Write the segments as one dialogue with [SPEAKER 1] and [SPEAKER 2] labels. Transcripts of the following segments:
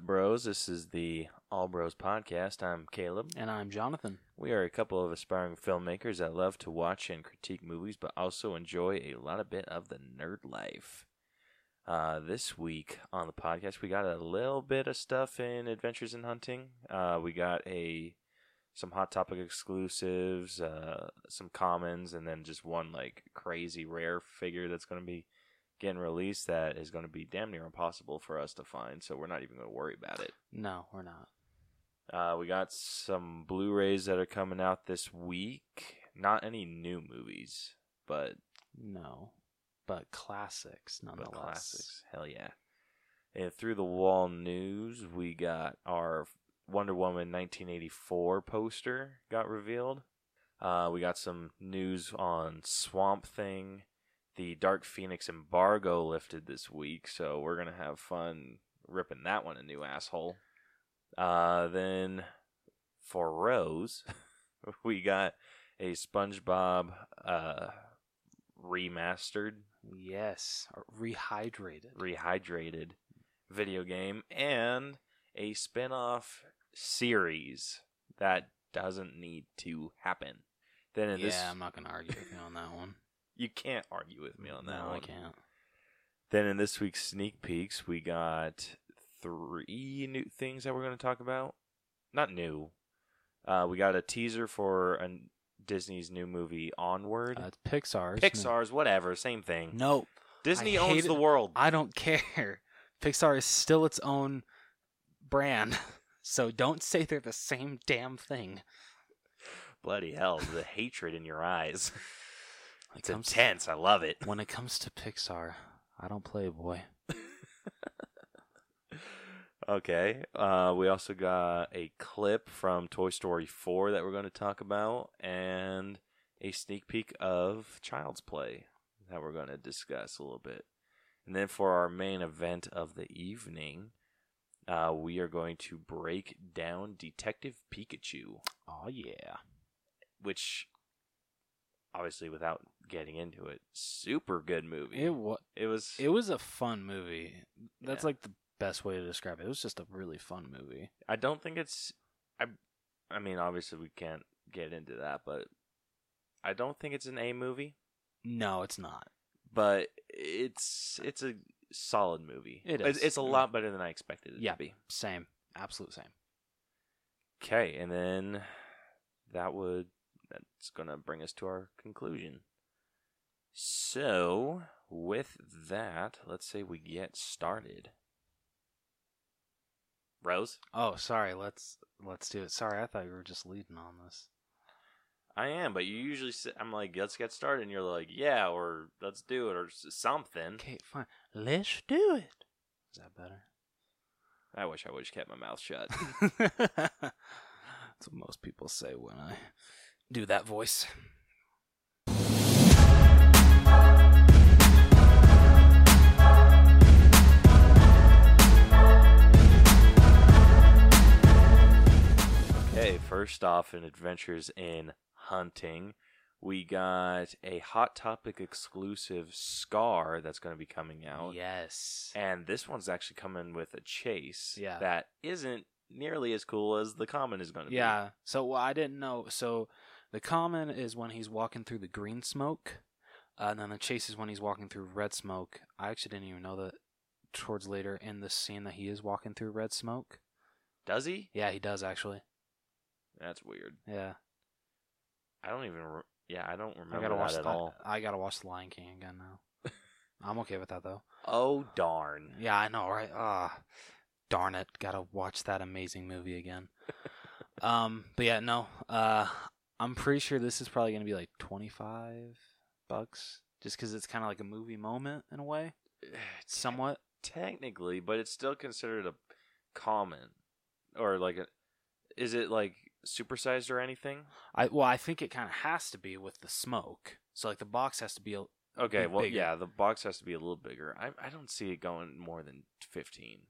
[SPEAKER 1] Bros. This is the All Bros podcast. I'm Caleb.
[SPEAKER 2] And I'm Jonathan.
[SPEAKER 1] We are a couple of aspiring filmmakers that love to watch and critique movies, but also enjoy a lot of bit of the nerd life. Uh, this week on the podcast, we got a little bit of stuff in Adventures in Hunting. Uh, we got a some hot topic exclusives, uh, some commons, and then just one like crazy rare figure that's going to be getting released that is going to be damn near impossible for us to find. So we're not even going to worry about it.
[SPEAKER 2] No, we're not.
[SPEAKER 1] Uh, we got some Blu-rays that are coming out this week. Not any new movies, but
[SPEAKER 2] No. But classics, nonetheless.
[SPEAKER 1] but classics. Hell yeah! And through the wall news, we got our Wonder Woman 1984 poster got revealed. Uh, we got some news on Swamp Thing. The Dark Phoenix embargo lifted this week, so we're gonna have fun ripping that one a new asshole. Uh, then for Rose, we got a SpongeBob uh, remastered
[SPEAKER 2] Yes. or Rehydrated.
[SPEAKER 1] rehydrated video game and a spin-off series that doesn't need to happen. Then
[SPEAKER 2] yeah,
[SPEAKER 1] in this
[SPEAKER 2] I'm not going to argue with you on that one.
[SPEAKER 1] you can't argue with me on that
[SPEAKER 2] no,
[SPEAKER 1] one.
[SPEAKER 2] I can't.
[SPEAKER 1] Then in this week's sneak peeks, we got three new things that we're going to talk about. Not new. Uh, we got a teaser for an Disney's new movie Onward.
[SPEAKER 2] Uh, it's Pixar's.
[SPEAKER 1] Pixar's whatever, same thing.
[SPEAKER 2] No,
[SPEAKER 1] Disney
[SPEAKER 2] I
[SPEAKER 1] owns
[SPEAKER 2] hate
[SPEAKER 1] the
[SPEAKER 2] it.
[SPEAKER 1] world.
[SPEAKER 2] I don't care. Pixar is still its own brand. So don't say they're the same damn thing.
[SPEAKER 1] Bloody hell, the hatred in your eyes.
[SPEAKER 2] When it
[SPEAKER 1] It's
[SPEAKER 2] comes-
[SPEAKER 1] intense. I love it.
[SPEAKER 2] when it comes to Pixar, I don't play, boy.
[SPEAKER 1] Okay. Uh, we also got a clip from Toy Story 4 that we're going to talk about, and a sneak peek of Child's Play that we're going to discuss a little bit. And then for our main event of the evening, uh, we are going to break down Detective Pikachu,
[SPEAKER 2] Oh, yeah.
[SPEAKER 1] which, obviously, without getting into it, super good movie.
[SPEAKER 2] It was.
[SPEAKER 1] it was.
[SPEAKER 2] It was a fun movie. That's
[SPEAKER 1] Yeah.
[SPEAKER 2] like the best way to describe it. It was just a really fun movie.
[SPEAKER 1] I don't think it's I I mean obviously we can't get into that, but I don't think it's an A movie,
[SPEAKER 2] No, it's not.
[SPEAKER 1] but it's it's a solid movie.
[SPEAKER 2] It
[SPEAKER 1] It's-
[SPEAKER 2] is.
[SPEAKER 1] It's a lot better than I expected it
[SPEAKER 2] Yeah.
[SPEAKER 1] to be.
[SPEAKER 2] Same. Absolute same.
[SPEAKER 1] Okay, and then that would that's going to bring us to our conclusion. So, with that, let's say we get started. Rose,
[SPEAKER 2] Oh, sorry. Let's let's do it. Sorry, I thought you were just leading on this.
[SPEAKER 1] I am, but you usually say, I'm like, let's get started, and you're like, yeah, or let's do it, or s- something.
[SPEAKER 2] Okay, fine. Let's do it. Is that
[SPEAKER 1] I wish I would have kept my mouth shut.
[SPEAKER 2] better? That's what most people say when I do that voice.
[SPEAKER 1] okay, first off, in Adventures in Hunting, we got a Hot Topic exclusive Scar that's going to be coming out.
[SPEAKER 2] Yes.
[SPEAKER 1] And this one's actually coming with a chase
[SPEAKER 2] Yeah.
[SPEAKER 1] that isn't nearly as cool as the common is going to be.
[SPEAKER 2] Yeah. So well, I didn't know. So the common is when he's walking through the green smoke, uh, and then the chase is when he's walking through red smoke. I actually didn't even know that towards later in the scene that he is walking through red smoke.
[SPEAKER 1] Does he?
[SPEAKER 2] Yeah, he does actually.
[SPEAKER 1] That's weird.
[SPEAKER 2] Yeah,
[SPEAKER 1] I don't even. Re- yeah, I don't remember
[SPEAKER 2] I gotta
[SPEAKER 1] that
[SPEAKER 2] watch
[SPEAKER 1] at
[SPEAKER 2] the,
[SPEAKER 1] all.
[SPEAKER 2] I gotta watch the Lion King again now. I'm okay with that though.
[SPEAKER 1] Oh darn!
[SPEAKER 2] Yeah, I know, right? Ah, darn it! Gotta watch that amazing movie again. um, but yeah, no. Uh, I'm pretty sure this is probably gonna be like 25 bucks, just because it's kind of like a movie moment in a way, somewhat.
[SPEAKER 1] technically, but it's still considered a common or like a is it like supersized or anything?
[SPEAKER 2] I well, I think it kind of has to be with the smoke. So like the box has to be. A,
[SPEAKER 1] Okay,
[SPEAKER 2] Bit
[SPEAKER 1] well
[SPEAKER 2] bigger.
[SPEAKER 1] yeah, the box has to be a little bigger. I I don't see it going more than 15.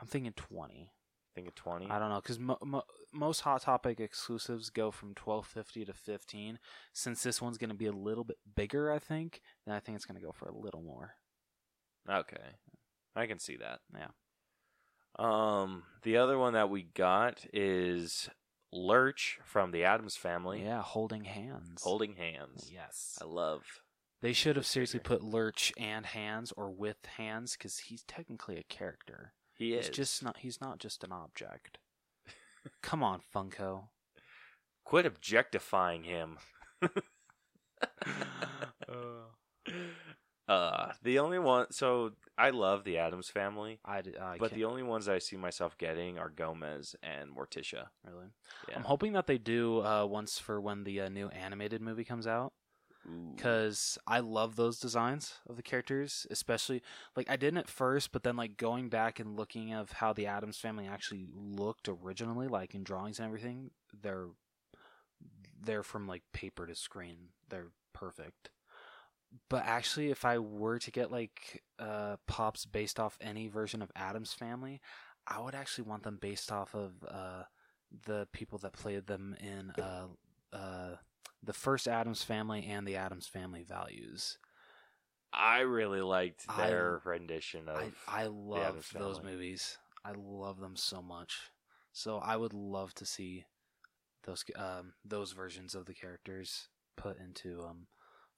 [SPEAKER 2] I'm thinking 20.
[SPEAKER 1] think of 20.
[SPEAKER 2] I don't know, because mo- mo- most Hot Topic exclusives go from 12.50 to 15. Since this one's gonna be a little bit bigger, I think, then I think it's gonna go for a little more.
[SPEAKER 1] Okay. I can see that.
[SPEAKER 2] Yeah.
[SPEAKER 1] Um, the other one that we got is Lurch from the Adams Family.
[SPEAKER 2] Yeah, holding hands.
[SPEAKER 1] Holding hands.
[SPEAKER 2] Yes.
[SPEAKER 1] I love.
[SPEAKER 2] They should have
[SPEAKER 1] Good
[SPEAKER 2] seriously
[SPEAKER 1] figure.
[SPEAKER 2] put Lurch and hands or with hands because he's technically a character.
[SPEAKER 1] He
[SPEAKER 2] he's
[SPEAKER 1] is
[SPEAKER 2] just not. He's not just an object. Come on, Funko.
[SPEAKER 1] quit objectifying him. uh, the only one. So I love the Adams Family,
[SPEAKER 2] I, d- I
[SPEAKER 1] but
[SPEAKER 2] can't-
[SPEAKER 1] the only ones I see myself getting are Gomez and Morticia.
[SPEAKER 2] really.
[SPEAKER 1] Yeah.
[SPEAKER 2] I'm hoping that they do uh, once for when the uh, new animated movie comes out.
[SPEAKER 1] Ooh.
[SPEAKER 2] because I love those designs of the characters, especially like I didn't at first, but then like going back and looking of how the Adams family actually looked originally, like in drawings and everything, they're they're from like paper to screen. They're perfect. But actually, if I were to get like uh, pops based off any version of Adams family, I would actually want them based off of uh, the people that played them in uh, uh, the first Adams Family and the Adams Family Values.
[SPEAKER 1] I really liked
[SPEAKER 2] I-
[SPEAKER 1] their rendition of.
[SPEAKER 2] I I love
[SPEAKER 1] Addams
[SPEAKER 2] those
[SPEAKER 1] Family.
[SPEAKER 2] movies. I love them so much. So I would love to see those um, those versions of the characters put into um,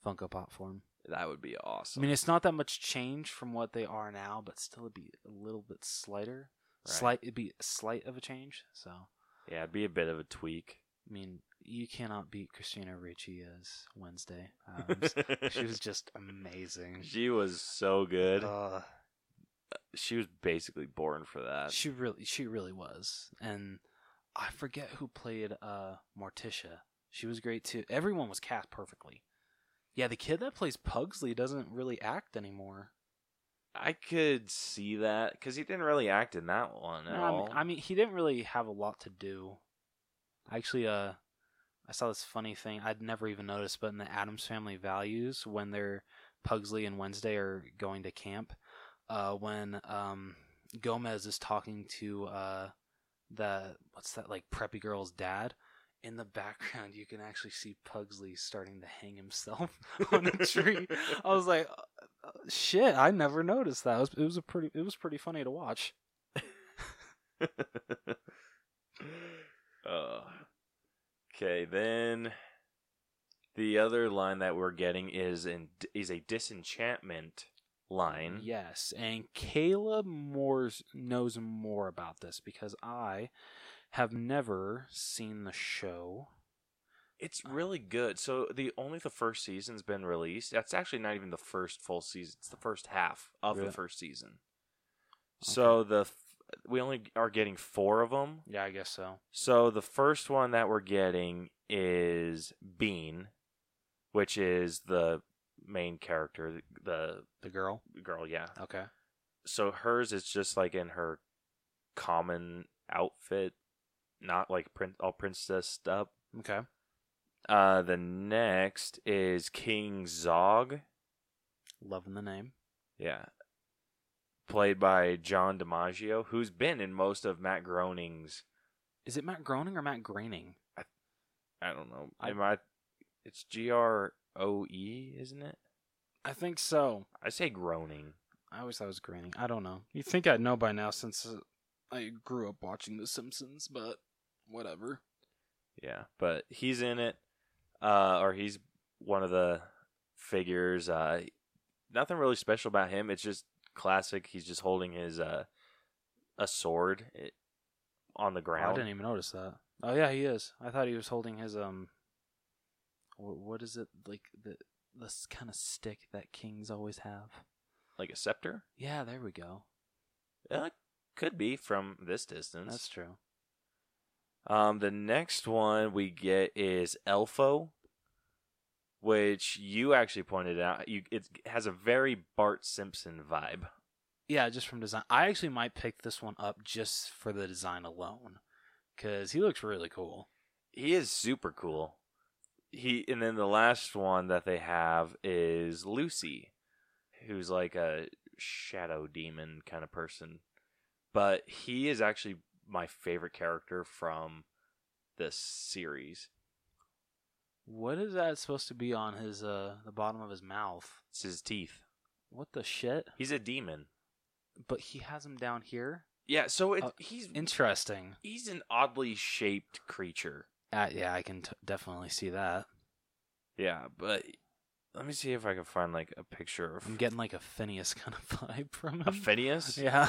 [SPEAKER 2] Funko Pop form.
[SPEAKER 1] that would be awesome.
[SPEAKER 2] I mean, it's not that much change from what they are now, but still, it'd be a little bit slighter.
[SPEAKER 1] Right.
[SPEAKER 2] Slight, it'd be slight of a change. So, I
[SPEAKER 1] yeah, it'd be a bit of a tweak.
[SPEAKER 2] mean, you cannot beat Christina Ricci as Wednesday. Adams. she was just amazing.
[SPEAKER 1] She was so good.
[SPEAKER 2] Uh,
[SPEAKER 1] she was basically born for that.
[SPEAKER 2] she really, she really was. And I forget who played uh, Morticia. She was great too. Everyone was cast perfectly. Yeah, the kid that plays Pugsley doesn't really act anymore.
[SPEAKER 1] I could see that because he didn't really act in that one at
[SPEAKER 2] No, I mean-
[SPEAKER 1] all.
[SPEAKER 2] I mean, he didn't really have a lot to do. Actually, uh, I saw this funny thing I'd never even noticed, but in the Adams Family Values, when they're Pugsley and Wednesday are going to camp, uh, when um, Gomez is talking to uh, the what's that like preppy girl's dad. In the background, you can actually see Pugsley starting to hang himself on a tree. I was like, uh, uh, "Shit! I never noticed that." It was, it was a pretty, it was pretty funny to watch.
[SPEAKER 1] Uh, okay, then the other line that we're getting is in is a disenchantment line.
[SPEAKER 2] Yes, and Kayla Moore's knows more about this because I have never seen the show.
[SPEAKER 1] It's really good. So the only the first season's been released. That's actually not even the first full season. It's the first half of
[SPEAKER 2] Really?
[SPEAKER 1] the first season. So the f- we only are getting four of them.
[SPEAKER 2] Yeah, I guess so.
[SPEAKER 1] So the first one that we're getting is Bean, which is the main character, the
[SPEAKER 2] The girl.
[SPEAKER 1] the girl. Yeah.
[SPEAKER 2] Okay.
[SPEAKER 1] So hers is just like in her common outfit, not like prin- all princess up.
[SPEAKER 2] Okay.
[SPEAKER 1] Uh, the next is King Zog.
[SPEAKER 2] Loving the name.
[SPEAKER 1] Yeah. Played by John DiMaggio, who's been in most of Matt Groening's.
[SPEAKER 2] Is it Matt Groening or Matt Graining?
[SPEAKER 1] I don't know.
[SPEAKER 2] I-
[SPEAKER 1] am I? It's G R O E, isn't it?
[SPEAKER 2] I think so.
[SPEAKER 1] I say groaning.
[SPEAKER 2] I always thought it was Graining. I don't know. You'd think I'd know by now since uh, I grew up watching The Simpsons, but whatever.
[SPEAKER 1] Yeah, but he's in it, uh, or he's one of the figures. Uh, nothing really special about him. It's just classic. He's just holding his uh, a sword it, on the
[SPEAKER 2] Oh, I
[SPEAKER 1] ground.
[SPEAKER 2] didn't even notice that. Oh yeah, he is. I thought he was holding his um. wh- What is it like the this kind of stick that kings always have?
[SPEAKER 1] like a scepter.
[SPEAKER 2] Yeah, there we go.
[SPEAKER 1] Uh, could be from this distance.
[SPEAKER 2] That's true.
[SPEAKER 1] Um, the next one we get is Elfo, which you actually pointed out. You it has a very Bart Simpson vibe.
[SPEAKER 2] Yeah, just from design. I actually might pick this one up just for the design alone, because he looks really cool.
[SPEAKER 1] He is super cool. He and then the last one that they have is Lucy, who's like a shadow demon kind of person. But he is actually my favorite character from this series.
[SPEAKER 2] What is that supposed to be on his uh the bottom of his mouth?
[SPEAKER 1] It's his teeth.
[SPEAKER 2] What the shit?
[SPEAKER 1] He's a demon.
[SPEAKER 2] But he has him down here.
[SPEAKER 1] Yeah, so it,
[SPEAKER 2] Uh,
[SPEAKER 1] he's
[SPEAKER 2] Interesting.
[SPEAKER 1] he's an oddly shaped creature.
[SPEAKER 2] Uh, yeah, I can t- definitely see that.
[SPEAKER 1] Yeah, but let me see if I can find like a picture
[SPEAKER 2] I'm
[SPEAKER 1] of
[SPEAKER 2] getting like a Phineas kind of vibe from
[SPEAKER 1] a
[SPEAKER 2] him.
[SPEAKER 1] Phineas.
[SPEAKER 2] yeah.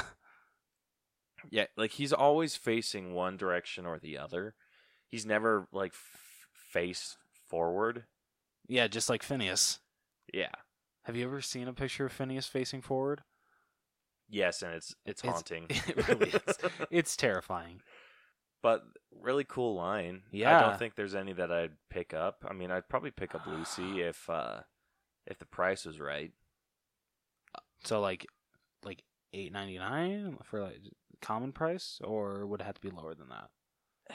[SPEAKER 1] Yeah, like he's always facing one direction or the other. He's never like f- face forward.
[SPEAKER 2] Yeah, just like Phineas.
[SPEAKER 1] Yeah.
[SPEAKER 2] Have you ever seen a picture of Phineas facing forward?
[SPEAKER 1] Yes, and it's it's
[SPEAKER 2] It's-
[SPEAKER 1] haunting.
[SPEAKER 2] It really is. It's terrifying.
[SPEAKER 1] but really cool line. I
[SPEAKER 2] Yeah.
[SPEAKER 1] don't think there's any that I'd pick up. I mean, I'd probably pick up Lucy if uh if the price was right.
[SPEAKER 2] So like like 8.99 for like common price or would it have to be lower than that?
[SPEAKER 1] Eh,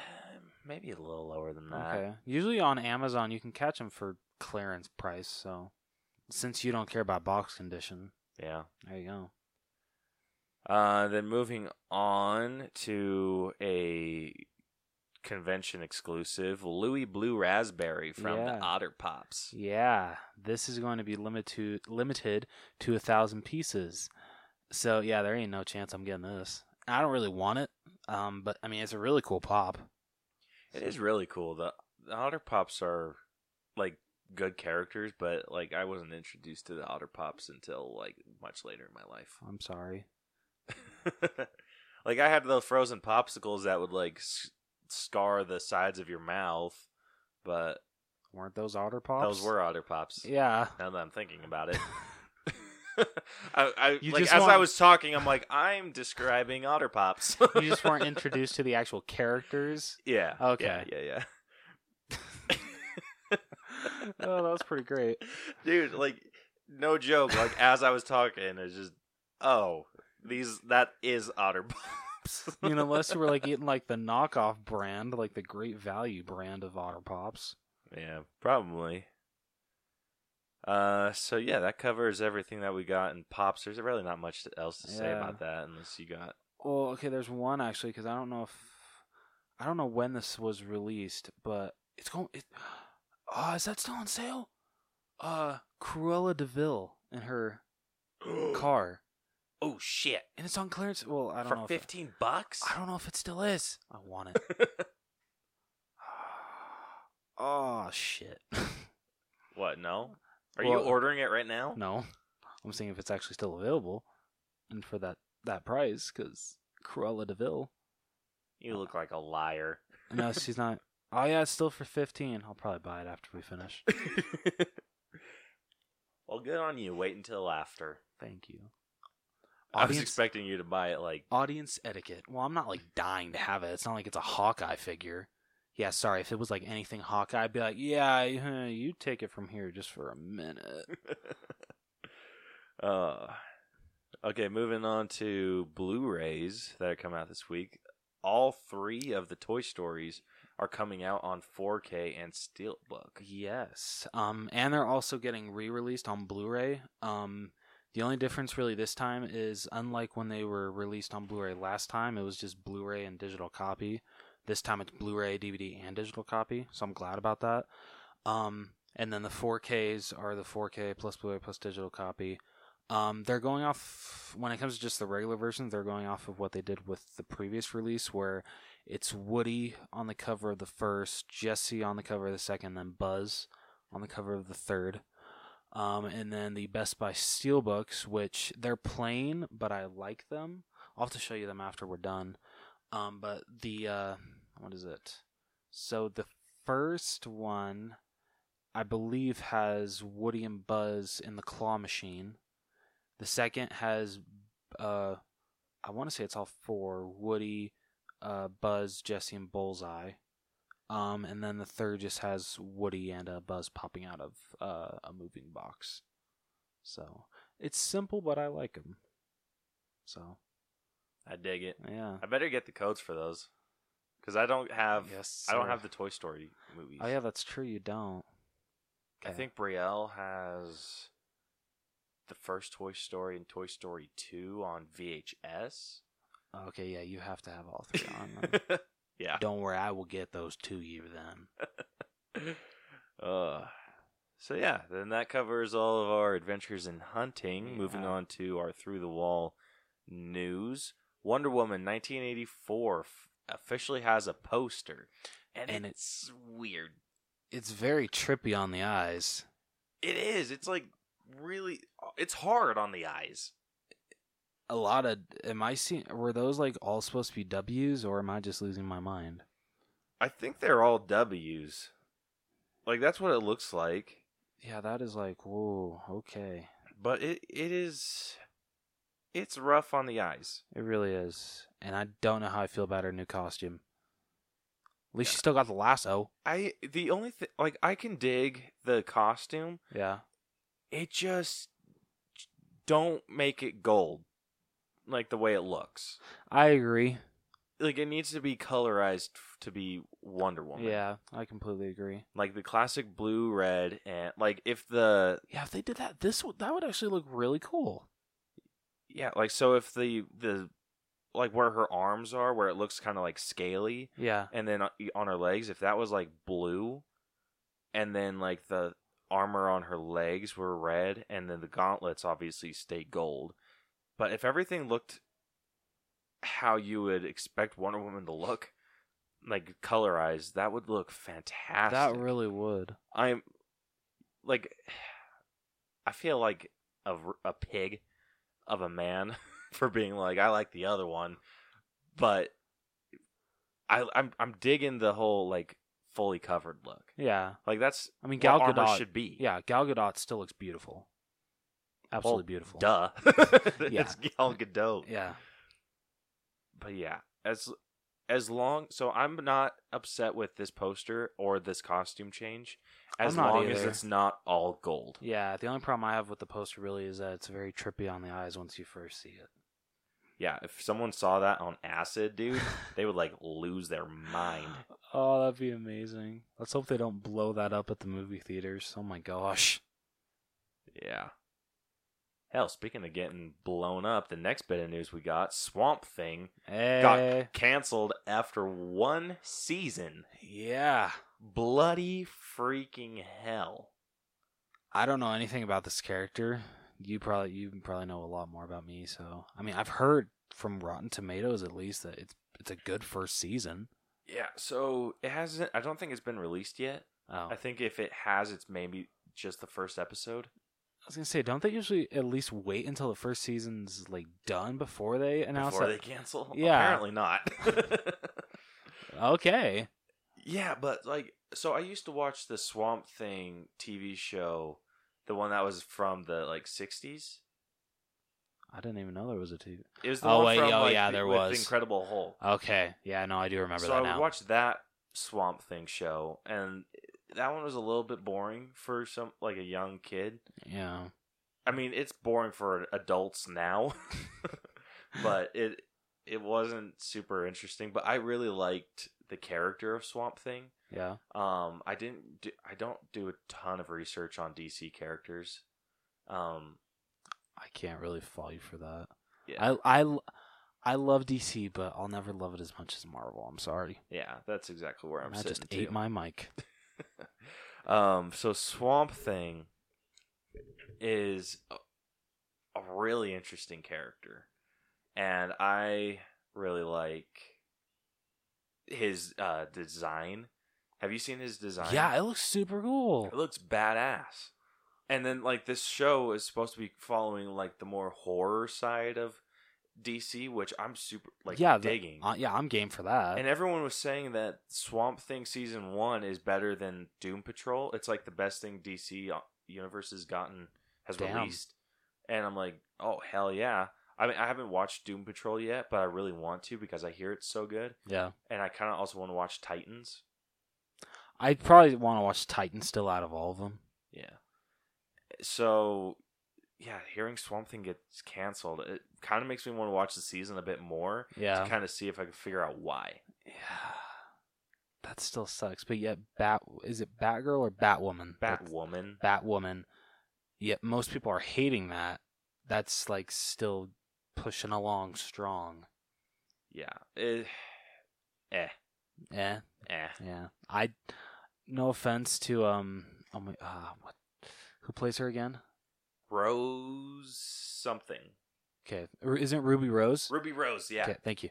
[SPEAKER 1] Maybe a little lower than that.
[SPEAKER 2] Okay. Usually on Amazon you can catch them for clearance price, so since you don't care about box condition,
[SPEAKER 1] Yeah.
[SPEAKER 2] there you go.
[SPEAKER 1] Uh, then moving on to a convention exclusive, Louis Blue Raspberry from
[SPEAKER 2] Yeah.
[SPEAKER 1] the Otter Pops.
[SPEAKER 2] Yeah, this is going to be limited limited to a thousand pieces. So yeah, there ain't no chance I'm getting this. I don't really want it, um, but I mean it's a really cool pop.
[SPEAKER 1] It is really cool. The, the Otter Pops are like good characters, but like I wasn't introduced to the Otter Pops until like much later in my
[SPEAKER 2] I'm sorry.
[SPEAKER 1] life. like I had those frozen popsicles that would like s- scar the sides of your mouth, but
[SPEAKER 2] Weren't those otter pops?
[SPEAKER 1] those were Otter Pops.
[SPEAKER 2] Yeah.
[SPEAKER 1] Now that I'm thinking about it. I, I
[SPEAKER 2] You
[SPEAKER 1] like
[SPEAKER 2] just
[SPEAKER 1] as I
[SPEAKER 2] want-
[SPEAKER 1] was talking, I'm like, I'm describing Otter Pops.
[SPEAKER 2] you just weren't introduced to the actual characters.
[SPEAKER 1] yeah.
[SPEAKER 2] Okay.
[SPEAKER 1] Yeah, yeah,
[SPEAKER 2] oh, that was pretty great.
[SPEAKER 1] yeah. Dude, like, no joke. Like as I was talking, it's just, oh, these that is Otter Pops.
[SPEAKER 2] I mean, unless you were like eating like the knockoff brand, like the great value brand of otter pops.
[SPEAKER 1] yeah, probably. Uh, so yeah, that covers everything that we got in pops. There's really not much else to say
[SPEAKER 2] Yeah.
[SPEAKER 1] about that, unless you got.
[SPEAKER 2] Well, okay, there's one actually because I don't know if I don't know when this was released, but it's going. It, uh, is that still on sale? Uh, Cruella Deville in her car,
[SPEAKER 1] Oh shit!
[SPEAKER 2] and it's on clearance. Well, I don't know.
[SPEAKER 1] For
[SPEAKER 2] if it-
[SPEAKER 1] fifteen bucks.
[SPEAKER 2] I don't know if it still is. I want it. oh shit!
[SPEAKER 1] What? No. Are you
[SPEAKER 2] Well-
[SPEAKER 1] ordering it right now?
[SPEAKER 2] no, I'm seeing if it's actually still available, and for that that price, because Cruella Deville.
[SPEAKER 1] You look like a liar.
[SPEAKER 2] No, she's not. Oh yeah, it's still for fifteen. I'll probably buy it after we finish.
[SPEAKER 1] well, good on you. Wait until after.
[SPEAKER 2] Thank you.
[SPEAKER 1] I was
[SPEAKER 2] Audience-
[SPEAKER 1] expecting you to buy it like
[SPEAKER 2] Audience etiquette. Well, I'm not like dying to have it. It's not like it's a Hawkeye figure. Yeah, sorry. If it was like anything Hawkeye, I'd be like, yeah, uh, you take it from here just for a minute.
[SPEAKER 1] uh Okay, moving on to Blu-rays that are coming out this week. All 3 of the Toy Stories are coming out on 4K and Steelbook.
[SPEAKER 2] Yes. Um, and they're also getting re-released on Blu-ray. Um, the only difference really this time is unlike when they were released on Blu-ray last time, it was just Blu-ray and digital copy. This time it's Blu-ray, DVD, and digital copy. So I'm glad about that. Um, and then the 4Ks are the 4K plus Blu-ray plus digital copy. Um, they're going off when it comes to just the regular version. They're going off of what they did with the previous release, where it's Woody on the cover of the first, Jesse on the cover of the second, then Buzz on the cover of the third. Um, and then the Best Buy Steelbooks, which they're plain, but I like them. I'll have to show you them after we're done. Um, but the, uh, what is it? So the first one, I believe, has Woody and Buzz in the claw machine. The second has, uh, I want to say it's all four Woody, uh, Buzz, Jesse, and Bullseye. Um, and then the third just has Woody and uh, Buzz popping out of uh, a moving box. So it's simple, but I like them. So
[SPEAKER 1] I dig it.
[SPEAKER 2] yeah,
[SPEAKER 1] I better get the codes for those cuz I don't have
[SPEAKER 2] yes,
[SPEAKER 1] I don't
[SPEAKER 2] sir.
[SPEAKER 1] have the Toy Story movies.
[SPEAKER 2] Oh yeah, that's true. You don't.
[SPEAKER 1] I
[SPEAKER 2] Okay.
[SPEAKER 1] think Brielle has the first Toy Story and Toy Story 2 on VHS.
[SPEAKER 2] Okay, yeah, you have to have all three on. Them.
[SPEAKER 1] yeah.
[SPEAKER 2] don't worry, I will get those to you then.
[SPEAKER 1] Uh, so, yeah, then that covers all of our adventures in hunting. Moving
[SPEAKER 2] Yeah.
[SPEAKER 1] on to our through the wall news. Wonder Woman 1984 f- officially has a poster, and,
[SPEAKER 2] And
[SPEAKER 1] it's weird.
[SPEAKER 2] It's very trippy on the eyes.
[SPEAKER 1] It is. It's like really. uh, It's hard on the eyes.
[SPEAKER 2] A lot of am I seeing were those like all supposed to be W's or am I just losing my mind?
[SPEAKER 1] I think they're all W's. Like that's what it looks like.
[SPEAKER 2] Yeah, that is like whoa, okay.
[SPEAKER 1] But it it is. It's rough on the eyes.
[SPEAKER 2] It really is, and I don't know how I feel about her new costume. At least
[SPEAKER 1] Yeah.
[SPEAKER 2] she still got the lasso.
[SPEAKER 1] I the only thing like I can dig the costume.
[SPEAKER 2] Yeah,
[SPEAKER 1] It just don't make it gold, like the way it looks.
[SPEAKER 2] I agree.
[SPEAKER 1] Like it needs to be colorized f- to be Wonder Woman.
[SPEAKER 2] Yeah, I completely agree.
[SPEAKER 1] like the classic blue, red, and like if the
[SPEAKER 2] Yeah, if they did that, this would that would actually look really cool.
[SPEAKER 1] yeah, like so if the the like where her arms are, where it looks kind of like scaly,
[SPEAKER 2] Yeah,
[SPEAKER 1] and then o- on her legs, if that was like blue, and then like the armor on her legs were red, and then the gauntlets obviously stay gold. But if everything looked how you would expect Wonder Woman to look, like colorized, that would look fantastic.
[SPEAKER 2] that really would.
[SPEAKER 1] I'm like, I feel like a, r- a pig of a man for being like, I like the other one, but I, I'm I'm digging the whole like fully covered look.
[SPEAKER 2] Yeah,
[SPEAKER 1] Like that's
[SPEAKER 2] I mean
[SPEAKER 1] what
[SPEAKER 2] Gal
[SPEAKER 1] armor
[SPEAKER 2] Gadot.
[SPEAKER 1] should be.
[SPEAKER 2] Yeah, Gal Gadot still looks beautiful. Absolutely
[SPEAKER 1] Well,
[SPEAKER 2] beautiful.
[SPEAKER 1] duh.
[SPEAKER 2] Yeah.
[SPEAKER 1] It's Gal Gadot.
[SPEAKER 2] Yeah,
[SPEAKER 1] But yeah, as as long so I'm not upset with this poster or this costume change,
[SPEAKER 2] I'm
[SPEAKER 1] as
[SPEAKER 2] not
[SPEAKER 1] long as
[SPEAKER 2] either.
[SPEAKER 1] it's not all gold.
[SPEAKER 2] yeah. The only problem I have with the poster really is that it's very trippy on the eyes once you first see it.
[SPEAKER 1] Yeah, if someone saw that on acid, dude, they would like lose their mind.
[SPEAKER 2] Oh, that'd be amazing. Let's hope they don't blow that up at the movie theaters. Oh my gosh.
[SPEAKER 1] Yeah. Hell, speaking of getting blown up, the next bit of news we got Swamp Thing Eh.
[SPEAKER 2] Hey.
[SPEAKER 1] canceled after one season.
[SPEAKER 2] Yeah.
[SPEAKER 1] Bloody freaking hell.
[SPEAKER 2] I don't know anything about this character. You probably you probably know a lot more about me, so I mean I've heard from Rotten Tomatoes at least that it's it's a good first season.
[SPEAKER 1] Yeah, so it hasn't, I don't think it's been released yet.
[SPEAKER 2] Oh.
[SPEAKER 1] I think if it has, it's maybe just the first episode.
[SPEAKER 2] I was gonna say, don't they usually at least wait until the first season's like done before they announce
[SPEAKER 1] before they
[SPEAKER 2] that?
[SPEAKER 1] cancel?
[SPEAKER 2] Yeah.
[SPEAKER 1] Apparently not.
[SPEAKER 2] Okay.
[SPEAKER 1] Yeah, but like, so I used to watch the Swamp Thing TV show, the one that was from the like '60s.
[SPEAKER 2] I didn't even know there was a two.
[SPEAKER 1] It was the
[SPEAKER 2] Oh,
[SPEAKER 1] one
[SPEAKER 2] wait,
[SPEAKER 1] from
[SPEAKER 2] oh,
[SPEAKER 1] like,
[SPEAKER 2] yeah,
[SPEAKER 1] the,
[SPEAKER 2] there
[SPEAKER 1] with
[SPEAKER 2] was.
[SPEAKER 1] the Incredible Hulk.
[SPEAKER 2] Okay. Yeah, no, I do remember
[SPEAKER 1] so
[SPEAKER 2] that
[SPEAKER 1] I
[SPEAKER 2] now.
[SPEAKER 1] would watch that Swamp Thing show, and that one was a little bit boring for some like a young kid.
[SPEAKER 2] yeah.
[SPEAKER 1] I mean, it's boring for adults now, but it it wasn't super interesting. But I really liked the character of Swamp Thing.
[SPEAKER 2] Yeah.
[SPEAKER 1] Um, I didn't. Do, I don't do a ton of research on DC characters. Um,
[SPEAKER 2] I can't really fault you for that.
[SPEAKER 1] yeah,
[SPEAKER 2] I I I love DC, but I'll never love it as much as Marvel. I'm sorry.
[SPEAKER 1] yeah, that's exactly where I'm
[SPEAKER 2] I
[SPEAKER 1] sitting.
[SPEAKER 2] just ate
[SPEAKER 1] too.
[SPEAKER 2] my mic.
[SPEAKER 1] um, so Swamp Thing is a, a really interesting character, and I really like his uh, design. Have you seen his design?
[SPEAKER 2] Yeah, it looks super cool.
[SPEAKER 1] It looks badass. And then like this show is supposed to be following like the more horror side of DC, which I'm super like
[SPEAKER 2] yeah, the-
[SPEAKER 1] digging.
[SPEAKER 2] uh, yeah, I'm game for that.
[SPEAKER 1] and everyone was saying that Swamp Thing season 1 is better than Doom Patrol. It's like the best thing DC universe has gotten has
[SPEAKER 2] Damn.
[SPEAKER 1] released. And I'm like, "Oh, hell yeah." I mean, I haven't watched Doom Patrol yet, but I really want to because I hear it's so good,
[SPEAKER 2] yeah,
[SPEAKER 1] and I kind of also want to watch Titans.
[SPEAKER 2] I probably want to watch Titan still out of all of them.
[SPEAKER 1] Yeah. So, yeah, hearing Swamp Thing gets canceled, it kind of makes me want to watch the season a bit more
[SPEAKER 2] Yeah,
[SPEAKER 1] to kind of see if I can figure out why.
[SPEAKER 2] yeah, that still sucks. But yet, Bat is it Batgirl or Batwoman? That's-
[SPEAKER 1] Batwoman.
[SPEAKER 2] Batwoman. Yet most people are hating that. That's like still pushing along strong.
[SPEAKER 1] Yeah. Eh. eh.
[SPEAKER 2] Yeah.
[SPEAKER 1] Eh.
[SPEAKER 2] Yeah, I. No offense to um. Oh my. Uh, what? Who plays her again?
[SPEAKER 1] Rose something.
[SPEAKER 2] Okay, isn't Ruby Rose?
[SPEAKER 1] Ruby Rose, yeah.
[SPEAKER 2] Okay, thank you.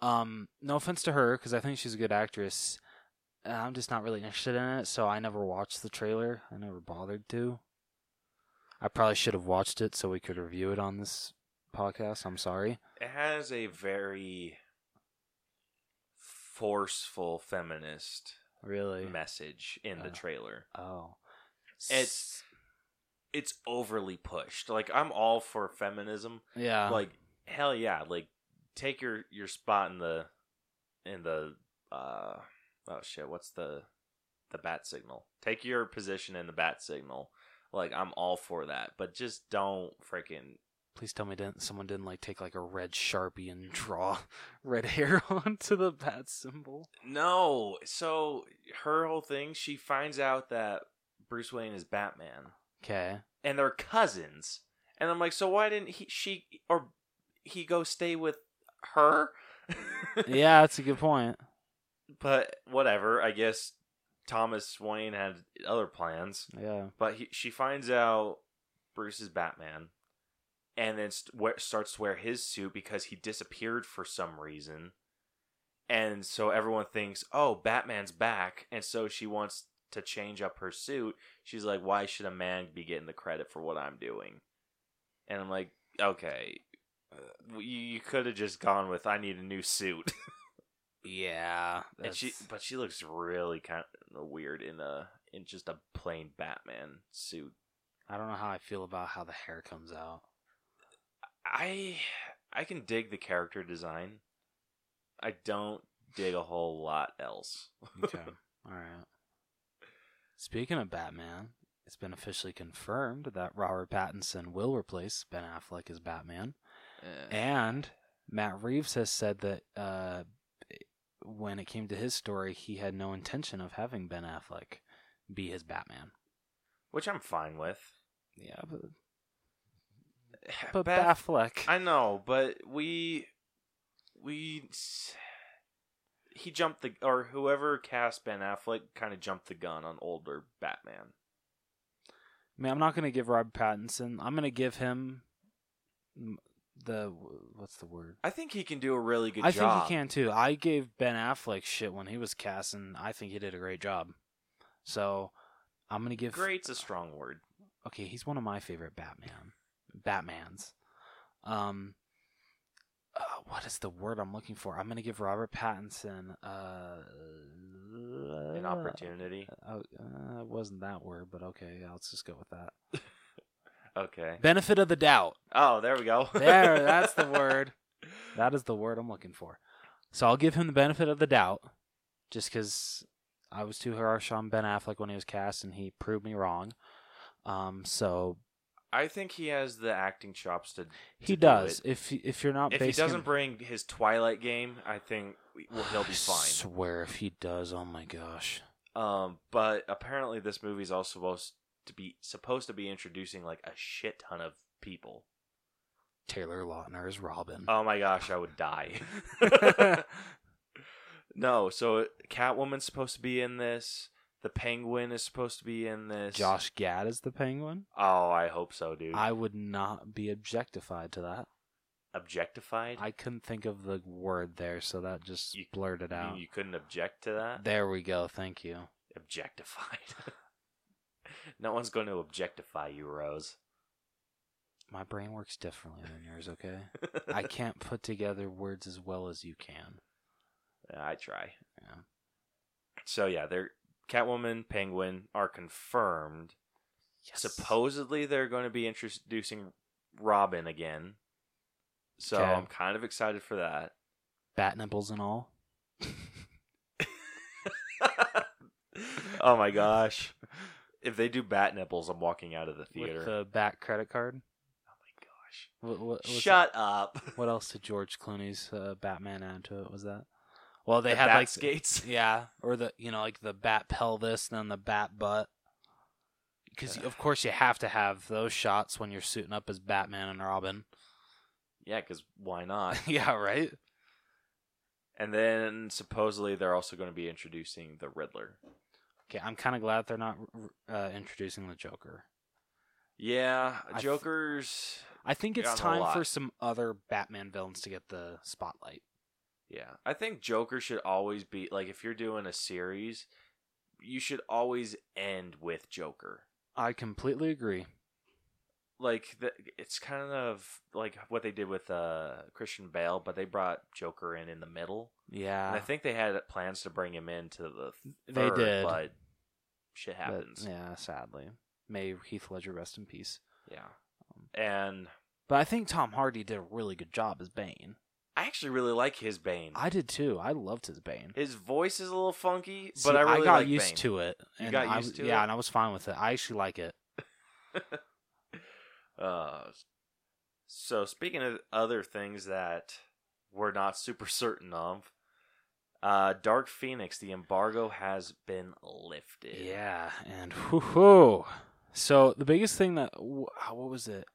[SPEAKER 2] Um, no offense to her because I think she's a good actress. Uh, I'm just not really interested in it, so I never watched the trailer. I never bothered to. I probably should have watched it so we could review it on this podcast. I'm sorry.
[SPEAKER 1] It has a very forceful feminist
[SPEAKER 2] Really?
[SPEAKER 1] message in the
[SPEAKER 2] Oh.
[SPEAKER 1] trailer.
[SPEAKER 2] Oh.
[SPEAKER 1] It's it's overly pushed. Like I'm all for feminism.
[SPEAKER 2] yeah.
[SPEAKER 1] like hell yeah, like take your your spot in the in the uh oh shit, what's the the bat signal? Take your position in the bat signal. Like I'm all for that, but just don't freaking
[SPEAKER 2] Please tell me didn't someone didn't like take like a red sharpie and draw red hair onto the bat symbol?
[SPEAKER 1] No. So her whole thing, she finds out that Bruce Wayne is Batman
[SPEAKER 2] Okay.
[SPEAKER 1] and they're cousins. And I'm like, so why didn't he she or he go stay with her?
[SPEAKER 2] Yeah, that's a good point.
[SPEAKER 1] but whatever. I guess Thomas Wayne had other plans.
[SPEAKER 2] Yeah.
[SPEAKER 1] But he, she finds out Bruce is Batman, and then st- wear- starts to wear his suit because he disappeared for some reason, and so everyone thinks, "Oh, Batman's back," and so she wants to change up her suit. She's like, "Why should a man be getting the credit for what I'm doing?" And I'm like, "Okay." uh, You, you could have just gone with I need a new suit,
[SPEAKER 2] Yeah.
[SPEAKER 1] and she, but she looks really kind of weird in a in just a plain Batman suit.
[SPEAKER 2] I don't know how I feel about how the hair comes out.
[SPEAKER 1] I I can dig the character design. I don't dig a whole lot else.
[SPEAKER 2] Okay. All right. Speaking of Batman, it's been officially confirmed that Robert Pattinson will replace Ben Affleck as Batman.
[SPEAKER 1] Eh.
[SPEAKER 2] And Matt Reeves has said that uh, when it came to his story, he had no intention of having Ben Affleck be his Batman.
[SPEAKER 1] Which I'm fine with.
[SPEAKER 2] Yeah, but, but
[SPEAKER 1] Bat-
[SPEAKER 2] Affleck.
[SPEAKER 1] I know, but we we he jumped the or whoever cast Ben Affleck kind of jumped the gun on older Batman.
[SPEAKER 2] I mean, I'm not going to give Robert Pattinson. I'm going to give him mm, the what's the word?
[SPEAKER 1] I think he can do a really good
[SPEAKER 2] I
[SPEAKER 1] job.
[SPEAKER 2] think he can too. I gave Ben Affleck shit when he was cast, and I think he did a great job. So I'm gonna give.
[SPEAKER 1] Great's a strong word.
[SPEAKER 2] Okay, he's one of my favorite Batman, Batman's. Um, uh, what is the word I'm looking for? I'm gonna give Robert Pattinson uh,
[SPEAKER 1] An opportunity.
[SPEAKER 2] Uh, uh, it wasn't that word, but okay, yeah, let's just go with that.
[SPEAKER 1] Okay.
[SPEAKER 2] Benefit of the doubt.
[SPEAKER 1] Oh, there we go.
[SPEAKER 2] There, that's the word. That is the word I'm looking for. So I'll give him the benefit of the doubt, just because I was too harsh on Ben Affleck when he was cast, and he proved me wrong. Um, so
[SPEAKER 1] I think he has the acting chops to
[SPEAKER 2] he
[SPEAKER 1] do
[SPEAKER 2] does. If if you're not,
[SPEAKER 1] if he
[SPEAKER 2] basing
[SPEAKER 1] doesn't
[SPEAKER 2] him-
[SPEAKER 1] bring his Twilight game, I think we- well, he'll be
[SPEAKER 2] I
[SPEAKER 1] fine.
[SPEAKER 2] Swear if he does, oh my gosh.
[SPEAKER 1] Um, but apparently, this movie's also supposed to be supposed to be introducing like a shit ton of people.
[SPEAKER 2] Taylor Lautner is Robin.
[SPEAKER 1] Oh my gosh, I would die. no, so Catwoman's supposed to be in this. The Penguin is supposed to be in this.
[SPEAKER 2] Josh Gad is the Penguin.
[SPEAKER 1] Oh, I hope so, dude.
[SPEAKER 2] I would not be objectified to that.
[SPEAKER 1] Objectified.
[SPEAKER 2] I couldn't think of the word there, so that just
[SPEAKER 1] You-
[SPEAKER 2] blurted
[SPEAKER 1] You-
[SPEAKER 2] out.
[SPEAKER 1] you couldn't object to that.
[SPEAKER 2] there we go. Thank you.
[SPEAKER 1] objectified. no one's going to objectify you, Rose.
[SPEAKER 2] My brain works differently than yours, okay? I can't put together words as well as you can.
[SPEAKER 1] I try.
[SPEAKER 2] Yeah.
[SPEAKER 1] So yeah, they're Catwoman, Penguin are confirmed. Supposedly they're going to be introducing Robin again. So
[SPEAKER 2] Okay.
[SPEAKER 1] I'm kind of excited for that.
[SPEAKER 2] bat nipples and all.
[SPEAKER 1] oh my gosh. If they do bat nipples, I'm walking out of the theater.
[SPEAKER 2] With the bat credit card.
[SPEAKER 1] oh
[SPEAKER 2] What, what,
[SPEAKER 1] my
[SPEAKER 2] was
[SPEAKER 1] gosh. Shut up.
[SPEAKER 2] What else did George Clooney's uh, Batman add to it? Was that? Well, they
[SPEAKER 1] The
[SPEAKER 2] had
[SPEAKER 1] bat
[SPEAKER 2] like
[SPEAKER 1] skates.
[SPEAKER 2] yeah, or the you know like the bat pelvis and then the bat butt. Because of course you have to have those shots when you're suiting up as Batman and Robin.
[SPEAKER 1] Yeah, cuz why not?
[SPEAKER 2] yeah, right.
[SPEAKER 1] And then supposedly they're also going to be introducing the Riddler.
[SPEAKER 2] Okay, I'm kind of glad they're not r- r- uh, introducing the Joker.
[SPEAKER 1] Yeah,
[SPEAKER 2] I th-
[SPEAKER 1] Joker's.
[SPEAKER 2] I think it's
[SPEAKER 1] Gotten a
[SPEAKER 2] time
[SPEAKER 1] lot.
[SPEAKER 2] for some other Batman villains to get the spotlight.
[SPEAKER 1] Yeah, I think Joker should always be like if you're doing a series, you should always end with Joker.
[SPEAKER 2] I completely agree.
[SPEAKER 1] Like the, it's kind of like what they did with uh, Christian Bale, but they brought Joker in in the middle.
[SPEAKER 2] Yeah.
[SPEAKER 1] and I think they had plans to bring him into the
[SPEAKER 2] They
[SPEAKER 1] third,
[SPEAKER 2] did.
[SPEAKER 1] but shit
[SPEAKER 2] But,
[SPEAKER 1] happens.
[SPEAKER 2] yeah, sadly. May Heath Ledger rest in peace.
[SPEAKER 1] yeah. And
[SPEAKER 2] But I think Tom Hardy did a really good job as Bane.
[SPEAKER 1] I actually really like his Bane.
[SPEAKER 2] I did too. I loved his Bane.
[SPEAKER 1] his voice is a little funky,
[SPEAKER 2] See,
[SPEAKER 1] but I really
[SPEAKER 2] got
[SPEAKER 1] like
[SPEAKER 2] used
[SPEAKER 1] Bane.
[SPEAKER 2] to it.
[SPEAKER 1] You
[SPEAKER 2] and
[SPEAKER 1] got
[SPEAKER 2] I
[SPEAKER 1] used
[SPEAKER 2] was-
[SPEAKER 1] to
[SPEAKER 2] Yeah,
[SPEAKER 1] it?
[SPEAKER 2] and I was fine with it. I actually like it.
[SPEAKER 1] Uh, so speaking of other things that we're not super certain of, uh, Dark Phoenix, the embargo has been lifted.
[SPEAKER 2] Yeah, and whoo So the biggest thing that wh- what was it?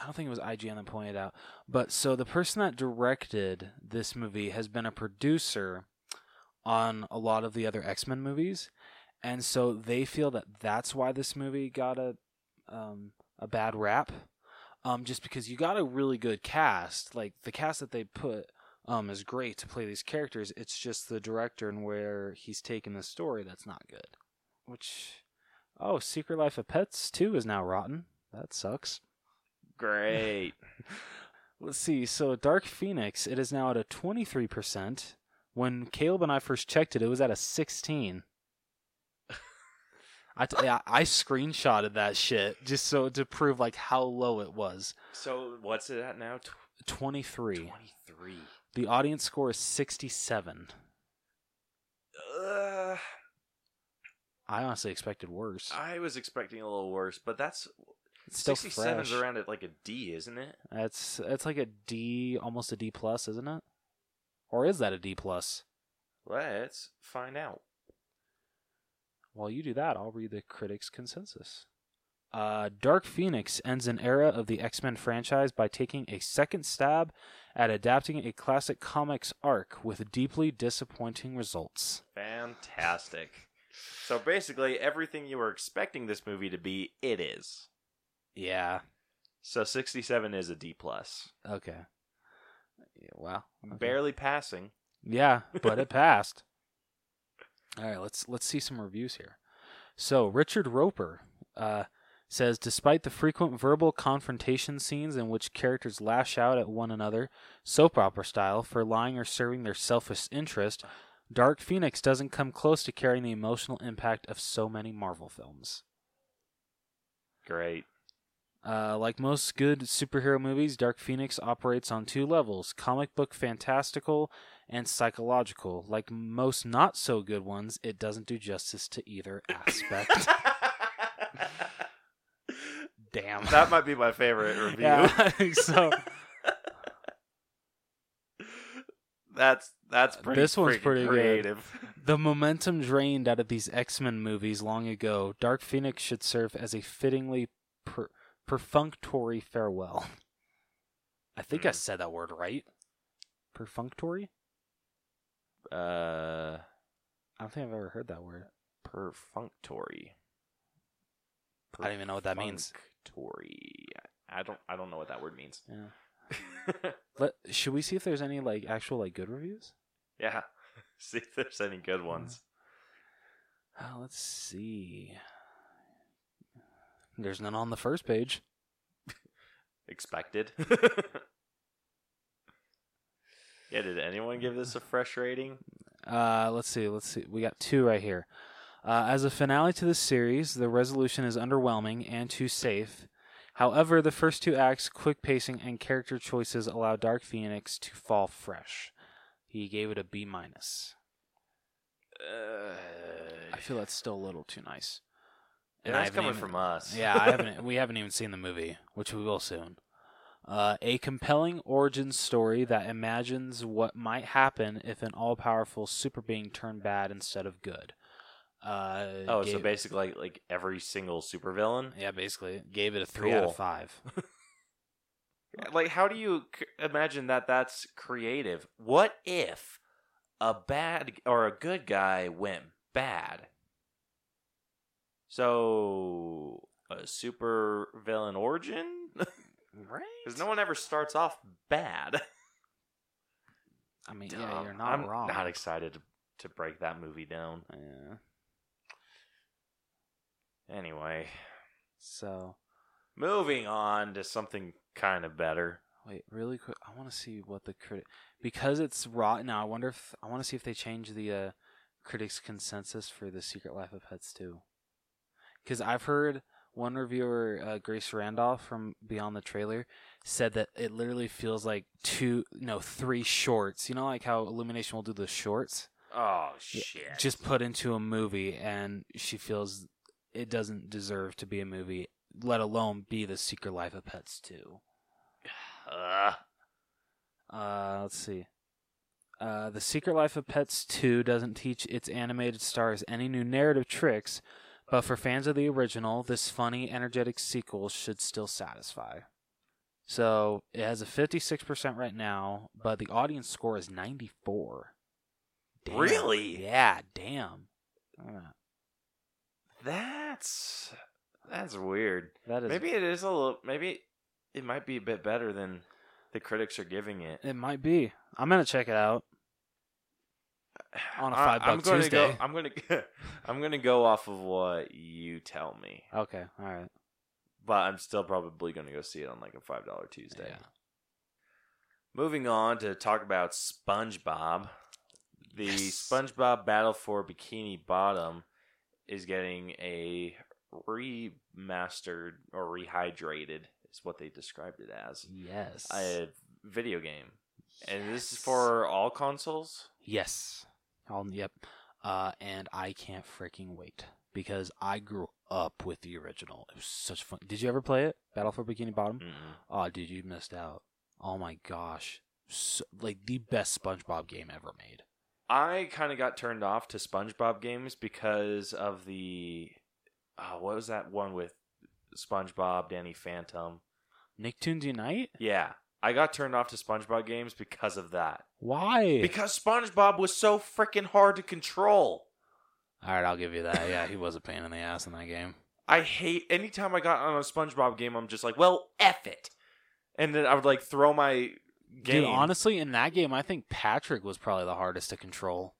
[SPEAKER 2] I don't think it was IGN that pointed out, but so the person that directed this movie has been a producer on a lot of the other X Men movies, and so they feel that that's why this movie got a um, a bad rap, um, just because you got a really good cast. Like the cast that they put um, is great to play these characters. It's just the director and where he's taken the story that's not good. Which, oh, Secret Life of Pets 2 is now rotten. That sucks.
[SPEAKER 1] Great.
[SPEAKER 2] Let's see. So, Dark Phoenix, it is now at a 23%. When Caleb and I first checked it, it was at a 16. I, t- yeah, I screenshotted that shit just so to prove like how low it was.
[SPEAKER 1] so what's it at now?
[SPEAKER 2] 23.
[SPEAKER 1] Twenty three.
[SPEAKER 2] The audience score is 67.
[SPEAKER 1] Uh,
[SPEAKER 2] I honestly expected worse.
[SPEAKER 1] I was expecting a little worse, but that's
[SPEAKER 2] It's still
[SPEAKER 1] sixty seven's
[SPEAKER 2] fresh.
[SPEAKER 1] around at like a D, isn't it?
[SPEAKER 2] That's that's like a D, almost a D plus, isn't it? Or is that a D plus?
[SPEAKER 1] Let's find out.
[SPEAKER 2] While you do that, I'll read the critics' consensus. Uh, Dark Phoenix ends an era of the X Men franchise by taking a second stab at adapting a classic comics arc with deeply disappointing results.
[SPEAKER 1] Fantastic. so basically, everything you were expecting this movie to be, it is.
[SPEAKER 2] Yeah.
[SPEAKER 1] So sixty seven is a D plus.
[SPEAKER 2] Okay. Yeah, wow. Okay.
[SPEAKER 1] barely passing.
[SPEAKER 2] Yeah, but it passed. All right, let's let's see some reviews here. So Richard Roper uh, says, despite the frequent verbal confrontation scenes in which characters lash out at one another, soap opera style, for lying or serving their selfish interest, Dark Phoenix doesn't come close to carrying the emotional impact of so many Marvel films.
[SPEAKER 1] Great.
[SPEAKER 2] Uh, like most good superhero movies, Dark Phoenix operates on two levels comic book fantastical and psychological. Like most not so good ones, it doesn't do justice to either aspect. Damn.
[SPEAKER 1] that might be my favorite review.
[SPEAKER 2] Yeah, I think so
[SPEAKER 1] That's that's pretty.
[SPEAKER 2] This one's
[SPEAKER 1] freaking
[SPEAKER 2] pretty good.
[SPEAKER 1] creative.
[SPEAKER 2] the momentum drained out of these X-Men movies long ago, Dark Phoenix should serve as a fittingly per- perfunctory farewell. I think I
[SPEAKER 1] Hmm.
[SPEAKER 2] said that word right. Perfunctory?
[SPEAKER 1] Uh,
[SPEAKER 2] I don't think I've ever heard that word.
[SPEAKER 1] perfunctory.
[SPEAKER 2] I don't even know what that means.
[SPEAKER 1] Perfunctory. I don't. I don't know what that word means.
[SPEAKER 2] Yeah. Let, should we see if there's any like actual like good reviews?
[SPEAKER 1] yeah. See if there's any good ones.
[SPEAKER 2] Uh, let's see. There's none on the first page.
[SPEAKER 1] Expected. yeah. Did anyone give this a fresh rating?
[SPEAKER 2] Uh, let's see. Let's see. We got two right here. Uh, as a finale to this series, the resolution is underwhelming and too safe. However, the first two acts, quick pacing, and character choices allow Dark Phoenix to fall fresh. He gave it a B minus.
[SPEAKER 1] Uh,
[SPEAKER 2] I feel that's still a little too nice.
[SPEAKER 1] And
[SPEAKER 2] I
[SPEAKER 1] that's
[SPEAKER 2] haven't
[SPEAKER 1] coming
[SPEAKER 2] even-
[SPEAKER 1] from us.
[SPEAKER 2] yeah, I haven't. We haven't even seen the movie, which we will soon. Uh, a compelling origin story that imagines what might happen if an all-powerful super being turned bad instead of good. Uh,
[SPEAKER 1] oh, so
[SPEAKER 2] gave-
[SPEAKER 1] basically, like, like every single supervillain.
[SPEAKER 2] yeah, basically gave it a three out
[SPEAKER 1] Cool.
[SPEAKER 2] of five.
[SPEAKER 1] Like, how do you c- imagine that? That's creative. What if a bad or a good guy went bad? So a super villain origin
[SPEAKER 2] Right?
[SPEAKER 1] because no one ever starts off bad.
[SPEAKER 2] I mean, yeah,
[SPEAKER 1] Dumb.
[SPEAKER 2] you're not
[SPEAKER 1] I'm
[SPEAKER 2] wrong.
[SPEAKER 1] Not excited to, to break that movie down.
[SPEAKER 2] yeah.
[SPEAKER 1] Anyway,
[SPEAKER 2] So
[SPEAKER 1] moving on to something kind of better.
[SPEAKER 2] wait, really quick, I want to see what the critic because it's raw. Now I wonder if I want to see if they change the uh, critics' consensus for the Secret Life of Pets too. Because I've heard one reviewer, uh, Grace Randolph from Beyond the Trailer, said that it literally feels like two, no, three shorts. You know, like how Illumination will do the shorts.
[SPEAKER 1] Oh
[SPEAKER 2] Yeah,
[SPEAKER 1] shit!
[SPEAKER 2] just put into a movie and she feels it doesn't deserve to be a movie let alone be the secret life of pets 2
[SPEAKER 1] Ugh.
[SPEAKER 2] uh let's see uh, the Secret Life of Pets 2 doesn't teach its animated stars any new narrative tricks, but for fans of the original, this funny, energetic sequel should still satisfy. So it has a 56% right now, but the audience score is 94.
[SPEAKER 1] Really?
[SPEAKER 2] Yeah, damn. Uh,
[SPEAKER 1] that's that's weird.
[SPEAKER 2] That is
[SPEAKER 1] Maybe it is a little. Maybe it might be a bit better than the critics are giving it.
[SPEAKER 2] It might be. I'm gonna check it out. On a
[SPEAKER 1] I-
[SPEAKER 2] five
[SPEAKER 1] I'm
[SPEAKER 2] buck
[SPEAKER 1] gonna Go,
[SPEAKER 2] Tuesday.
[SPEAKER 1] I'm gonna I'm gonna go off of what you tell me,
[SPEAKER 2] Okay. All right.
[SPEAKER 1] but I'm still probably gonna go see it on like a five dollar Tuesday.
[SPEAKER 2] Yeah.
[SPEAKER 1] Moving on to talk about SpongeBob. The
[SPEAKER 2] Yes.
[SPEAKER 1] SpongeBob Battle for Bikini Bottom is getting a remastered or rehydrated, is what they described it as,
[SPEAKER 2] Yes.
[SPEAKER 1] a video game. And this is for all consoles?
[SPEAKER 2] yes. Oh, yep. Uh, and I can't freaking wait because I grew up with the original. It was such fun. Did you ever play it? Battle for Bikini Bottom.
[SPEAKER 1] Mm-mm.
[SPEAKER 2] Oh, dude, you missed out. Oh my gosh. So, like the best SpongeBob game ever made.
[SPEAKER 1] I kind of got turned off to SpongeBob games because of the. Oh, what was that one with SpongeBob, Danny Phantom?
[SPEAKER 2] Nicktoons Unite?
[SPEAKER 1] Yeah. I got turned off to SpongeBob games because of that.
[SPEAKER 2] Why?
[SPEAKER 1] Because SpongeBob was so freaking hard to control.
[SPEAKER 2] All right, I'll give you that. Yeah, he was a pain in the ass in that game.
[SPEAKER 1] I hate anytime I got on a SpongeBob game, I'm just like, well, F it. And then I would like throw my game.
[SPEAKER 2] Dude, honestly, in that game, I think Patrick was probably the hardest to control.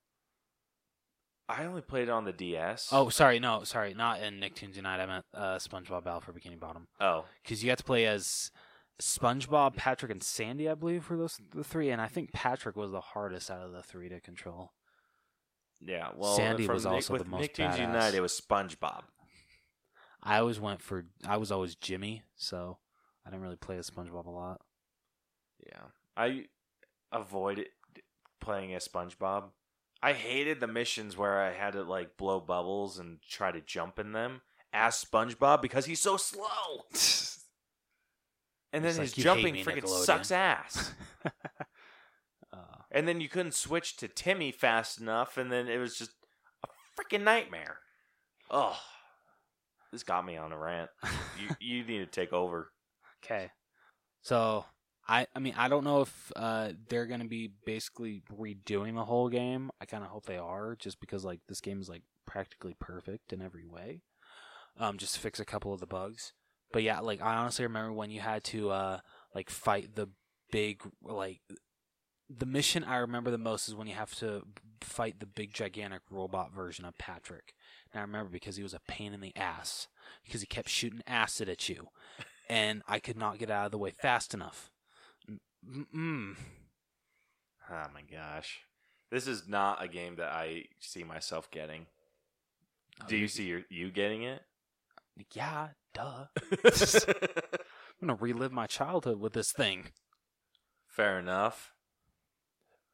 [SPEAKER 1] I only played it on the DS.
[SPEAKER 2] Oh, sorry, no, sorry, not in Nicktoons Unite. I meant uh, SpongeBob Battle for Bikini Bottom
[SPEAKER 1] Oh.
[SPEAKER 2] because you have to play as SpongeBob, Patrick, and Sandy, I believe, were those the three. And I think Patrick was the hardest out of the three to control.
[SPEAKER 1] Yeah. Well,
[SPEAKER 2] Sandy
[SPEAKER 1] from
[SPEAKER 2] was
[SPEAKER 1] Nick-
[SPEAKER 2] also
[SPEAKER 1] with
[SPEAKER 2] the most
[SPEAKER 1] Nicktoons
[SPEAKER 2] badass.
[SPEAKER 1] United, it was SpongeBob.
[SPEAKER 2] I always went for I was always Jimmy, so I didn't really play as SpongeBob a lot.
[SPEAKER 1] Yeah. I avoided playing as SpongeBob. I hated the missions where I had to like blow bubbles and try to jump in them as SpongeBob because he's so slow. And then
[SPEAKER 2] It's like,
[SPEAKER 1] his
[SPEAKER 2] "You hate
[SPEAKER 1] jumping
[SPEAKER 2] me,
[SPEAKER 1] freaking
[SPEAKER 2] Nickelodeon."
[SPEAKER 1] sucks ass.
[SPEAKER 2] uh,
[SPEAKER 1] and then you couldn't switch to Timmy fast enough, and then it was just a freaking nightmare. Oh, this got me on a rant. You you need to take over.
[SPEAKER 2] Okay. So I I mean I don't know if uh, they're gonna be basically redoing the whole game. I kind of hope they are, just because like this game is like practically perfect in every way. Um, just fix a couple of the bugs. But yeah, like I honestly remember when you had to uh like fight the big like the mission I remember the most is when you have to fight the big gigantic robot version of Patrick. And I remember because he was a pain in the ass because he kept shooting acid at you and I could not get out of the way fast enough. Mm-mm.
[SPEAKER 1] Oh my gosh, this is not a game that I see myself getting.
[SPEAKER 2] Oh,
[SPEAKER 1] Do you see your, you getting it?
[SPEAKER 2] Yeah, duh. I'm gonna relive my childhood with this thing.
[SPEAKER 1] Fair enough.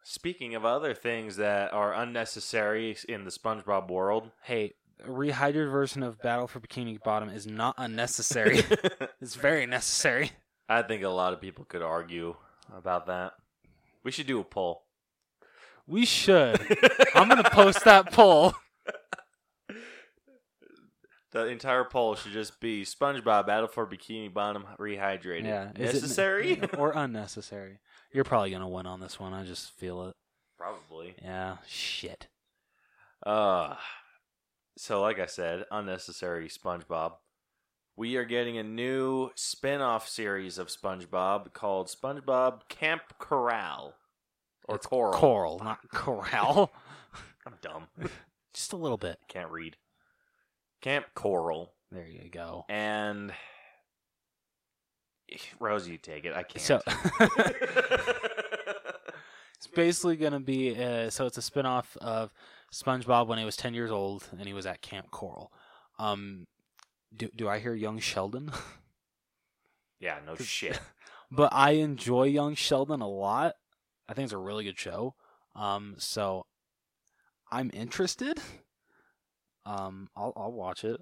[SPEAKER 1] Speaking of other things that are unnecessary in the SpongeBob world,
[SPEAKER 2] Hey, a rehydrated version of Battle for Bikini Bottom is not unnecessary. it's very necessary.
[SPEAKER 1] I think a lot of people could argue about that. We should do a poll.
[SPEAKER 2] We should. I'm gonna post that poll.
[SPEAKER 1] The entire poll should just be SpongeBob Battle for Bikini Bottom rehydrated.
[SPEAKER 2] Yeah, is it
[SPEAKER 1] necessary?
[SPEAKER 2] ne- or unnecessary? You're probably gonna win on this one. I just feel it.
[SPEAKER 1] Probably.
[SPEAKER 2] Yeah. Shit.
[SPEAKER 1] Uh, so like I said, unnecessary SpongeBob. We are getting a new spin-off series of SpongeBob called SpongeBob Camp Corral or
[SPEAKER 2] It's
[SPEAKER 1] Coral.
[SPEAKER 2] Coral, not corral.
[SPEAKER 1] I'm dumb.
[SPEAKER 2] Just a little bit.
[SPEAKER 1] Can't read. Camp Coral
[SPEAKER 2] There you go.
[SPEAKER 1] and Rosie, you take it. I can't.
[SPEAKER 2] So it's basically going to be uh, so it's a spin-off of SpongeBob when he was 10 years old and he was at Camp Coral. Um do, do I hear young Sheldon?
[SPEAKER 1] yeah, no shit.
[SPEAKER 2] but I enjoy Young Sheldon a lot. I think it's a really good show. Um, so I'm interested. Um, I'll I'll watch it.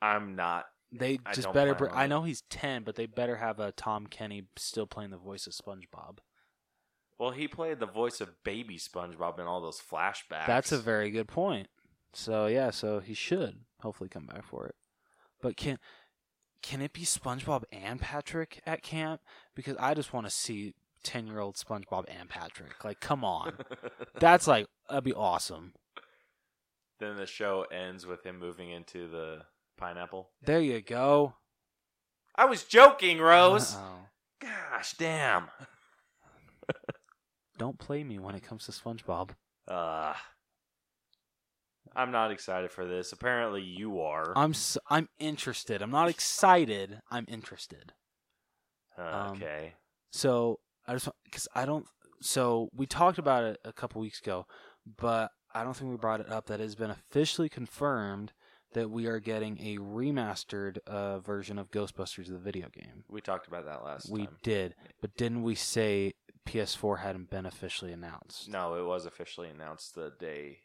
[SPEAKER 1] I'm not.
[SPEAKER 2] They
[SPEAKER 1] I
[SPEAKER 2] just
[SPEAKER 1] don't
[SPEAKER 2] better.
[SPEAKER 1] plan
[SPEAKER 2] Br-
[SPEAKER 1] on
[SPEAKER 2] I
[SPEAKER 1] it.
[SPEAKER 2] know he's ten, but they better have a Tom Kenny still playing the voice of SpongeBob.
[SPEAKER 1] Well, he played the voice of baby SpongeBob in all those flashbacks.
[SPEAKER 2] That's a very good point. So yeah, so he should hopefully come back for it. But can can it be SpongeBob and Patrick at camp? Because I just want to see ten year old SpongeBob and Patrick. Like, come on. That's like that'd be awesome.
[SPEAKER 1] then the show ends with him moving into the pineapple.
[SPEAKER 2] There you go.
[SPEAKER 1] I was joking, Rose.
[SPEAKER 2] Uh-oh.
[SPEAKER 1] Gosh, damn.
[SPEAKER 2] Don't play me when it comes to SpongeBob.
[SPEAKER 1] Uh, I'm not excited for this. Apparently, you are.
[SPEAKER 2] I'm s am interested. I'm not excited. I'm interested. um,
[SPEAKER 1] okay.
[SPEAKER 2] So I just because I don't. So we talked about it a couple weeks ago, but I don't think we brought it up. That it has been officially confirmed that we are getting a remastered uh, version of Ghostbusters the video game.
[SPEAKER 1] we talked about that last
[SPEAKER 2] We
[SPEAKER 1] time.
[SPEAKER 2] did, but didn't we say PS4 hadn't been officially announced?
[SPEAKER 1] No, it was officially announced the day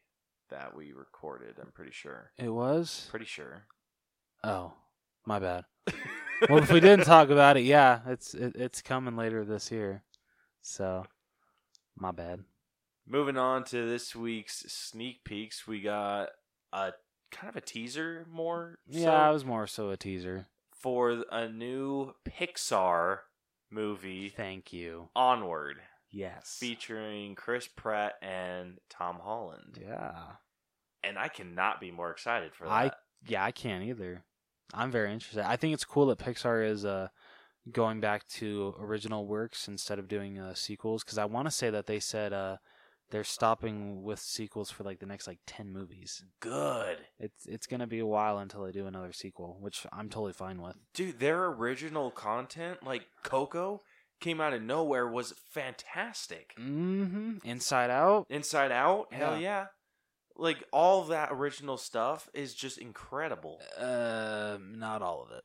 [SPEAKER 1] that we recorded. I'm pretty sure.
[SPEAKER 2] It was.
[SPEAKER 1] Pretty sure.
[SPEAKER 2] Oh, my bad. well, if we didn't talk about it, yeah, it's it, it's coming later this year. So, my bad.
[SPEAKER 1] Moving on to this week's sneak peeks, we got a kind of a teaser more. so,
[SPEAKER 2] Yeah, I was more so a teaser.
[SPEAKER 1] for a new Pixar movie,
[SPEAKER 2] Thank you.
[SPEAKER 1] Onward,
[SPEAKER 2] Yes.
[SPEAKER 1] featuring Chris Pratt and Tom Holland.
[SPEAKER 2] Yeah.
[SPEAKER 1] And I cannot be more excited for that.
[SPEAKER 2] I- Yeah, I can't either. I'm very interested. I think it's cool that Pixar is uh going back to original works instead of doing uh, sequels because I want to say that they said uh they're stopping with sequels for like the next like 10 movies.
[SPEAKER 1] Good.
[SPEAKER 2] It's it's going to be a while until they do another sequel, which I'm totally fine with.
[SPEAKER 1] Dude, their original content, like Coco, came out of nowhere, was fantastic.
[SPEAKER 2] Mhm. Inside Out.
[SPEAKER 1] Inside Out, hell yeah. Like all that original stuff is just incredible.
[SPEAKER 2] Uh, not all of it.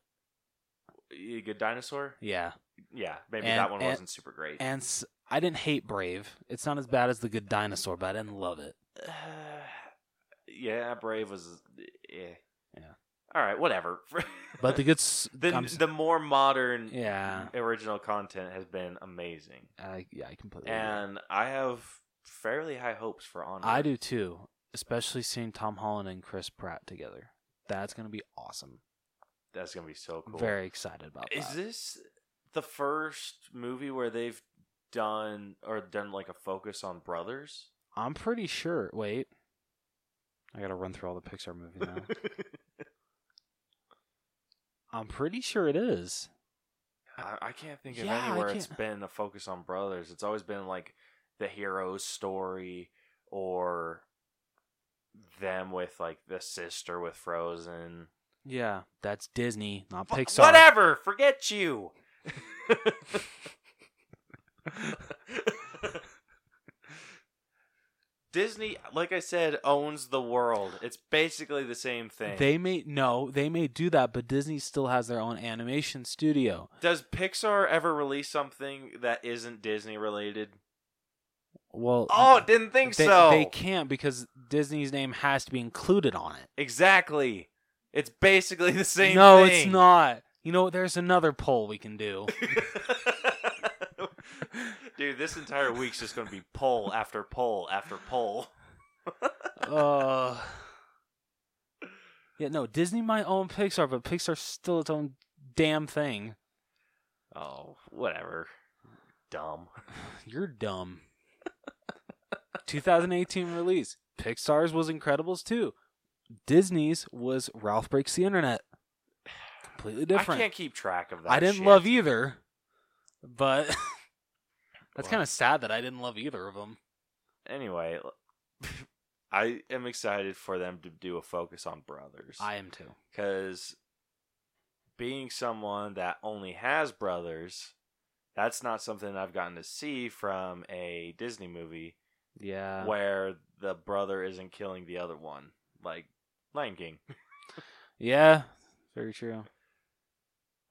[SPEAKER 1] You Good dinosaur?
[SPEAKER 2] Uh, Yeah,
[SPEAKER 1] Yeah, maybe
[SPEAKER 2] And-
[SPEAKER 1] that one
[SPEAKER 2] and-
[SPEAKER 1] wasn't super great.
[SPEAKER 2] and s- I didn't hate Brave. It's not as bad as the Good Dinosaur, but I didn't love it.
[SPEAKER 1] Uh, yeah, Brave was. Eh.
[SPEAKER 2] Yeah.
[SPEAKER 1] All right, whatever.
[SPEAKER 2] But the good, s-
[SPEAKER 1] the,
[SPEAKER 2] I'm s-
[SPEAKER 1] the more modern
[SPEAKER 2] yeah,
[SPEAKER 1] original content has been amazing,
[SPEAKER 2] I, yeah, I completely. agree.
[SPEAKER 1] and I have fairly high hopes for Onward.
[SPEAKER 2] I do too, especially seeing Tom Holland and Chris Pratt together. That's gonna be awesome.
[SPEAKER 1] That's gonna be so cool.
[SPEAKER 2] Very excited about
[SPEAKER 1] Is
[SPEAKER 2] that.
[SPEAKER 1] this the first movie where they've done or done like a focus on brothers?
[SPEAKER 2] I'm pretty sure. Wait, I gotta run through all the Pixar movies now. I'm pretty sure it is.
[SPEAKER 1] I, I can't think of
[SPEAKER 2] Yeah, I
[SPEAKER 1] anywhere it's
[SPEAKER 2] can't-
[SPEAKER 1] been a focus on brothers. It's always been like the hero's story or them with like the sister with Frozen.
[SPEAKER 2] Yeah, that's Disney, not
[SPEAKER 1] Wha-
[SPEAKER 2] Pixar.
[SPEAKER 1] Whatever, forget you. Disney, like I said, owns the world. It's basically the same thing.
[SPEAKER 2] They may no, they may do that, but Disney still has their own animation studio.
[SPEAKER 1] Does Pixar ever release something that isn't Disney related?
[SPEAKER 2] Well,
[SPEAKER 1] Oh, didn't think
[SPEAKER 2] they,
[SPEAKER 1] so.
[SPEAKER 2] They can't because Disney's name has to be included on it.
[SPEAKER 1] Exactly. It's basically the same
[SPEAKER 2] no,
[SPEAKER 1] thing.
[SPEAKER 2] it's not. You know, there's another poll we can do.
[SPEAKER 1] Dude, this entire week's just going to be poll after poll after poll.
[SPEAKER 2] uh, yeah, no, Disney might own Pixar, but Pixar's still its own damn thing.
[SPEAKER 1] Oh, whatever. Dumb.
[SPEAKER 2] You're dumb. 2018 release. Pixar's was Incredibles too. Disney's was Ralph Breaks the Internet. completely different.
[SPEAKER 1] I can't keep track of that.
[SPEAKER 2] I didn't
[SPEAKER 1] shit.
[SPEAKER 2] love either, but that's
[SPEAKER 1] Well,
[SPEAKER 2] kind of sad that I didn't love either of them.
[SPEAKER 1] Anyway, I am excited for them to do a focus on brothers.
[SPEAKER 2] I am too.
[SPEAKER 1] because being someone that only has brothers, that's not something I've gotten to see from a Disney movie
[SPEAKER 2] Yeah.
[SPEAKER 1] where the brother isn't killing the other one, like Lion King.
[SPEAKER 2] Yeah. Very true.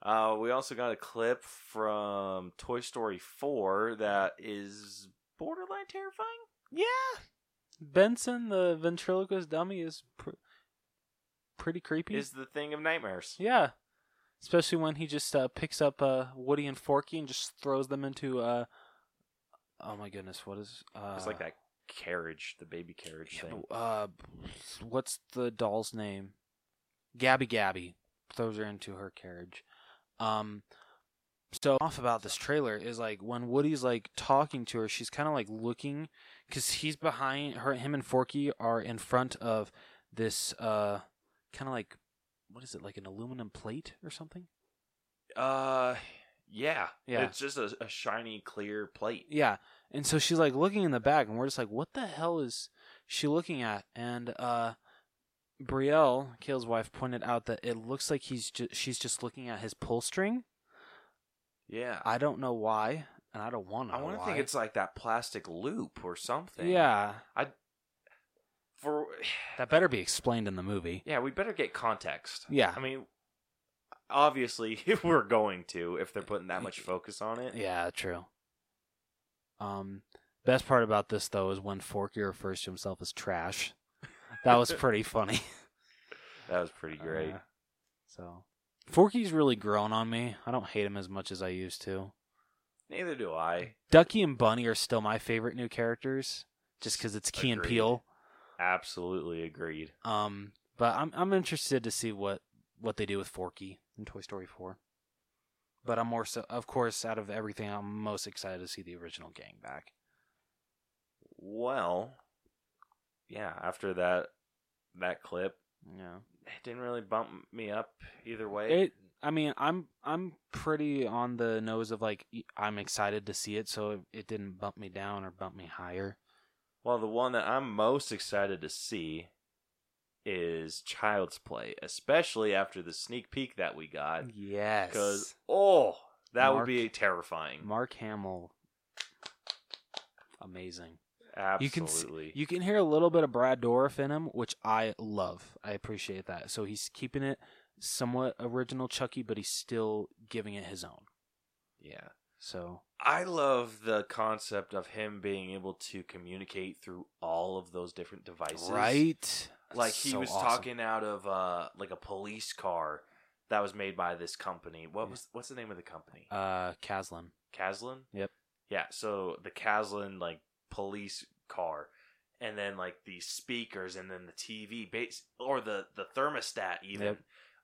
[SPEAKER 1] Uh, we also got a clip from Toy Story 4 that is borderline terrifying.
[SPEAKER 2] Yeah. Benson, the ventriloquist dummy, is pr- pretty creepy.
[SPEAKER 1] Is the thing of nightmares.
[SPEAKER 2] yeah. Especially when he just uh, picks up uh, Woody and Forky and just throws them into. Uh, oh my goodness, what is. Uh,
[SPEAKER 1] It's like that carriage, the baby carriage
[SPEAKER 2] Yeah,
[SPEAKER 1] thing.
[SPEAKER 2] but, uh, what's the doll's name? Gabby Gabby throws her into her carriage. Um, so off about this trailer is like when Woody's like talking to her, she's kind of like looking because he's behind her. Him and Forky are in front of this uh, kind of like what is it like an aluminum plate or something?
[SPEAKER 1] Uh, yeah.
[SPEAKER 2] Yeah.
[SPEAKER 1] It's just a, a shiny, clear plate.
[SPEAKER 2] Yeah. And so she's like looking in the back, and we're just like, what the hell is she looking at? And uh, Brielle, Kale's wife, pointed out that it looks like he's ju- she's just looking at his pull string.
[SPEAKER 1] Yeah.
[SPEAKER 2] I don't know why, and I don't want to.
[SPEAKER 1] I want to think it's like that plastic loop or something.
[SPEAKER 2] yeah.
[SPEAKER 1] For
[SPEAKER 2] That better be explained in the movie.
[SPEAKER 1] yeah, we better get context.
[SPEAKER 2] Yeah.
[SPEAKER 1] I mean, obviously, if we're going to, if they're putting that much focus on it.
[SPEAKER 2] Yeah, true. Um, best part about this though is when Forky refers to himself as trash. That was pretty funny.
[SPEAKER 1] That was pretty great.
[SPEAKER 2] Uh, so, Forky's really grown on me. I don't hate him as much as I used to.
[SPEAKER 1] Neither do I.
[SPEAKER 2] Ducky and Bunny are still my favorite new characters, just because it's Key and
[SPEAKER 1] Agreed.
[SPEAKER 2] Peele.
[SPEAKER 1] Absolutely agreed.
[SPEAKER 2] Um, but I'm I'm interested to see what what they do with Forky in Toy Story Four. But I'm more so, of course, out of everything, I'm most excited to see the original gang back.
[SPEAKER 1] Well, yeah. After that, that clip
[SPEAKER 2] Yeah.
[SPEAKER 1] it didn't really bump me up either way.
[SPEAKER 2] It. I mean, I'm I'm pretty on the nose of like e- I'm excited to see it, so it, it didn't bump me down or bump me higher.
[SPEAKER 1] well, the one that I'm most excited to see is Child's Play, especially after the sneak peek that we got.
[SPEAKER 2] Yes.
[SPEAKER 1] Because oh, that would
[SPEAKER 2] Mark-
[SPEAKER 1] be terrifying.
[SPEAKER 2] Mark Hamill, amazing.
[SPEAKER 1] Absolutely.
[SPEAKER 2] You can s- You can hear a little bit of Brad Dorff in him, which I love. I appreciate that. So he's keeping it somewhat original Chucky, but he's still giving it his own.
[SPEAKER 1] yeah.
[SPEAKER 2] So
[SPEAKER 1] I love the concept of him being able to communicate through all of those different devices.
[SPEAKER 2] right,
[SPEAKER 1] Like
[SPEAKER 2] That's
[SPEAKER 1] he
[SPEAKER 2] so
[SPEAKER 1] was
[SPEAKER 2] awesome.
[SPEAKER 1] talking out of uh like a police car that was made by this company. What
[SPEAKER 2] Yeah.
[SPEAKER 1] was what's the name of the company?
[SPEAKER 2] Uh, Caslin.
[SPEAKER 1] Caslin?
[SPEAKER 2] Yep.
[SPEAKER 1] Yeah, so the Caslin like police car and then like the speakers and then the TV base or the the thermostat even.
[SPEAKER 2] Yep.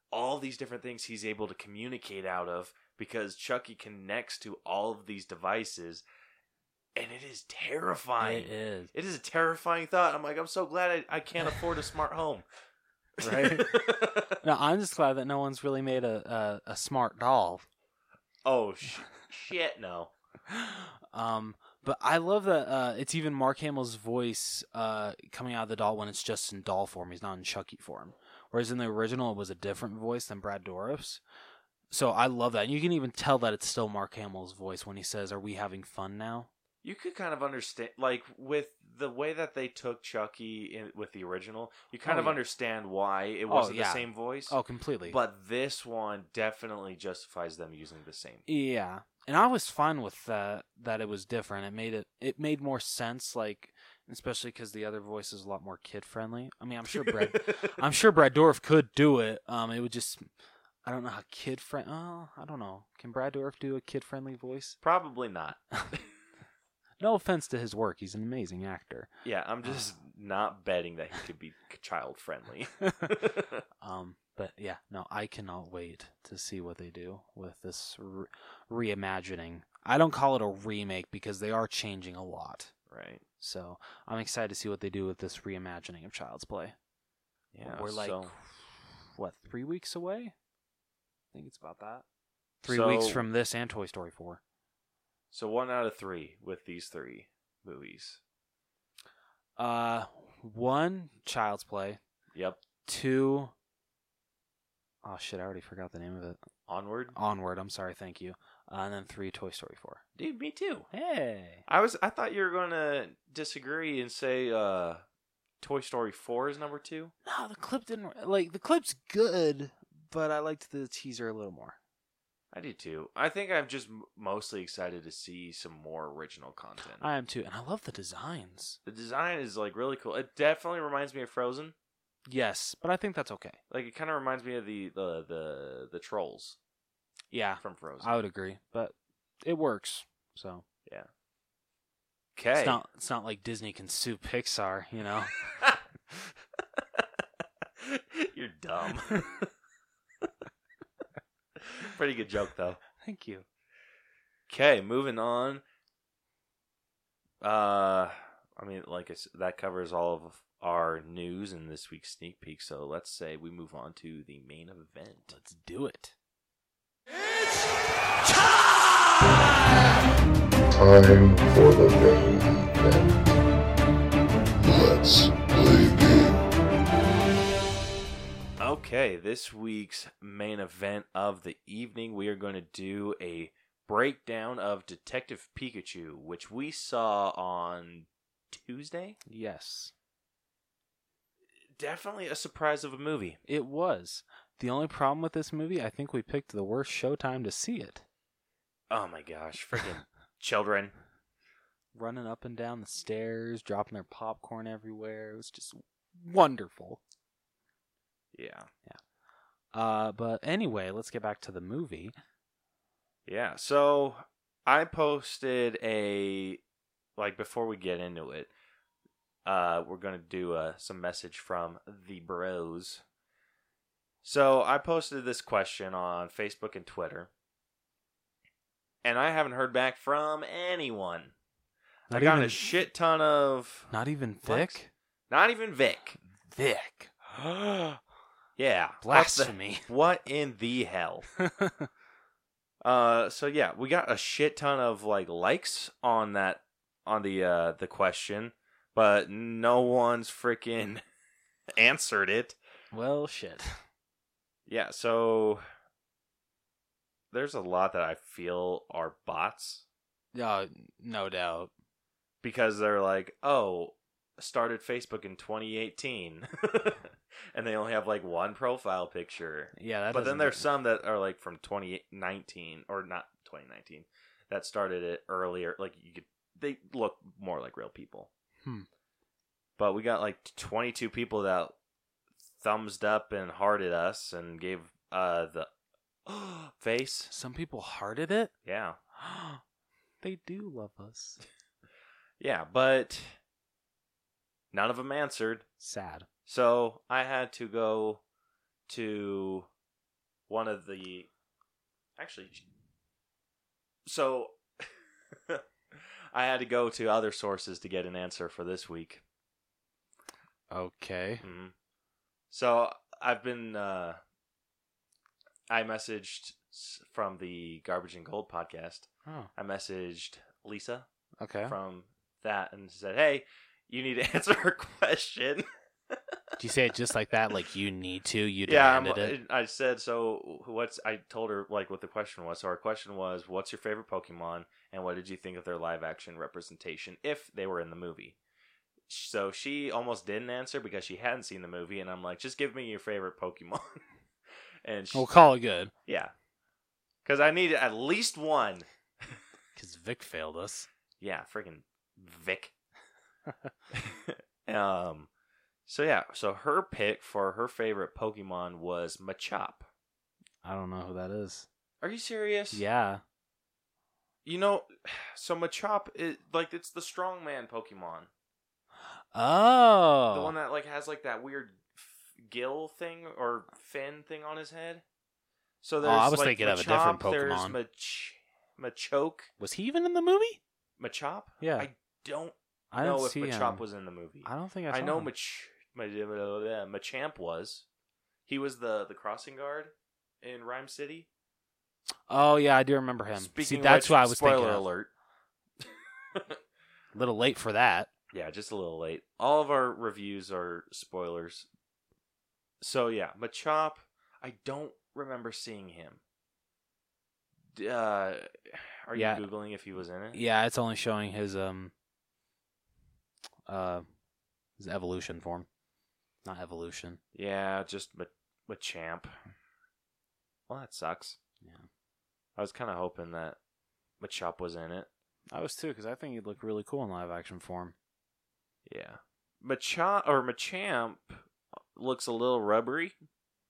[SPEAKER 1] All these different things he's able to communicate out of because Chucky connects to all of these devices and it is terrifying.
[SPEAKER 2] It is.
[SPEAKER 1] it is a terrifying thought. I'm like, I'm so glad I, I can't afford a smart home.
[SPEAKER 2] Right. No, I'm just glad that no one's really made a a, a smart doll.
[SPEAKER 1] oh sh- shit, no.
[SPEAKER 2] Um, but I love that uh, it's even Mark Hamill's voice uh, coming out of the doll when it's just in doll form. He's not in Chucky form. Whereas in the original, it was a different voice than Brad Dorff's. So I love that. And you can even tell that it's still Mark Hamill's voice when he says, Are we having fun now?
[SPEAKER 1] you could kind of understand like with the way that they took chucky in, with the original you kind
[SPEAKER 2] Oh,
[SPEAKER 1] of
[SPEAKER 2] yeah.
[SPEAKER 1] understand why it
[SPEAKER 2] Oh,
[SPEAKER 1] wasn't
[SPEAKER 2] yeah.
[SPEAKER 1] the same voice
[SPEAKER 2] Oh, completely.
[SPEAKER 1] but this one definitely justifies them using the same
[SPEAKER 2] Yeah, and I was fine with that. That it was different. It made it. It made more sense. Like especially because the other voice is a lot more kid friendly. I mean, I'm sure Brad. I'm sure Brad Dorff could do it. Um, it would just. I don't know how kid friend. Oh, I don't know. Can Brad Dorff do a kid friendly voice?
[SPEAKER 1] probably not
[SPEAKER 2] No offense to his work. He's an amazing actor.
[SPEAKER 1] yeah i'm just not betting that he could be child friendly
[SPEAKER 2] Um, but yeah, no, I cannot wait to see what they do with this re- reimagining. I don't call it a remake because they are changing a lot.
[SPEAKER 1] right
[SPEAKER 2] So I'm excited to see what they do with this reimagining of Child's Play.
[SPEAKER 1] yeah
[SPEAKER 2] We're like,
[SPEAKER 1] so-
[SPEAKER 2] what, three weeks away? think it's about that. Three
[SPEAKER 1] So-
[SPEAKER 2] weeks from this and Toy Story four.
[SPEAKER 1] So one out of three with these three movies.
[SPEAKER 2] Uh, one Child's Play.
[SPEAKER 1] Yep.
[SPEAKER 2] Two oh shit! I already forgot the name of it.
[SPEAKER 1] Onward.
[SPEAKER 2] Onward. I'm sorry. Thank you. Uh, and then three Toy Story four.
[SPEAKER 1] Dude, me too.
[SPEAKER 2] Hey.
[SPEAKER 1] I was I thought you were gonna disagree and say uh Toy Story four is number two.
[SPEAKER 2] No, the clip didn't like the clip's good, but I liked the teaser a little more.
[SPEAKER 1] I do too. I think I'm just m- mostly excited to see some more original content.
[SPEAKER 2] I am too, and I love the designs.
[SPEAKER 1] the design is like really cool. It definitely reminds me of Frozen.
[SPEAKER 2] Yes, but I think that's okay.
[SPEAKER 1] Like it kind of reminds me of the the the the trolls
[SPEAKER 2] Yeah,
[SPEAKER 1] from Frozen.
[SPEAKER 2] I would agree, but it works. So
[SPEAKER 1] okay.
[SPEAKER 2] it's not it's not like Disney can sue Pixar, you know.
[SPEAKER 1] You're dumb. Pretty good joke though.
[SPEAKER 2] Thank you.
[SPEAKER 1] Okay, moving on. Uh, I mean, like I s that covers all of our news in this week's sneak peek. So let's say we move on to the main event.
[SPEAKER 2] Let's do it.
[SPEAKER 3] Time for the main event. Let's play game.
[SPEAKER 1] Okay, this week's main event of the evening, we are going to do a breakdown of Detective Pikachu, which we saw on Tuesday.
[SPEAKER 2] Yes,
[SPEAKER 1] Definitely a surprise of a movie.
[SPEAKER 2] it was. The only problem with this movie, I think we picked the worst showtime to see it.
[SPEAKER 1] Oh my gosh, freaking children.
[SPEAKER 2] Running up and down the stairs, dropping their popcorn everywhere. It was just wonderful.
[SPEAKER 1] Yeah.
[SPEAKER 2] Uh, but anyway, let's get back to the movie.
[SPEAKER 1] Yeah. So I posted a like before we get into it, uh, we're gonna do uh, some message from the Bros. So I posted this question on Facebook and Twitter, and I haven't heard back from anyone. I got a shit ton of
[SPEAKER 2] Not even
[SPEAKER 1] Flex.
[SPEAKER 2] Vic.
[SPEAKER 1] not even Vic.
[SPEAKER 2] Vic.
[SPEAKER 1] Yeah,
[SPEAKER 2] Blasphemy.
[SPEAKER 1] What, the, what in the hell? Uh, so yeah, we got a shit ton of like likes on that on the uh the question, but no one's freaking answered it.
[SPEAKER 2] well, shit.
[SPEAKER 1] Yeah, so there's a lot that I feel are bots
[SPEAKER 2] Uh, no doubt.
[SPEAKER 1] because they're like, "Oh, started Facebook in 2018." and they only have like one profile picture.
[SPEAKER 2] Yeah, that
[SPEAKER 1] but then
[SPEAKER 2] doesn't-
[SPEAKER 1] there's some that are like from 2019 or not 2019 that started it earlier like you could they look more like real people
[SPEAKER 2] Hmm.
[SPEAKER 1] but we got like 22 people that thumbsed up and hearted us and gave uh the face
[SPEAKER 2] Some people hearted it.
[SPEAKER 1] yeah
[SPEAKER 2] they do love us.
[SPEAKER 1] yeah but none of them answered
[SPEAKER 2] Sad.
[SPEAKER 1] so i had to go to one of the actually so i had to go to other sources to get an answer for this week
[SPEAKER 2] Okay.
[SPEAKER 1] Mhm. so i've been uh, i messaged s- from the garbage and gold podcast
[SPEAKER 2] Oh,
[SPEAKER 1] i messaged lisa
[SPEAKER 2] okay.
[SPEAKER 1] from that and said hey you need to answer her question
[SPEAKER 2] Do you say it just like that? Like you need to? You
[SPEAKER 1] yeah,
[SPEAKER 2] demanded it?
[SPEAKER 1] I'm- I said so. What's I told her like what the question was. So our question was, "What's your favorite Pokemon, and what did you think of their live action representation if they were in the movie?" So she almost didn't answer because she hadn't seen the movie, and I'm like, "Just give me your favorite Pokemon," and she,
[SPEAKER 2] We'll call it good
[SPEAKER 1] yeah, because I need at least one.
[SPEAKER 2] because Vic failed us.
[SPEAKER 1] Yeah, freaking Vic. um, so yeah, so her pick for her favorite Pokemon was Machop.
[SPEAKER 2] I don't know who that is.
[SPEAKER 1] Are you serious?
[SPEAKER 2] Yeah.
[SPEAKER 1] You know, so Machop is like it's the strongman Pokemon,
[SPEAKER 2] Oh. Uh.
[SPEAKER 1] the one that like has like that weird f- gill thing or fin thing on his head. So
[SPEAKER 2] Oh,
[SPEAKER 1] there's
[SPEAKER 2] I was
[SPEAKER 1] like,
[SPEAKER 2] thinking of a
[SPEAKER 1] Machop,
[SPEAKER 2] different Pokemon.
[SPEAKER 1] There's Mach- Machoke,
[SPEAKER 2] was he even in the movie?
[SPEAKER 1] Machop.
[SPEAKER 2] Yeah.
[SPEAKER 1] I don't
[SPEAKER 2] I
[SPEAKER 1] know
[SPEAKER 2] didn't
[SPEAKER 1] if
[SPEAKER 2] see
[SPEAKER 1] Machop
[SPEAKER 2] him.
[SPEAKER 1] was in the movie.
[SPEAKER 2] I don't think I.
[SPEAKER 1] I,
[SPEAKER 2] saw
[SPEAKER 1] know
[SPEAKER 2] him.
[SPEAKER 1] Mach- Mach- Machamp was. He was the the crossing guard. in Rhyme City.
[SPEAKER 2] Oh yeah, I do remember him. See,
[SPEAKER 1] of
[SPEAKER 2] that's
[SPEAKER 1] which,
[SPEAKER 2] what I was
[SPEAKER 1] spoiler
[SPEAKER 2] thinking. of.
[SPEAKER 1] alert.
[SPEAKER 2] A little late for that.
[SPEAKER 1] Yeah, just a little late. All of our reviews are spoilers. So yeah, Machop, I don't remember seeing him. D- Uh, are
[SPEAKER 2] Yeah.
[SPEAKER 1] you googling if he was in it?
[SPEAKER 2] Yeah, it's only showing his um uh his evolution form. Not evolution.
[SPEAKER 1] Yeah, just Ma- Machamp. Well, that sucks.
[SPEAKER 2] Yeah.
[SPEAKER 1] I was kind of hoping that Machop was in it.
[SPEAKER 2] I was too cuz I think he'd look really cool in live action form.
[SPEAKER 1] Yeah, Machop or Machamp looks a little rubbery.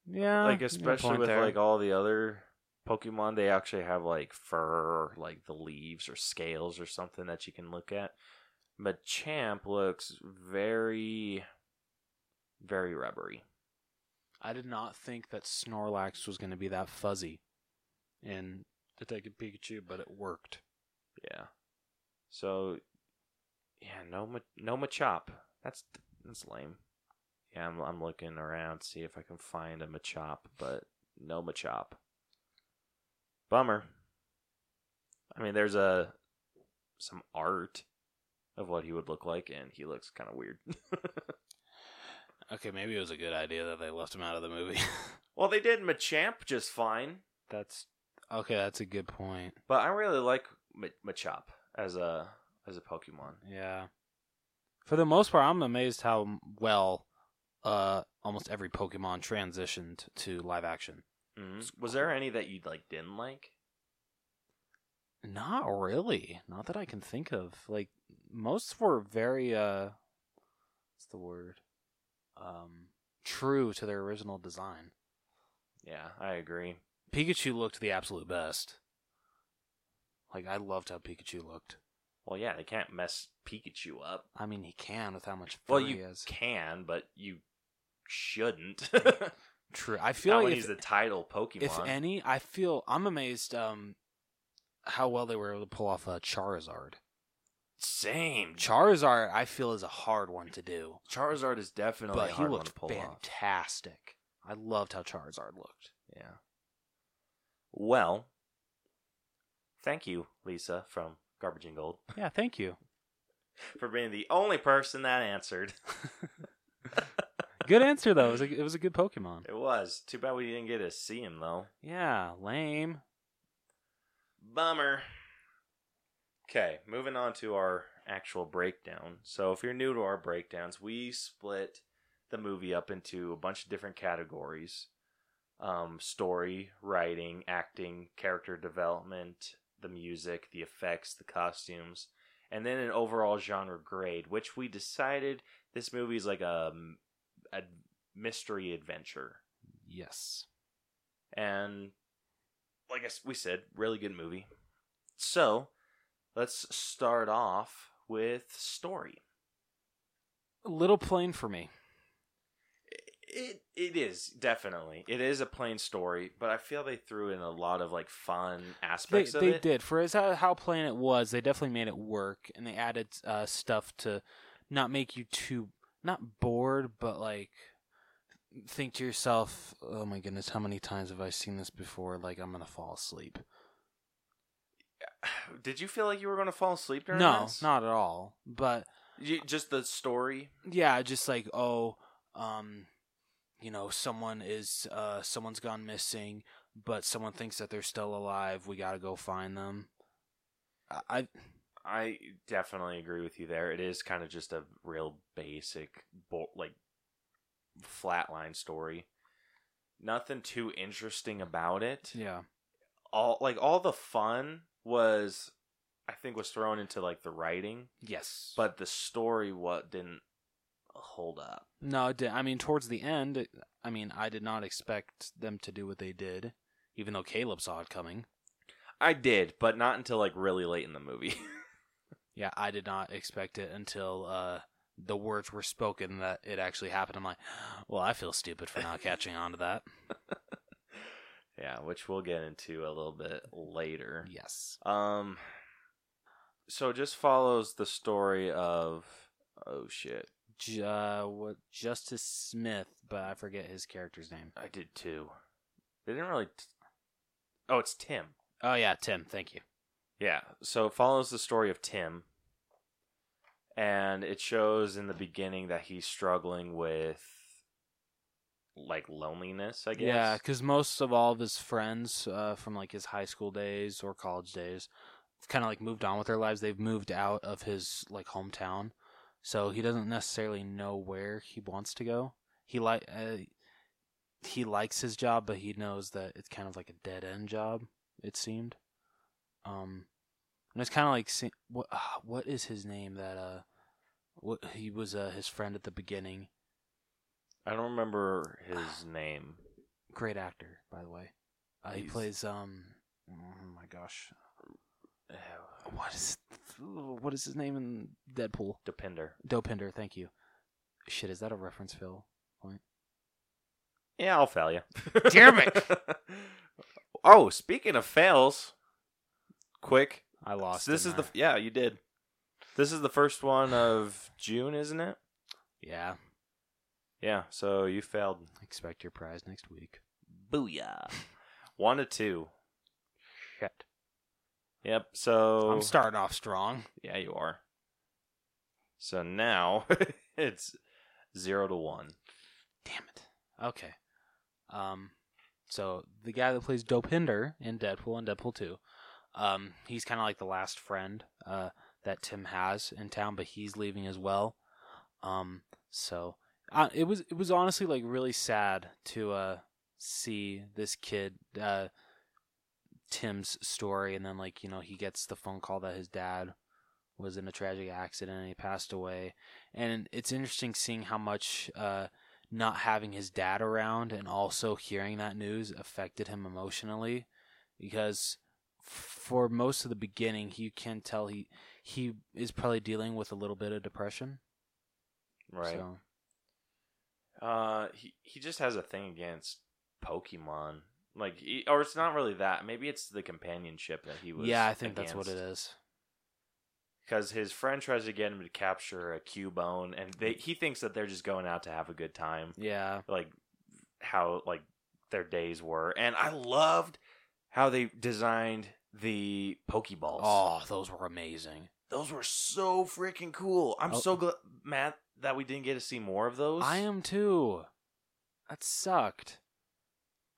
[SPEAKER 2] Yeah.
[SPEAKER 1] like especially with like
[SPEAKER 2] all-
[SPEAKER 1] all the other Pokemon, they actually have like fur, like the leaves or scales or something that you can look at. Machamp looks very, very rubbery.
[SPEAKER 2] I did not think that Snorlax was going to be that fuzzy in Detective Pikachu, but it worked.
[SPEAKER 1] Yeah. So, yeah, no, Ma- no Machop. That's that's lame. Yeah, I'm I'm looking around to see if I can find a Machop, but no Machop. Bummer. I mean, there's a some art of what he would look like, and he looks kind of weird.
[SPEAKER 2] Okay, maybe it was a good idea that they left him out of the movie.
[SPEAKER 1] well, they did Machamp just fine,
[SPEAKER 2] that's Okay, that's a good point.
[SPEAKER 1] but I really like Ma- Machop as a as a Pokemon.
[SPEAKER 2] Yeah. For the most part, I'm amazed how well uh almost every Pokemon transitioned to live action.
[SPEAKER 1] Mhm. Was there any that you like didn't like?
[SPEAKER 2] Not really. Not that I can think of. Like most were very uh what's the word? Um true to their original design.
[SPEAKER 1] Yeah, I agree.
[SPEAKER 2] Pikachu looked the absolute best. Like I loved how Pikachu looked.
[SPEAKER 1] Well, yeah, they can't mess Pikachu up.
[SPEAKER 2] I mean, he can with how much fur
[SPEAKER 1] Well,
[SPEAKER 2] he
[SPEAKER 1] you
[SPEAKER 2] has.
[SPEAKER 1] can, but you shouldn't.
[SPEAKER 2] True. I feel
[SPEAKER 1] Not
[SPEAKER 2] like
[SPEAKER 1] when
[SPEAKER 2] if-
[SPEAKER 1] he's the title Pokemon.
[SPEAKER 2] If any, I feel I'm amazed um how well they were able to pull off a Charizard.
[SPEAKER 1] Same. Char-
[SPEAKER 2] Charizard, I feel, is a hard one to do,
[SPEAKER 1] Charizard is definitely
[SPEAKER 2] but
[SPEAKER 1] a
[SPEAKER 2] he
[SPEAKER 1] hard one
[SPEAKER 2] looked
[SPEAKER 1] to pull off.
[SPEAKER 2] fantastic. I loved how Charizard looked.
[SPEAKER 1] Yeah. Well, thank you, Lisa from Garbage and Gold,
[SPEAKER 2] Yeah, thank you.
[SPEAKER 1] for being the only person that answered.
[SPEAKER 2] Good answer though. It was a, it was a good Pokemon.
[SPEAKER 1] It was too bad we didn't get to see him though.
[SPEAKER 2] Yeah, lame.
[SPEAKER 1] Bummer. Okay, moving on to our actual breakdown. So, if you're new to our breakdowns, we split the movie up into a bunch of different categories um, story, writing, acting, character development, the music, the effects, the costumes, and then an overall genre grade, which we decided this movie is like a, a mystery adventure
[SPEAKER 2] Yes.
[SPEAKER 1] and like I s- we said, really good movie. So let's start off with story.
[SPEAKER 2] A little plain for me.
[SPEAKER 1] It it is definitely it is a plain story, but I feel they threw in a lot of like fun
[SPEAKER 2] They,
[SPEAKER 1] aspects of
[SPEAKER 2] they
[SPEAKER 1] it.
[SPEAKER 2] did for as how, how plain it was. They definitely made it work, and they added uh, stuff to not make you too not bored, but like think to yourself, "Oh my goodness, how many times have I seen this before? Like I'm gonna fall asleep."
[SPEAKER 1] Did you feel like you were going to fall asleep during
[SPEAKER 2] no,
[SPEAKER 1] this?
[SPEAKER 2] not at all. But
[SPEAKER 1] You- just the story.
[SPEAKER 2] yeah, just like oh, um, you know, someone is uh, someone's gone missing, but someone thinks that they're still alive. We gotta go find them. I, I
[SPEAKER 1] I definitely agree with you there. It is kind of just a real basic, bo- like, flatline story. Nothing too interesting about it.
[SPEAKER 2] yeah,
[SPEAKER 1] all like all the fun was I think was thrown into like the writing,
[SPEAKER 2] yes,
[SPEAKER 1] but the story what didn't hold up.
[SPEAKER 2] No, it did. I mean, towards the end, it- I mean, I did not expect them to do what they did, even though Caleb saw it coming.
[SPEAKER 1] I did, but not until like really late in the movie.
[SPEAKER 2] Yeah, I did not expect it until uh, the words were spoken that it actually happened. I'm like, well, I feel stupid for not catching on to that.
[SPEAKER 1] yeah, which we'll get into a little bit later.
[SPEAKER 2] Yes.
[SPEAKER 1] Um so it just follows the story of oh shit.
[SPEAKER 2] J- uh, what Justice Smith, but I forget his character's name.
[SPEAKER 1] I did too. They didn't really. T- oh, it's Tim.
[SPEAKER 2] Oh yeah, Tim. Thank you.
[SPEAKER 1] Yeah. So it follows the story of Tim. And it shows in the beginning that he's struggling with like loneliness, I guess.
[SPEAKER 2] Yeah, because most of all of his friends uh, from like his high school days or college days, kind of like moved on with their lives. They've moved out of his like hometown, so he doesn't necessarily know where he wants to go. He like uh, he likes his job, but he knows that it's kind of like a dead end job. It seemed, um, and it's kind of like se- what uh, what is his name that uh what he was uh, his friend at the beginning.
[SPEAKER 1] I don't remember his name.
[SPEAKER 2] Great actor, by the way. Uh, he
[SPEAKER 1] He's-
[SPEAKER 2] plays um. Oh my gosh, Uh, what is what is his name in Deadpool?
[SPEAKER 1] Depender.
[SPEAKER 2] Dopinder, thank you. Shit, is that a reference, Phil?
[SPEAKER 1] Yeah, I'll fail you.
[SPEAKER 2] Damn it.
[SPEAKER 1] oh, speaking of fails, quick.
[SPEAKER 2] I lost.
[SPEAKER 1] this is
[SPEAKER 2] didn't
[SPEAKER 1] the yeah you did. This is the first one of June, isn't it?
[SPEAKER 2] I? yeah.
[SPEAKER 1] Yeah. So you failed.
[SPEAKER 2] Expect your prize next week.
[SPEAKER 1] Booyah. One to two.
[SPEAKER 2] Shit,
[SPEAKER 1] Yep. So
[SPEAKER 2] I'm starting off strong.
[SPEAKER 1] Yeah, you are. So now it's zero to one.
[SPEAKER 2] Damn it. Okay. Um, so the guy that plays Dopinder in Deadpool and Deadpool Two, um, he's kind of like the last friend uh, that Tim has in town, but he's leaving as well. Um, so uh, it was it was honestly like really sad to uh see this kid uh Tim's story, and then like you know he gets the phone call that his dad was in a tragic accident and he passed away, and it's interesting seeing how much uh not having his dad around and also hearing that news affected him emotionally because for most of the beginning you can tell he he is probably dealing with a little bit of depression
[SPEAKER 1] Right.
[SPEAKER 2] so
[SPEAKER 1] Uh, he he just has a thing against Pokemon. Like, he, or it's not really that. Maybe it's the companionship that he was.
[SPEAKER 2] yeah i think that's what it is
[SPEAKER 1] Because his friend tries to get him to capture a Cubone, and they, he thinks that they're just going out to have a good time,
[SPEAKER 2] yeah
[SPEAKER 1] like how like their days were. And I loved how they designed the Pokeballs.
[SPEAKER 2] oh those were amazing
[SPEAKER 1] Those were so freaking cool. I'm
[SPEAKER 2] Oh.
[SPEAKER 1] so glad, Matt, that we didn't get to see more of those.
[SPEAKER 2] i am too that sucked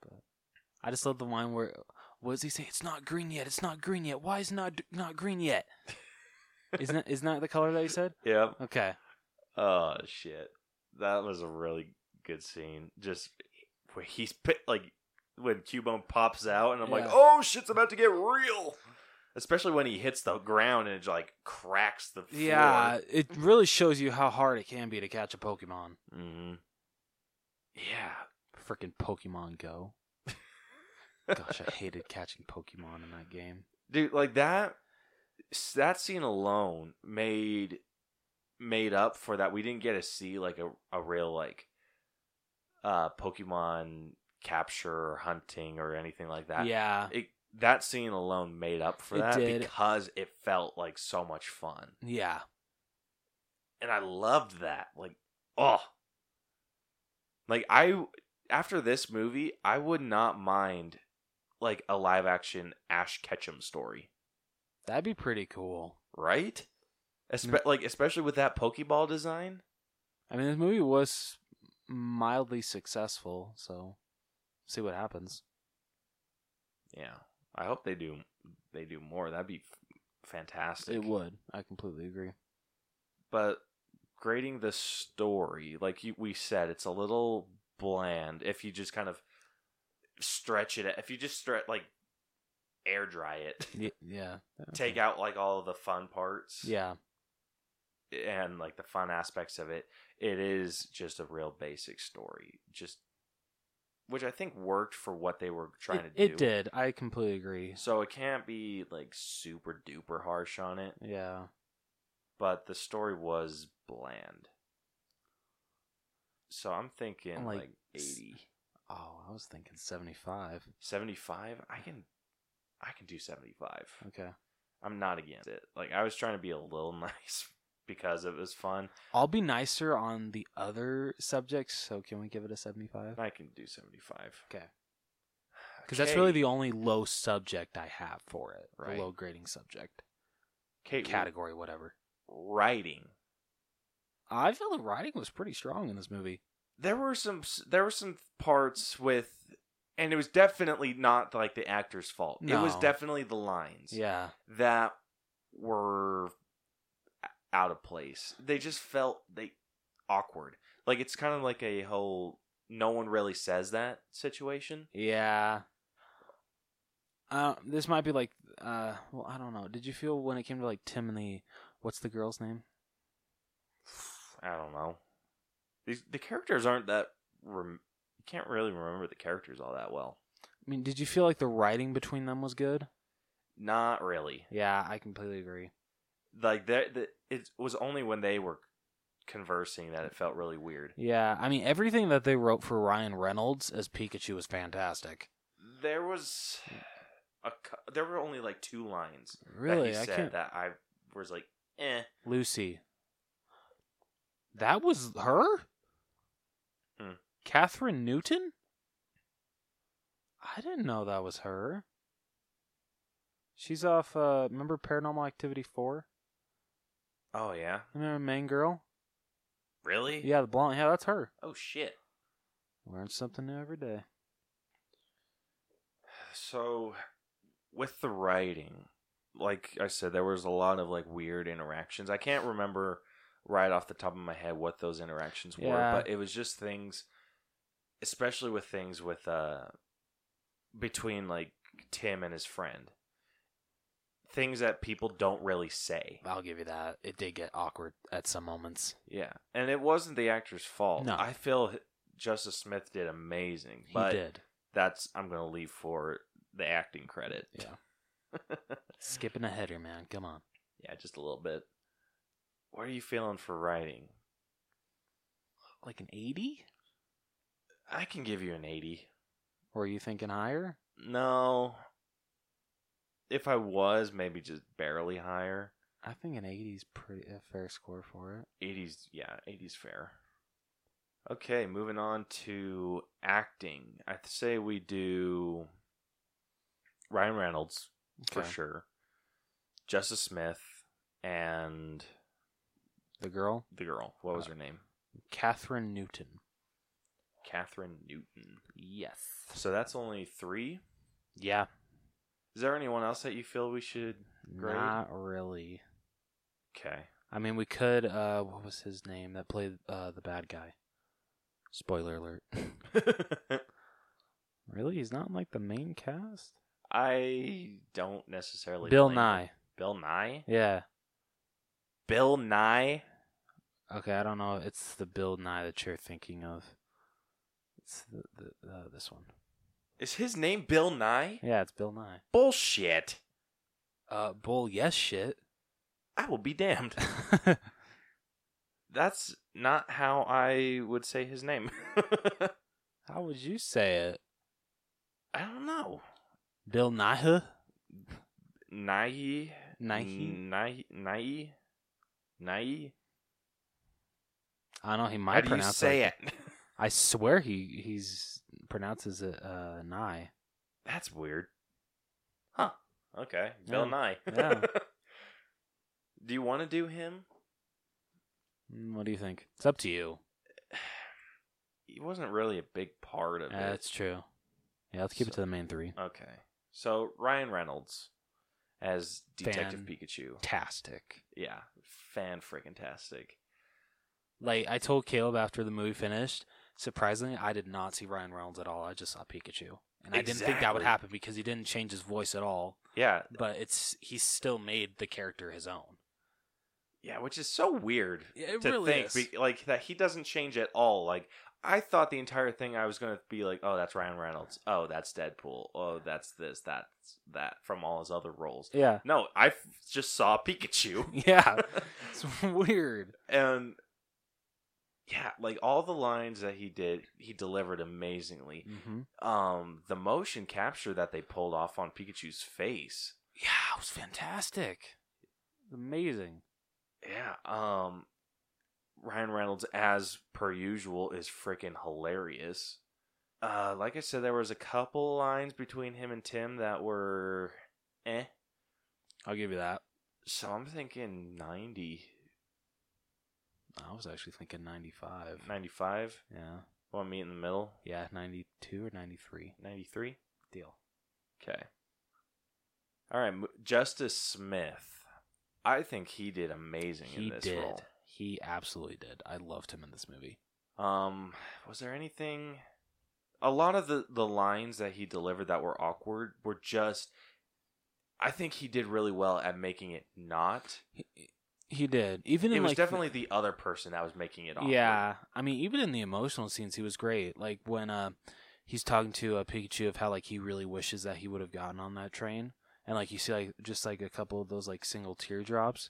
[SPEAKER 2] but i just love the line where what does he say it's not green yet it's not green yet why is it not not green yet isn't that, isn't that the color that he said
[SPEAKER 1] Yep.
[SPEAKER 2] okay
[SPEAKER 1] Oh shit, that was a really good scene. Just where he's pit, like when Cubone pops out, and I'm like,
[SPEAKER 2] Yeah.
[SPEAKER 1] oh shit's about to get real. Especially when he hits the ground and it like cracks the floor.
[SPEAKER 2] Yeah, it really shows you how hard it can be to catch a Pokemon.
[SPEAKER 1] hmm Yeah.
[SPEAKER 2] Freaking Pokemon Go. Gosh, I hated catching Pokemon in that game.
[SPEAKER 1] dude like that that scene alone made made up for that we didn't get to see like a, a real like uh pokemon capture or hunting or anything like that
[SPEAKER 2] yeah,
[SPEAKER 1] it, that scene alone made up for
[SPEAKER 2] It
[SPEAKER 1] that
[SPEAKER 2] did.
[SPEAKER 1] because it felt like so much fun
[SPEAKER 2] yeah.
[SPEAKER 1] and i loved that like oh like i after this movie i would not mind like a live action ash ketchum story
[SPEAKER 2] That'd be pretty cool.
[SPEAKER 1] right? Espe- Like especially with that Pokeball design.
[SPEAKER 2] I mean, this movie was mildly successful, so see what happens.
[SPEAKER 1] Yeah, I hope they do. They do more. That'd be f- fantastic.
[SPEAKER 2] It would. I completely agree.
[SPEAKER 1] But grading the story, like you, we said, it's a little bland. If you just kind of stretch it, if you just stretch like air dry it,
[SPEAKER 2] Y- yeah.
[SPEAKER 1] take out like all of the fun parts.
[SPEAKER 2] Yeah.
[SPEAKER 1] and like the fun aspects of it, it is just a real basic story. Just which I think worked for what they were trying
[SPEAKER 2] it,
[SPEAKER 1] to do.
[SPEAKER 2] It did. I completely agree.
[SPEAKER 1] So it can't be like super duper harsh on it,
[SPEAKER 2] Yeah.
[SPEAKER 1] but the story was bland. So I'm thinking
[SPEAKER 2] Like
[SPEAKER 1] like,
[SPEAKER 2] s-
[SPEAKER 1] 80,
[SPEAKER 2] Oh, I was thinking 75.
[SPEAKER 1] 75. I can I can do 75.
[SPEAKER 2] Okay.
[SPEAKER 1] I'm not against it. Like I was trying to be a little nice because it was fun.
[SPEAKER 2] I'll be nicer on the other subjects, so can we give it a 75?
[SPEAKER 1] I can do 75.
[SPEAKER 2] Okay. because that's really the only low subject I have for it.
[SPEAKER 1] Right.
[SPEAKER 2] The low grading subject
[SPEAKER 1] Kate,
[SPEAKER 2] category, whatever.
[SPEAKER 1] writing.
[SPEAKER 2] I feel the writing was pretty strong in this movie.
[SPEAKER 1] There were some there were some parts with and it was definitely not like the actor's fault. It was
[SPEAKER 2] No.
[SPEAKER 1] definitely the lines
[SPEAKER 2] Yeah,
[SPEAKER 1] that were out of place. They just felt they awkward. Like it's kind of like a whole no one really says that situation.
[SPEAKER 2] yeah. Uh, this might be like, uh, well, I don't know. Did you feel when it came to like Tim and the, what's the girl's name?
[SPEAKER 1] I don't know. These the characters aren't that rem- you can't really remember the characters all that well.
[SPEAKER 2] I mean, did you feel like the writing between them was good?
[SPEAKER 1] Not really.
[SPEAKER 2] Yeah, I completely agree.
[SPEAKER 1] Like that the, it was only when they were conversing that it felt really weird.
[SPEAKER 2] Yeah, I mean, everything that they wrote for Ryan Reynolds as Pikachu was fantastic.
[SPEAKER 1] There was a cou- there were only like two lines that
[SPEAKER 2] Really,
[SPEAKER 1] he
[SPEAKER 2] I
[SPEAKER 1] said
[SPEAKER 2] can't.
[SPEAKER 1] that I was like, "Eh."
[SPEAKER 2] Lucy. That was her?
[SPEAKER 1] Hmm.
[SPEAKER 2] Catherine Newton? I didn't know that was her. She's off, uh, remember Paranormal Activity 4?
[SPEAKER 1] Oh yeah.
[SPEAKER 2] Remember Main Girl?
[SPEAKER 1] Really?
[SPEAKER 2] Yeah, the blonde. Yeah, that's her.
[SPEAKER 1] Oh shit.
[SPEAKER 2] Learn something new every day.
[SPEAKER 1] So with the writing, like I said, there was a lot of like weird interactions. I can't remember right off the top of my head what those interactions
[SPEAKER 2] Yeah.
[SPEAKER 1] were, but it was just things especially with things with uh between like Tim and his friend. Things that people don't really say.
[SPEAKER 2] I'll give you that. It did get awkward at some moments.
[SPEAKER 1] Yeah. And it wasn't the actor's fault.
[SPEAKER 2] No.
[SPEAKER 1] I feel Justice Smith did amazing,
[SPEAKER 2] He
[SPEAKER 1] but
[SPEAKER 2] did.
[SPEAKER 1] that's I'm going to leave for the acting credit.
[SPEAKER 2] Yeah. Skipping a header, man. Come on.
[SPEAKER 1] Yeah, just a little bit. What are you feeling for writing?
[SPEAKER 2] Like an 80?
[SPEAKER 1] I can give you an 80.
[SPEAKER 2] Or are you thinking higher?
[SPEAKER 1] No. If I was, maybe just barely higher.
[SPEAKER 2] I think an 80 is pretty a fair score for it.
[SPEAKER 1] 80s, yeah, 80s fair. Okay, moving on to acting. I say we do Ryan Reynolds for
[SPEAKER 2] Okay.
[SPEAKER 1] sure, Justice Smith, and
[SPEAKER 2] The girl,
[SPEAKER 1] the girl. What
[SPEAKER 2] Uh,
[SPEAKER 1] was her name?
[SPEAKER 2] Catherine Newton.
[SPEAKER 1] Catherine Newton.
[SPEAKER 2] Yes.
[SPEAKER 1] So that's only three.
[SPEAKER 2] Yeah.
[SPEAKER 1] Is there anyone else that you feel we should Grade?
[SPEAKER 2] Not really.
[SPEAKER 1] Okay.
[SPEAKER 2] I mean, we could. uh What was his name that played uh the bad guy? Spoiler alert. really, he's not in, like the main cast.
[SPEAKER 1] I don't necessarily.
[SPEAKER 2] Bill
[SPEAKER 1] blame you.
[SPEAKER 2] Nye.
[SPEAKER 1] Bill Nye.
[SPEAKER 2] Yeah.
[SPEAKER 1] Bill Nye.
[SPEAKER 2] Okay, I don't know. It's the Bill Nye that you're thinking of. It's the, the uh, this one.
[SPEAKER 1] Is his name Bill Nye?
[SPEAKER 2] Yeah, it's Bill Nye.
[SPEAKER 1] Bullshit.
[SPEAKER 2] Uh, bull. Yes, shit.
[SPEAKER 1] I will be damned. That's not how I would say his name.
[SPEAKER 2] How would you say it?
[SPEAKER 1] I don't know.
[SPEAKER 2] Bill Nye?
[SPEAKER 1] Nye.
[SPEAKER 2] Nike?
[SPEAKER 1] Nye. Nye. Nye.
[SPEAKER 2] I don't know. He might
[SPEAKER 1] How do you
[SPEAKER 2] pronounce
[SPEAKER 1] say
[SPEAKER 2] it.
[SPEAKER 1] it?
[SPEAKER 2] I swear he he's pronounces it uh, Nye.
[SPEAKER 1] That's weird. Huh. Okay. Bill
[SPEAKER 2] Yeah.
[SPEAKER 1] Nye.
[SPEAKER 2] Yeah.
[SPEAKER 1] do you want to do him?
[SPEAKER 2] Mm, What do you think? It's up to you.
[SPEAKER 1] He wasn't really a big part
[SPEAKER 2] Uh,
[SPEAKER 1] of it.
[SPEAKER 2] That's true. Yeah, let's keep it to the main three.
[SPEAKER 1] Okay. So Ryan Reynolds as Detective
[SPEAKER 2] Fan.
[SPEAKER 1] Pikachu.
[SPEAKER 2] Fantastic.
[SPEAKER 1] Yeah. Fan freaking tastic.
[SPEAKER 2] Like I told Caleb after the movie finished, surprisingly, I did not see Ryan Reynolds at all. I just saw Pikachu, and I didn't think that would
[SPEAKER 1] Exactly.
[SPEAKER 2] happen because he didn't change his voice at all.
[SPEAKER 1] Yeah.
[SPEAKER 2] But it's he still made the character his own.
[SPEAKER 1] Yeah, which is so weird
[SPEAKER 2] Yeah, it
[SPEAKER 1] to
[SPEAKER 2] really
[SPEAKER 1] think
[SPEAKER 2] is.
[SPEAKER 1] be- like that he doesn't change at all. Like I thought the entire thing I was going to be like, "Oh, that's Ryan Reynolds. Oh, that's Deadpool. Oh, that's this, that's that from all his other roles."
[SPEAKER 2] Yeah,
[SPEAKER 1] No, I f- just saw Pikachu.
[SPEAKER 2] yeah. it's weird.
[SPEAKER 1] and yeah, like all the lines that he did, he delivered amazingly.
[SPEAKER 2] Mm-hmm.
[SPEAKER 1] um the motion capture that they pulled off on Pikachu's face.
[SPEAKER 2] Yeah, it was fantastic. Amazing.
[SPEAKER 1] Yeah, um Ryan Reynolds as per usual is freaking hilarious. uh, like I said, there was a couple lines between him and Tim that were eh.
[SPEAKER 2] I'll give you that.
[SPEAKER 1] So I'm thinking 90,
[SPEAKER 2] I was actually thinking 95.
[SPEAKER 1] 95.
[SPEAKER 2] Yeah.
[SPEAKER 1] Want me in the middle?
[SPEAKER 2] Yeah, 92 or 93.
[SPEAKER 1] 93?
[SPEAKER 2] Deal.
[SPEAKER 1] Okay. All right, Mo- Justice Smith. I think he did amazing
[SPEAKER 2] He
[SPEAKER 1] in this
[SPEAKER 2] did.
[SPEAKER 1] role.
[SPEAKER 2] He absolutely did. I loved him in this movie.
[SPEAKER 1] Um, was there anything? A lot of the the lines that he delivered that were awkward were just. I think he did really well at making it not.
[SPEAKER 2] He, he did. Even
[SPEAKER 1] It
[SPEAKER 2] in
[SPEAKER 1] was
[SPEAKER 2] like the-
[SPEAKER 1] definitely the other person that was making it awkward.
[SPEAKER 2] Yeah, I mean, even in the emotional scenes, he was great. Like when uh, he's talking to uh, Pikachu of how like he really wishes that he would have gotten on that train, and like you see like just like a couple of those like single teardrops.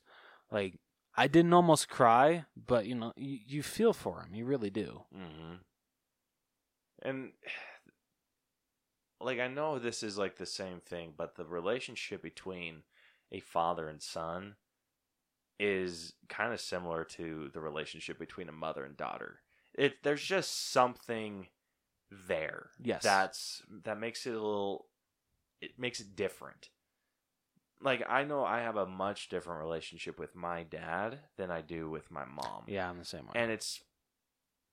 [SPEAKER 2] Like I didn't almost cry, but you know, you, you feel for him. You really do.
[SPEAKER 1] Mm-hmm. And like I know this is like the same thing, but the relationship between a father and son is kind of similar to the relationship between a mother and daughter. It there's just something there.
[SPEAKER 2] Yes.
[SPEAKER 1] That's that makes it a little it makes it different. Like I know I have a much different relationship with my dad than I do with my mom
[SPEAKER 2] Yeah, I'm the same way.
[SPEAKER 1] and it's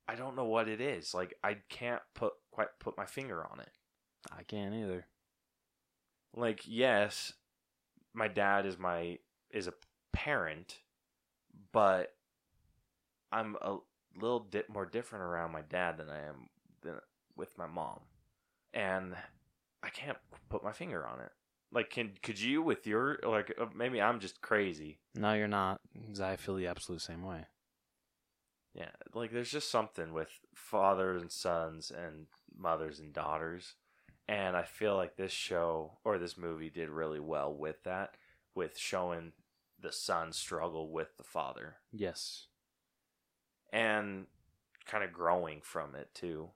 [SPEAKER 1] I don't know what it is. Like I can't put quite put my finger on it.
[SPEAKER 2] I can't either.
[SPEAKER 1] Like yes, my dad is my is a parent, but I'm a little bit more different around my dad than I am than with my mom, and I can't put my finger on it. Like can could you with your like uh, maybe I'm just crazy.
[SPEAKER 2] No, you're not. 'cause I feel the absolute same way.
[SPEAKER 1] Yeah, like there's just something with fathers and sons and mothers and daughters. And I feel like this show or this movie did really well with that, with showing the son struggle with the father
[SPEAKER 2] Yes.
[SPEAKER 1] and kind of growing from it too.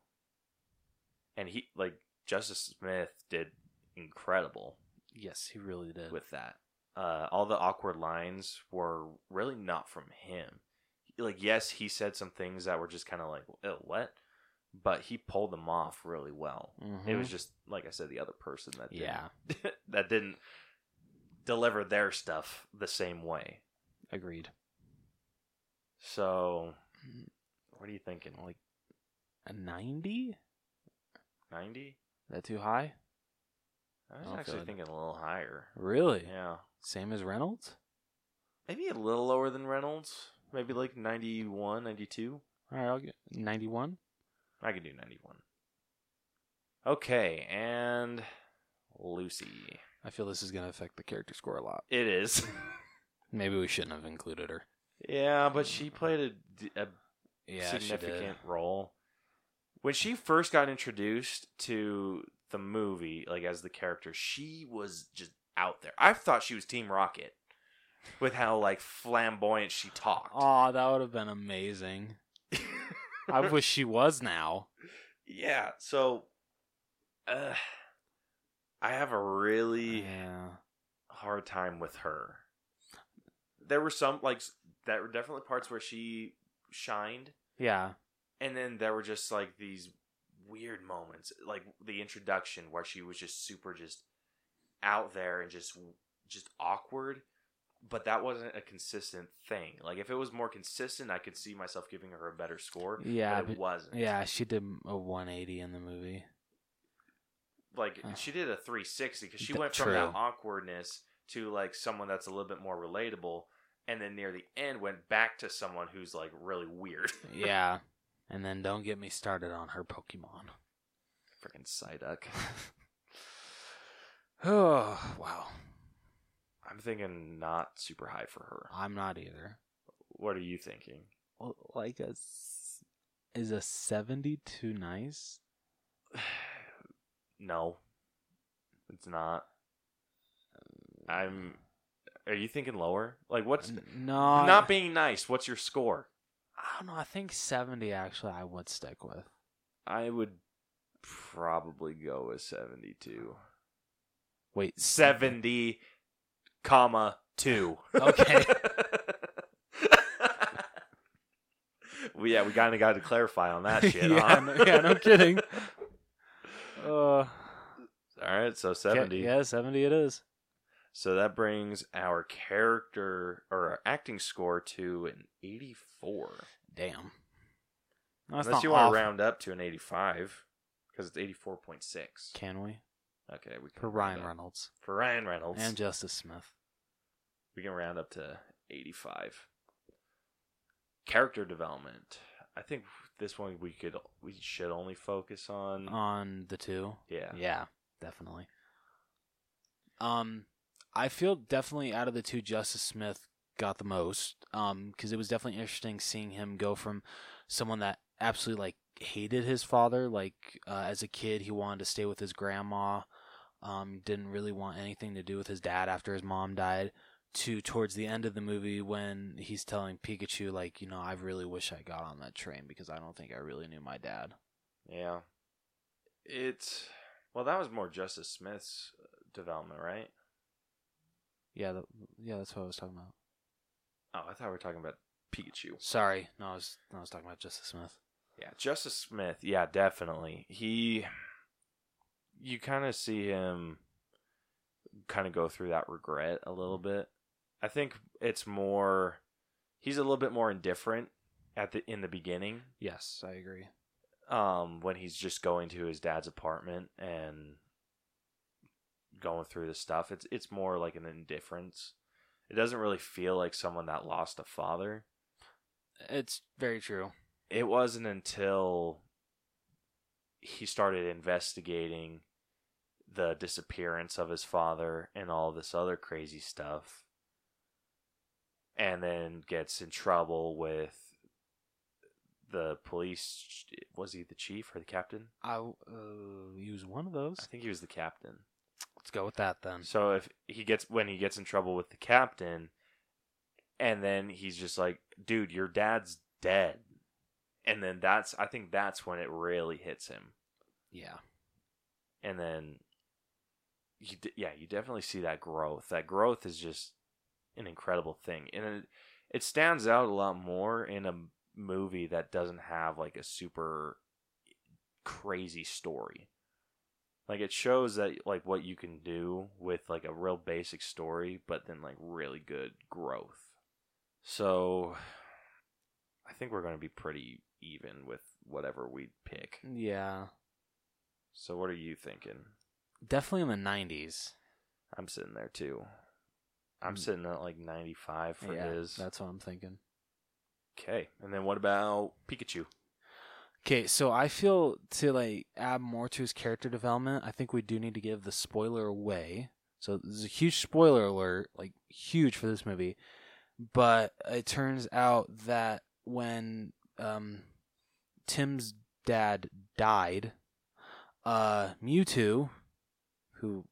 [SPEAKER 1] And he, like, Justice Smith did incredible
[SPEAKER 2] Yes, he really did.
[SPEAKER 1] with that. Uh, all the awkward lines were really not from him. Like, yes, he said some things that were just kind of like, "Uh, what? But he pulled them off really well. It was just, like I said, the other person that didn't,
[SPEAKER 2] Mm-hmm. yeah.
[SPEAKER 1] that didn't deliver their stuff the same way.
[SPEAKER 2] Agreed.
[SPEAKER 1] So, what are you thinking? Like
[SPEAKER 2] Mm, A ninety?
[SPEAKER 1] 90?
[SPEAKER 2] That too high?
[SPEAKER 1] I was
[SPEAKER 2] Oh,
[SPEAKER 1] actually
[SPEAKER 2] God.
[SPEAKER 1] thinking a little higher.
[SPEAKER 2] Really?
[SPEAKER 1] Yeah.
[SPEAKER 2] Same as Reynolds?
[SPEAKER 1] Maybe a little lower than Reynolds. Maybe like 91, 92.
[SPEAKER 2] All right, I'll get 91.
[SPEAKER 1] I can do 91. Okay, and Lucy.
[SPEAKER 2] I feel this is going to affect the character score a lot.
[SPEAKER 1] It is.
[SPEAKER 2] Maybe we shouldn't have included her.
[SPEAKER 1] yeah, but she played a, a
[SPEAKER 2] Yeah,
[SPEAKER 1] significant role. When she first got introduced to the movie, like as the character, she was just out there. I thought she was Team Rocket with how like flamboyant she talked.
[SPEAKER 2] Oh, that would have been amazing. I wish she was now.
[SPEAKER 1] yeah, so uh, I have a really
[SPEAKER 2] Yeah.
[SPEAKER 1] hard time with her. There were some like s- that were definitely parts where she shined,
[SPEAKER 2] Yeah.
[SPEAKER 1] and then there were just like these weird moments, like the introduction where she was just super just out there and just just awkward. But that wasn't a consistent thing. Like if it was more consistent, I could see myself giving her a better score.
[SPEAKER 2] Yeah.
[SPEAKER 1] but it
[SPEAKER 2] but-
[SPEAKER 1] wasn't.
[SPEAKER 2] yeah, she did a 180 in the movie.
[SPEAKER 1] like
[SPEAKER 2] Uh.
[SPEAKER 1] she did a 360 because she
[SPEAKER 2] Th-
[SPEAKER 1] went from that
[SPEAKER 2] true.
[SPEAKER 1] awkwardness to like someone that's a little bit more relatable and then near the end went back to someone who's like really weird
[SPEAKER 2] yeah. And then don't get me started on her Pokemon.
[SPEAKER 1] freaking psyduck
[SPEAKER 2] oh, wow.
[SPEAKER 1] i'm thinking not super high for her
[SPEAKER 2] I'm not either.
[SPEAKER 1] what are you thinking
[SPEAKER 2] Well, like a s- is a 72 nice?
[SPEAKER 1] no it's not i'm are you thinking lower like what's
[SPEAKER 2] N- no,
[SPEAKER 1] not
[SPEAKER 2] I,
[SPEAKER 1] being nice what's your score
[SPEAKER 2] I don't know. I think 70 actually I would stick with.
[SPEAKER 1] i would probably go with 72
[SPEAKER 2] Wait,
[SPEAKER 1] 70 comma 2
[SPEAKER 2] Okay.
[SPEAKER 1] well, yeah we kind of got to clarify on that shit
[SPEAKER 2] yeah,
[SPEAKER 1] huh?
[SPEAKER 2] no, yeah, no kidding.
[SPEAKER 1] All right, so 70.
[SPEAKER 2] uh, Yeah, yeah, 70 it is.
[SPEAKER 1] So that brings our character or our acting score to an 84.
[SPEAKER 2] Damn. No, that's
[SPEAKER 1] Unless
[SPEAKER 2] not
[SPEAKER 1] you want
[SPEAKER 2] awful.
[SPEAKER 1] to round up to an 85 because it's 84.6.
[SPEAKER 2] Can we?
[SPEAKER 1] Okay, we can
[SPEAKER 2] For
[SPEAKER 1] round
[SPEAKER 2] Ryan
[SPEAKER 1] up.
[SPEAKER 2] Reynolds
[SPEAKER 1] For Ryan Reynolds,
[SPEAKER 2] and Justice Smith.
[SPEAKER 1] we can round up to 85. Character development. I think this one we could we should only focus on
[SPEAKER 2] On the two.
[SPEAKER 1] yeah.
[SPEAKER 2] Uh, Yeah, definitely. Um, I feel definitely out of the two, Justice Smith got the most. Um, because it was definitely interesting seeing him go from someone that absolutely like hated his father. Like uh, as a kid, he wanted to stay with his grandma. Um, didn't really want anything to do with his dad after his mom died. To towards the end of the movie when he's telling Pikachu like, you know, I really wish I got on that train because I don't think I really knew my dad.
[SPEAKER 1] Yeah. It's well, that was more Justice Smith's uh, development, right?
[SPEAKER 2] Yeah, that, yeah, that's what I was talking about.
[SPEAKER 1] Oh, I thought we were talking about Pikachu.
[SPEAKER 2] Sorry, no, I was no, I was talking about Justice Smith.
[SPEAKER 1] Yeah, Justice Smith. Yeah, definitely. He you kind of see him kind of go through that regret a little bit. I think it's more he's a little bit more indifferent at the in the beginning
[SPEAKER 2] Yes, I agree.
[SPEAKER 1] um, when he's just going to his dad's apartment and going through the stuff. It's it's more like an indifference. It doesn't really feel like someone that lost a father.
[SPEAKER 2] It's very true.
[SPEAKER 1] It wasn't until he started investigating the disappearance of his father and all this other crazy stuff and then gets in trouble with the police was he the chief or the captain
[SPEAKER 2] I uh, use one of those.
[SPEAKER 1] I think he was the captain.
[SPEAKER 2] Let's go with that then.
[SPEAKER 1] So if he gets when he gets in trouble with the captain, and then he's just like, "Dude, your dad's dead," and then that's I think that's when it really hits him,
[SPEAKER 2] Yeah,
[SPEAKER 1] and then you d- yeah you definitely see that growth. That growth is just an incredible thing, and it, it stands out a lot more in a movie that doesn't have like a super crazy story. Like it shows that like what you can do with like a real basic story, but then like really good growth. So I think we're going to be pretty even with whatever we pick.
[SPEAKER 2] yeah,
[SPEAKER 1] So what are you thinking?
[SPEAKER 2] definitely in the nineties.
[SPEAKER 1] I'm sitting there too. I'm
[SPEAKER 2] Mm.
[SPEAKER 1] sitting at like 95 for
[SPEAKER 2] yeah,
[SPEAKER 1] his.
[SPEAKER 2] that's what I'm thinking.
[SPEAKER 1] Okay. And then what about Pikachu?
[SPEAKER 2] Okay, so I feel to like add more to his character development, I think we do need to give the spoiler away. So this is a huge spoiler alert, like huge for this movie. But it turns out that when um, Tim's dad died, uh, Mewtwo, who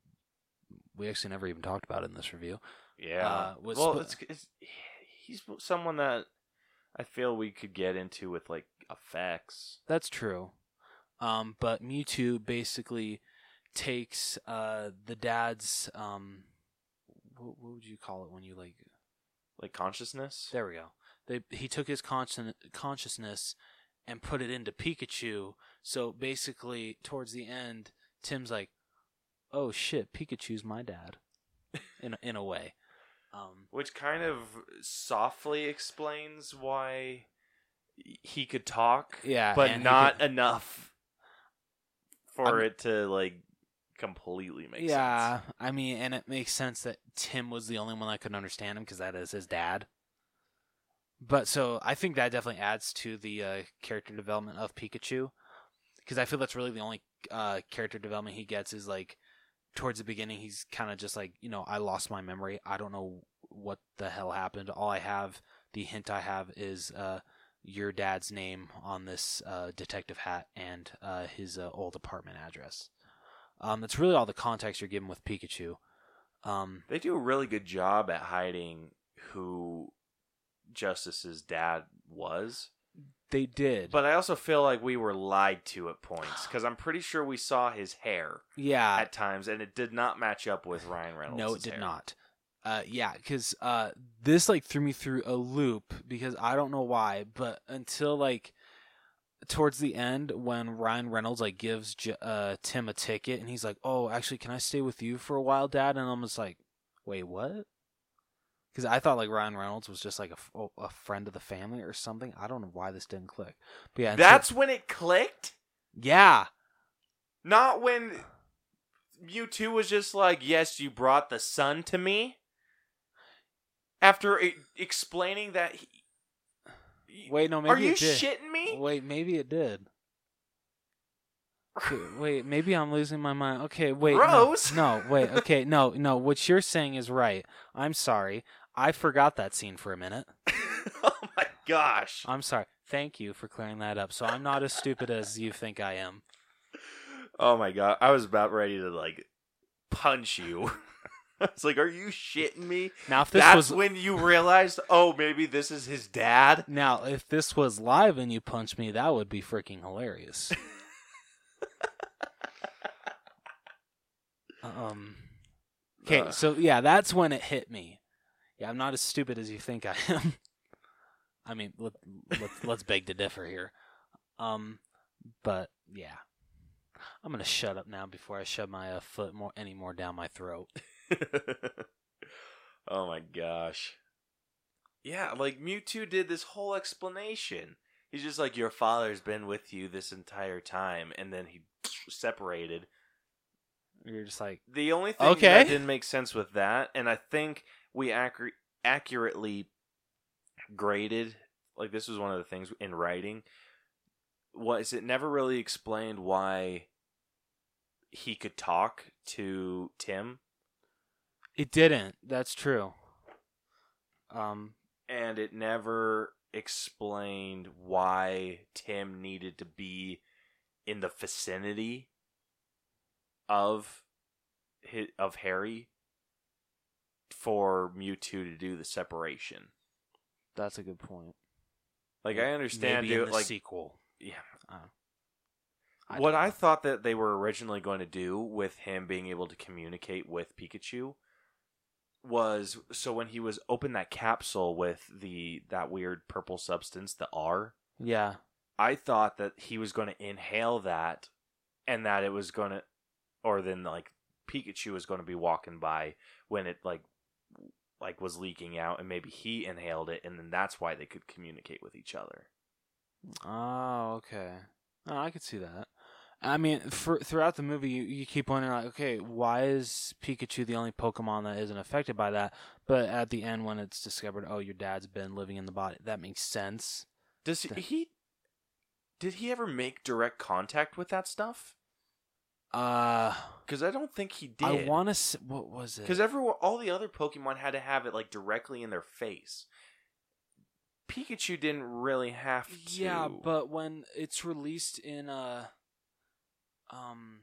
[SPEAKER 2] we actually never even talked about in this review,
[SPEAKER 1] Yeah.
[SPEAKER 2] Uh, was
[SPEAKER 1] well,
[SPEAKER 2] spo-
[SPEAKER 1] it's, it's he's someone that I feel we could get into with like effects.
[SPEAKER 2] That's true. Um, but Mewtwo basically takes uh, the dad's um, what, what would you call it when you like?
[SPEAKER 1] like consciousness.
[SPEAKER 2] There we go. They he took his conscien- consciousness and put it into Pikachu. So basically, towards the end, Tim's like, "Oh shit, Pikachu's my dad," in a- in a way. Um,
[SPEAKER 1] Which kind of softly explains why he could talk,
[SPEAKER 2] yeah,
[SPEAKER 1] but
[SPEAKER 2] and he
[SPEAKER 1] not
[SPEAKER 2] could-
[SPEAKER 1] enough for
[SPEAKER 2] I'm-
[SPEAKER 1] it to like completely make
[SPEAKER 2] yeah,
[SPEAKER 1] sense.
[SPEAKER 2] I mean, and it makes sense that Tim was the only one that could understand him because that is his dad. But so I think that definitely adds to the uh, character development of Pikachu, because I feel that's really the only uh, character development he gets is like towards the beginning he's kind of just like you know I lost my memory I don't know what the hell happened all I have the hint I have is uh, your dad's name on this uh, detective hat and uh, his uh, old apartment address. Um, that's really all the context you're given with Pikachu. Um,
[SPEAKER 1] They do a really good job at hiding who Justice's dad was.
[SPEAKER 2] they did,
[SPEAKER 1] But I also feel like we were lied to at points because I'm pretty sure we saw his hair
[SPEAKER 2] yeah,
[SPEAKER 1] at times, and it did not match up with Ryan Reynolds.
[SPEAKER 2] no, it did not. Uh, yeah, because uh, this like threw me through a loop because I don't know why, but until like towards the end when Ryan Reynolds like gives J- uh, Tim a ticket and he's like, "Oh, actually, can I stay with you for a while, Dad?" And I'm just like, "Wait, what?" Because I thought like Ryan Reynolds was just like a, f- oh, a friend of the family or something. I don't know why this didn't click. But yeah, and so-
[SPEAKER 1] That's when it clicked.
[SPEAKER 2] yeah,
[SPEAKER 1] Not when Mewtwo was just like, "Yes, you brought the sun to me." After e explaining that, he,
[SPEAKER 2] Wait, no, maybe
[SPEAKER 1] are you
[SPEAKER 2] it did.
[SPEAKER 1] shitting me?
[SPEAKER 2] Wait, maybe it did. Okay, wait, maybe I'm losing my mind. Okay, wait. no,
[SPEAKER 1] Gross.
[SPEAKER 2] No, wait. Okay, no, no. What you're saying is right. I'm sorry. I forgot that scene for a minute.
[SPEAKER 1] oh my gosh!
[SPEAKER 2] I'm sorry. Thank you for clearing that up. So I'm not as stupid as you think I am.
[SPEAKER 1] Oh my god! I was about ready to like punch you. I was like, "Are you shitting me?"
[SPEAKER 2] Now if this
[SPEAKER 1] That's
[SPEAKER 2] was
[SPEAKER 1] when you realized, oh, maybe this is his dad.
[SPEAKER 2] now if this was live and you punched me, that would be freaking hilarious. um. Okay,
[SPEAKER 1] Uh,
[SPEAKER 2] so yeah, that's when it hit me. Yeah, I'm not as stupid as you think I am. I mean, let, let's let's beg to differ here. Um, but yeah, I'm gonna shut up now before I shove my uh, foot more any more down my throat.
[SPEAKER 1] oh my gosh. Yeah, like Mewtwo did this whole explanation. He's just like, Your father's been with you this entire time, and then he separated.
[SPEAKER 2] You're just like,
[SPEAKER 1] The only thing
[SPEAKER 2] Okay.
[SPEAKER 1] that didn't make sense with that, and I think we accur- accurately graded, like this was one of the things in writing, was it never really explained why he could talk to Tim,
[SPEAKER 2] it didn't. That's true. Um,
[SPEAKER 1] and it never explained why Tim needed to be in the vicinity of hi- of Harry for Mewtwo to do the separation.
[SPEAKER 2] that's a good point.
[SPEAKER 1] Like I understand,
[SPEAKER 2] Maybe in
[SPEAKER 1] dude,
[SPEAKER 2] the
[SPEAKER 1] like
[SPEAKER 2] sequel.
[SPEAKER 1] yeah.
[SPEAKER 2] I
[SPEAKER 1] what
[SPEAKER 2] don't
[SPEAKER 1] I
[SPEAKER 2] know.
[SPEAKER 1] thought that they were originally going to do with him being able to communicate with Pikachu was so when he was open that capsule with the that weird purple substance, the R.
[SPEAKER 2] yeah,
[SPEAKER 1] I thought that he was going to inhale that and that it was going to or then like Pikachu was going to be walking by when it like like was leaking out and maybe he inhaled it and then that's why they could communicate with each other.
[SPEAKER 2] Oh, okay. Oh, I could see that. I mean, for, throughout the movie, you, you keep wondering, like, okay, why is Pikachu the only Pokemon that isn't affected by that? But at the end, when it's discovered, oh, your dad's been living in the body, that makes sense.
[SPEAKER 1] Does
[SPEAKER 2] Th-
[SPEAKER 1] he did he ever make direct contact with that stuff?
[SPEAKER 2] Uh,
[SPEAKER 1] Cuz I don't think he did.
[SPEAKER 2] I want to. S- what was it?
[SPEAKER 1] Cuz everyone all the other Pokémon had to have it like directly in their face. Pikachu didn't really have to.
[SPEAKER 2] Yeah, but when it's released in uh um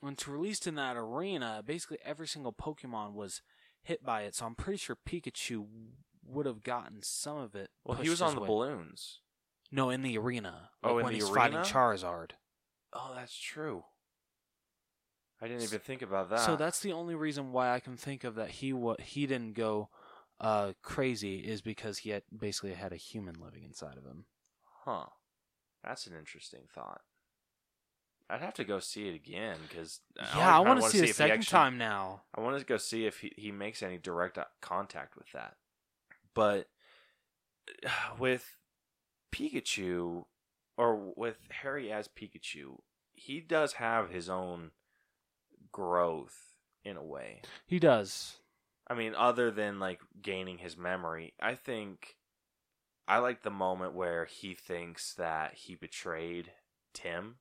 [SPEAKER 2] when it's released in that arena, basically every single Pokemon was hit by it, so I'm pretty sure Pikachu would have gotten some of it.
[SPEAKER 1] well, he
[SPEAKER 2] pushed
[SPEAKER 1] was on
[SPEAKER 2] his
[SPEAKER 1] the
[SPEAKER 2] way.
[SPEAKER 1] balloons.
[SPEAKER 2] No, in the arena.
[SPEAKER 1] Oh,
[SPEAKER 2] like
[SPEAKER 1] in
[SPEAKER 2] when
[SPEAKER 1] the
[SPEAKER 2] he's
[SPEAKER 1] arena?
[SPEAKER 2] fighting Charizard.
[SPEAKER 1] Oh, that's true. I didn't
[SPEAKER 2] S-
[SPEAKER 1] even think about that.
[SPEAKER 2] So that's the only reason why I can think of that he what he didn't go uh crazy is because he had basically had a human living inside of him.
[SPEAKER 1] huh. That's an interesting thought. I'd have to go see it again because
[SPEAKER 2] yeah, I want
[SPEAKER 1] want
[SPEAKER 2] to see it a second time now.
[SPEAKER 1] I want to go see if he, he makes any direct uh, contact with that. But with Pikachu, or with Harry as Pikachu, he does have his own growth in a way.
[SPEAKER 2] He does.
[SPEAKER 1] I mean, other than like gaining his memory, I think I like the moment where he thinks that he betrayed Tim.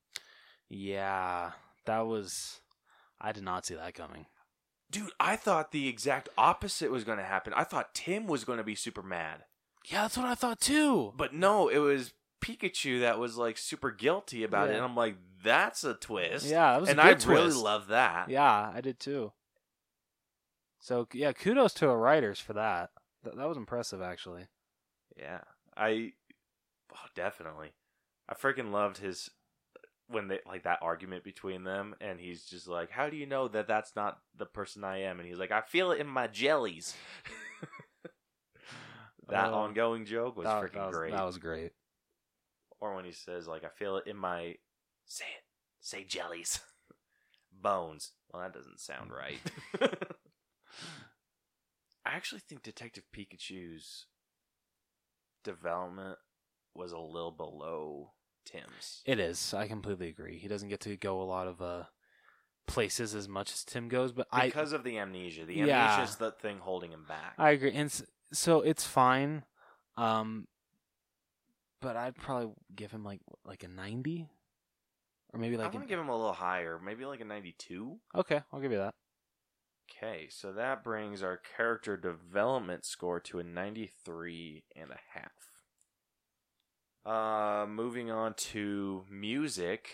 [SPEAKER 2] Yeah, that was. I did not see that coming.
[SPEAKER 1] Dude, I thought the exact opposite was going to happen. I thought Tim was going to be super mad.
[SPEAKER 2] Yeah, that's what I thought too.
[SPEAKER 1] But no, it was Pikachu that was like super guilty about it.
[SPEAKER 2] Yeah.
[SPEAKER 1] And I'm like, that's a twist.
[SPEAKER 2] Yeah, that was
[SPEAKER 1] and
[SPEAKER 2] a
[SPEAKER 1] I
[SPEAKER 2] good
[SPEAKER 1] really
[SPEAKER 2] twist.
[SPEAKER 1] love that.
[SPEAKER 2] Yeah, I did too. So yeah, kudos to our writers for that. Th- that was impressive, actually.
[SPEAKER 1] Yeah. I oh, definitely. I freaking loved his when they like that argument between them and he's just like, "How do you know that that's not the person I am?" and he's like, "I feel it in my jellies." that
[SPEAKER 2] Uh,
[SPEAKER 1] ongoing joke was
[SPEAKER 2] that,
[SPEAKER 1] freaking
[SPEAKER 2] Uh, Oh. that was,
[SPEAKER 1] great.
[SPEAKER 2] That was great.
[SPEAKER 1] or when he says like I feel it in my say it say jellies bones. Well, that doesn't sound right. I actually think Detective Pikachu's development was a little below Tim's.
[SPEAKER 2] It is. I completely agree. He doesn't get to go a lot of uh, places as much as Tim goes, but I
[SPEAKER 1] because of the amnesia. The
[SPEAKER 2] Yeah.
[SPEAKER 1] amnesia is the thing holding him back.
[SPEAKER 2] I agree. And s- so it's fine. Um but I'd probably give him like like a 90 or maybe
[SPEAKER 1] I'm
[SPEAKER 2] like
[SPEAKER 1] gonna
[SPEAKER 2] an,
[SPEAKER 1] give him a little higher, maybe like a 92.
[SPEAKER 2] Okay, I'll give you that.
[SPEAKER 1] Okay, so that brings our character development score to a 93 and a half. Uh, moving on to music.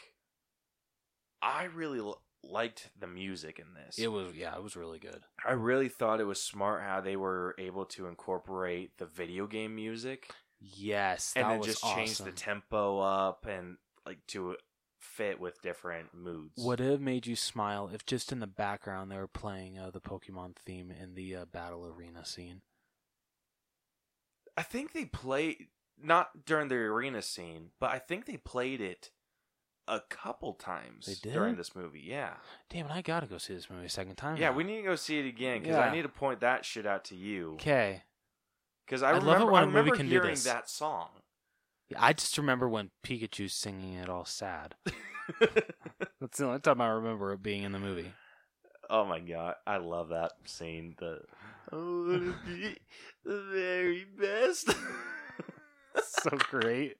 [SPEAKER 1] I really l- liked the music in this.
[SPEAKER 2] It was yeah, it was really good.
[SPEAKER 1] I really thought it was smart how they were able to incorporate the video game music
[SPEAKER 2] Yes,
[SPEAKER 1] and
[SPEAKER 2] that
[SPEAKER 1] then
[SPEAKER 2] was
[SPEAKER 1] just change the
[SPEAKER 2] awesome.
[SPEAKER 1] tempo up and like to fit with different moods.
[SPEAKER 2] Would it have made you smile if just in the background they were playing uh, the Pokemon theme in the uh, battle arena scene?
[SPEAKER 1] I think they play not during the arena scene, but I think they played it a couple times
[SPEAKER 2] They did?
[SPEAKER 1] during this movie. Yeah,
[SPEAKER 2] Damn it, I gotta go see this movie a second time.
[SPEAKER 1] yeah. We need to go see it again because
[SPEAKER 2] Yeah.
[SPEAKER 1] I need to point that shit out to you
[SPEAKER 2] Okay.
[SPEAKER 1] because I,
[SPEAKER 2] I love it
[SPEAKER 1] remember
[SPEAKER 2] when
[SPEAKER 1] I
[SPEAKER 2] a movie
[SPEAKER 1] remember
[SPEAKER 2] can do
[SPEAKER 1] hearing
[SPEAKER 2] this.
[SPEAKER 1] that song.
[SPEAKER 2] I just remember when Pikachu's singing it all sad. That's the only time I remember it being in the movie.
[SPEAKER 1] oh my god, I love that scene. The I wanna be the very best.
[SPEAKER 2] so great.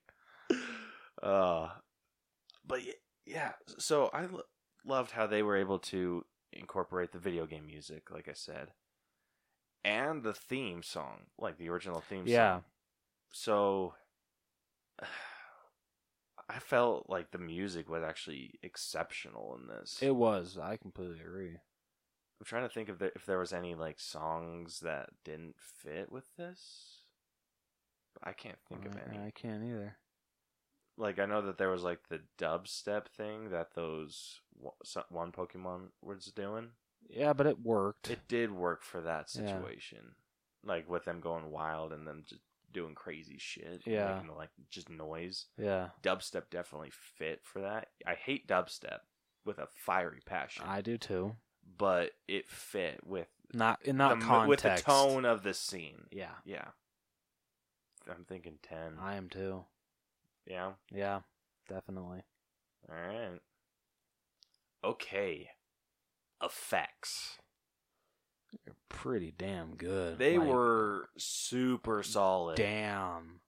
[SPEAKER 1] uh but y- yeah so i lo- loved how they were able to incorporate the video game music like i said and the theme song like the original theme
[SPEAKER 2] Yeah.
[SPEAKER 1] song so i felt like the music was actually exceptional in this
[SPEAKER 2] It was. I completely agree.
[SPEAKER 1] i'm trying to think if there, if there was any like songs that didn't fit with this i can't think of
[SPEAKER 2] I-
[SPEAKER 1] any
[SPEAKER 2] I can't either.
[SPEAKER 1] like I know that there was like the dubstep thing that those wa- so- one Pokemon was doing.
[SPEAKER 2] Yeah, but it worked.
[SPEAKER 1] It did work for that
[SPEAKER 2] Yeah.
[SPEAKER 1] situation, like with them going wild and them just doing crazy shit.
[SPEAKER 2] Yeah.
[SPEAKER 1] making, like just noise.
[SPEAKER 2] yeah.
[SPEAKER 1] Dubstep definitely fit for that. I hate dubstep with a fiery passion,
[SPEAKER 2] I do too.
[SPEAKER 1] but it fit with
[SPEAKER 2] Not in not
[SPEAKER 1] the, mo-
[SPEAKER 2] context.
[SPEAKER 1] with the tone of the scene.
[SPEAKER 2] Yeah.
[SPEAKER 1] Yeah, I'm thinking ten.
[SPEAKER 2] I am too.
[SPEAKER 1] yeah.
[SPEAKER 2] Yeah. Definitely.
[SPEAKER 1] All right. Okay. Effects.
[SPEAKER 2] Pretty damn good.
[SPEAKER 1] They
[SPEAKER 2] Like,
[SPEAKER 1] were super solid.
[SPEAKER 2] damn.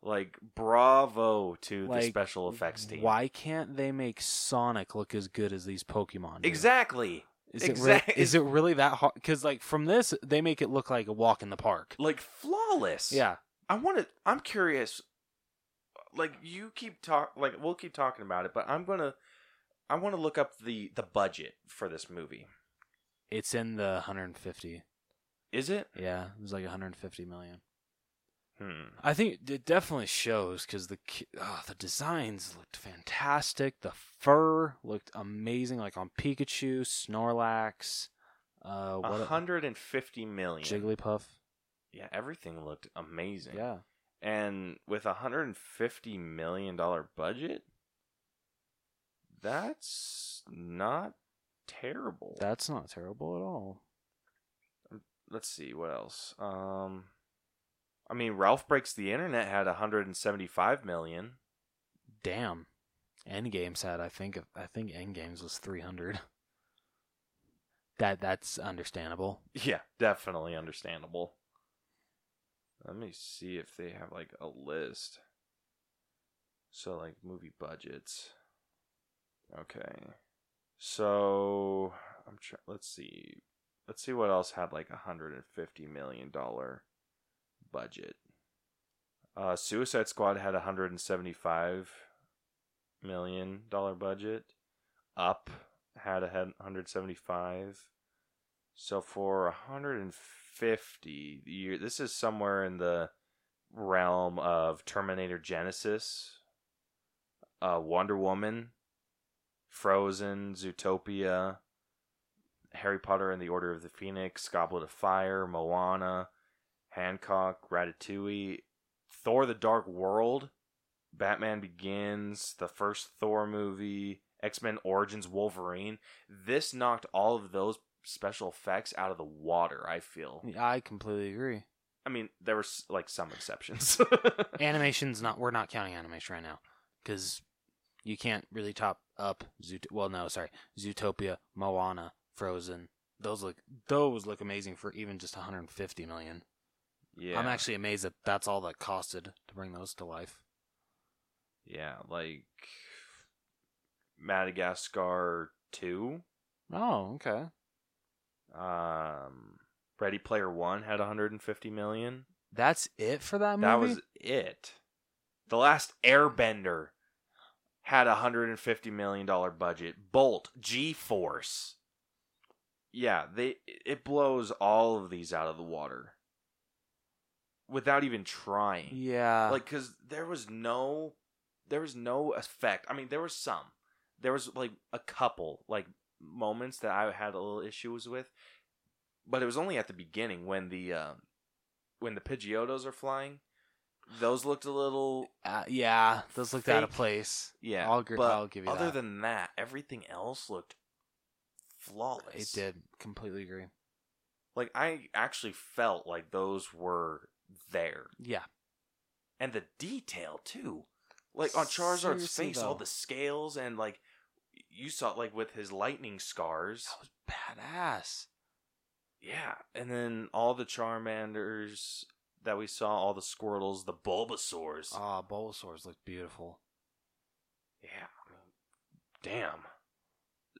[SPEAKER 1] Like bravo to the
[SPEAKER 2] Like,
[SPEAKER 1] special effects team.
[SPEAKER 2] Why can't they make Sonic look as good as these Pokemon? do?
[SPEAKER 1] Exactly.
[SPEAKER 2] Is it,
[SPEAKER 1] exact-
[SPEAKER 2] really, is it really that hard? Because like from this, they make it look like a walk in the park.
[SPEAKER 1] Like flawless.
[SPEAKER 2] Yeah.
[SPEAKER 1] I want to. I'm curious. Like you keep talk. Like we'll keep talking about it, but I'm gonna. I want to look up the the budget for this movie.
[SPEAKER 2] It's in the 150.
[SPEAKER 1] Is it?
[SPEAKER 2] Yeah, it was like 150 million.
[SPEAKER 1] Hmm.
[SPEAKER 2] I think it definitely shows because the ki- ah, the designs looked fantastic. The fur looked amazing, like on Pikachu, Snorlax, uh, what a-
[SPEAKER 1] 150 million.
[SPEAKER 2] Jigglypuff.
[SPEAKER 1] Yeah, everything looked amazing.
[SPEAKER 2] Yeah,
[SPEAKER 1] and with a hundred and fifty million dollar budget, that's not terrible.
[SPEAKER 2] that's not terrible at all.
[SPEAKER 1] Let's see what else. Um, I mean, Ralph Breaks the Internet had a hundred and seventy five million.
[SPEAKER 2] Damn, Endgames had I think I think Endgames was 300. That that's understandable.
[SPEAKER 1] Yeah, definitely understandable. Let me see if they have like a list. So like movie budgets. Okay. So I'm trying let's see. Let's see what else had like a hundred and fifty million dollar budget. Uh Suicide Squad had a hundred and seventy five million dollar budget. Up had a hundred seventy five. So for 150, you this is somewhere in the realm of Terminator Genesis, uh, Wonder Woman, Frozen, Zootopia, Harry Potter and the Order of the Phoenix, Goblet of Fire, Moana, Hancock, Ratatouille, Thor: The Dark World, Batman Begins, the first Thor movie, X Men Origins Wolverine. This knocked all of those special effects out of the water, I feel.
[SPEAKER 2] Yeah, I completely agree.
[SPEAKER 1] I mean, there were s- like some exceptions.
[SPEAKER 2] Animation's not. We're not counting animation right now because you can't really top up. Zoot- well, no, sorry, Zootopia, Moana, Frozen. Those look those look amazing for even just 150 million.
[SPEAKER 1] yeah.
[SPEAKER 2] I'm actually amazed that that's all that costed to bring those to life.
[SPEAKER 1] Yeah, like Madagascar 2.
[SPEAKER 2] Oh, okay.
[SPEAKER 1] Um, Ready Player 1 had 150 million.
[SPEAKER 2] That's it for that movie.
[SPEAKER 1] That was it. The last Airbender had a hundred and fifty million dollar budget. Bolt, G Force. Yeah, they it blows all of these out of the water without even trying.
[SPEAKER 2] yeah.
[SPEAKER 1] Like, cause there was no, there was no effect. I mean, there was some. There was like a couple like moments that I had a little issues with, but it was only at the beginning when the um, when the Pidgeotos are flying. Those looked a little
[SPEAKER 2] Uh, yeah, those looked out of
[SPEAKER 1] Fake.
[SPEAKER 2] place.
[SPEAKER 1] yeah.
[SPEAKER 2] I'll gr-
[SPEAKER 1] but
[SPEAKER 2] I'll give you
[SPEAKER 1] other
[SPEAKER 2] that.
[SPEAKER 1] than that, everything else looked flawless.
[SPEAKER 2] It did. Completely agree.
[SPEAKER 1] Like I actually felt like those were there,
[SPEAKER 2] Yeah.
[SPEAKER 1] and the detail too. Like on Charizard's
[SPEAKER 2] Seriously,
[SPEAKER 1] face, all
[SPEAKER 2] though.
[SPEAKER 1] the scales and like you saw it, like with his lightning scars.
[SPEAKER 2] That was badass.
[SPEAKER 1] Yeah, and then all the Charmanders that we saw, all the Squirtles, the Bulbasaur's.
[SPEAKER 2] Ah, Bulbasaur's looked beautiful.
[SPEAKER 1] Yeah. Damn.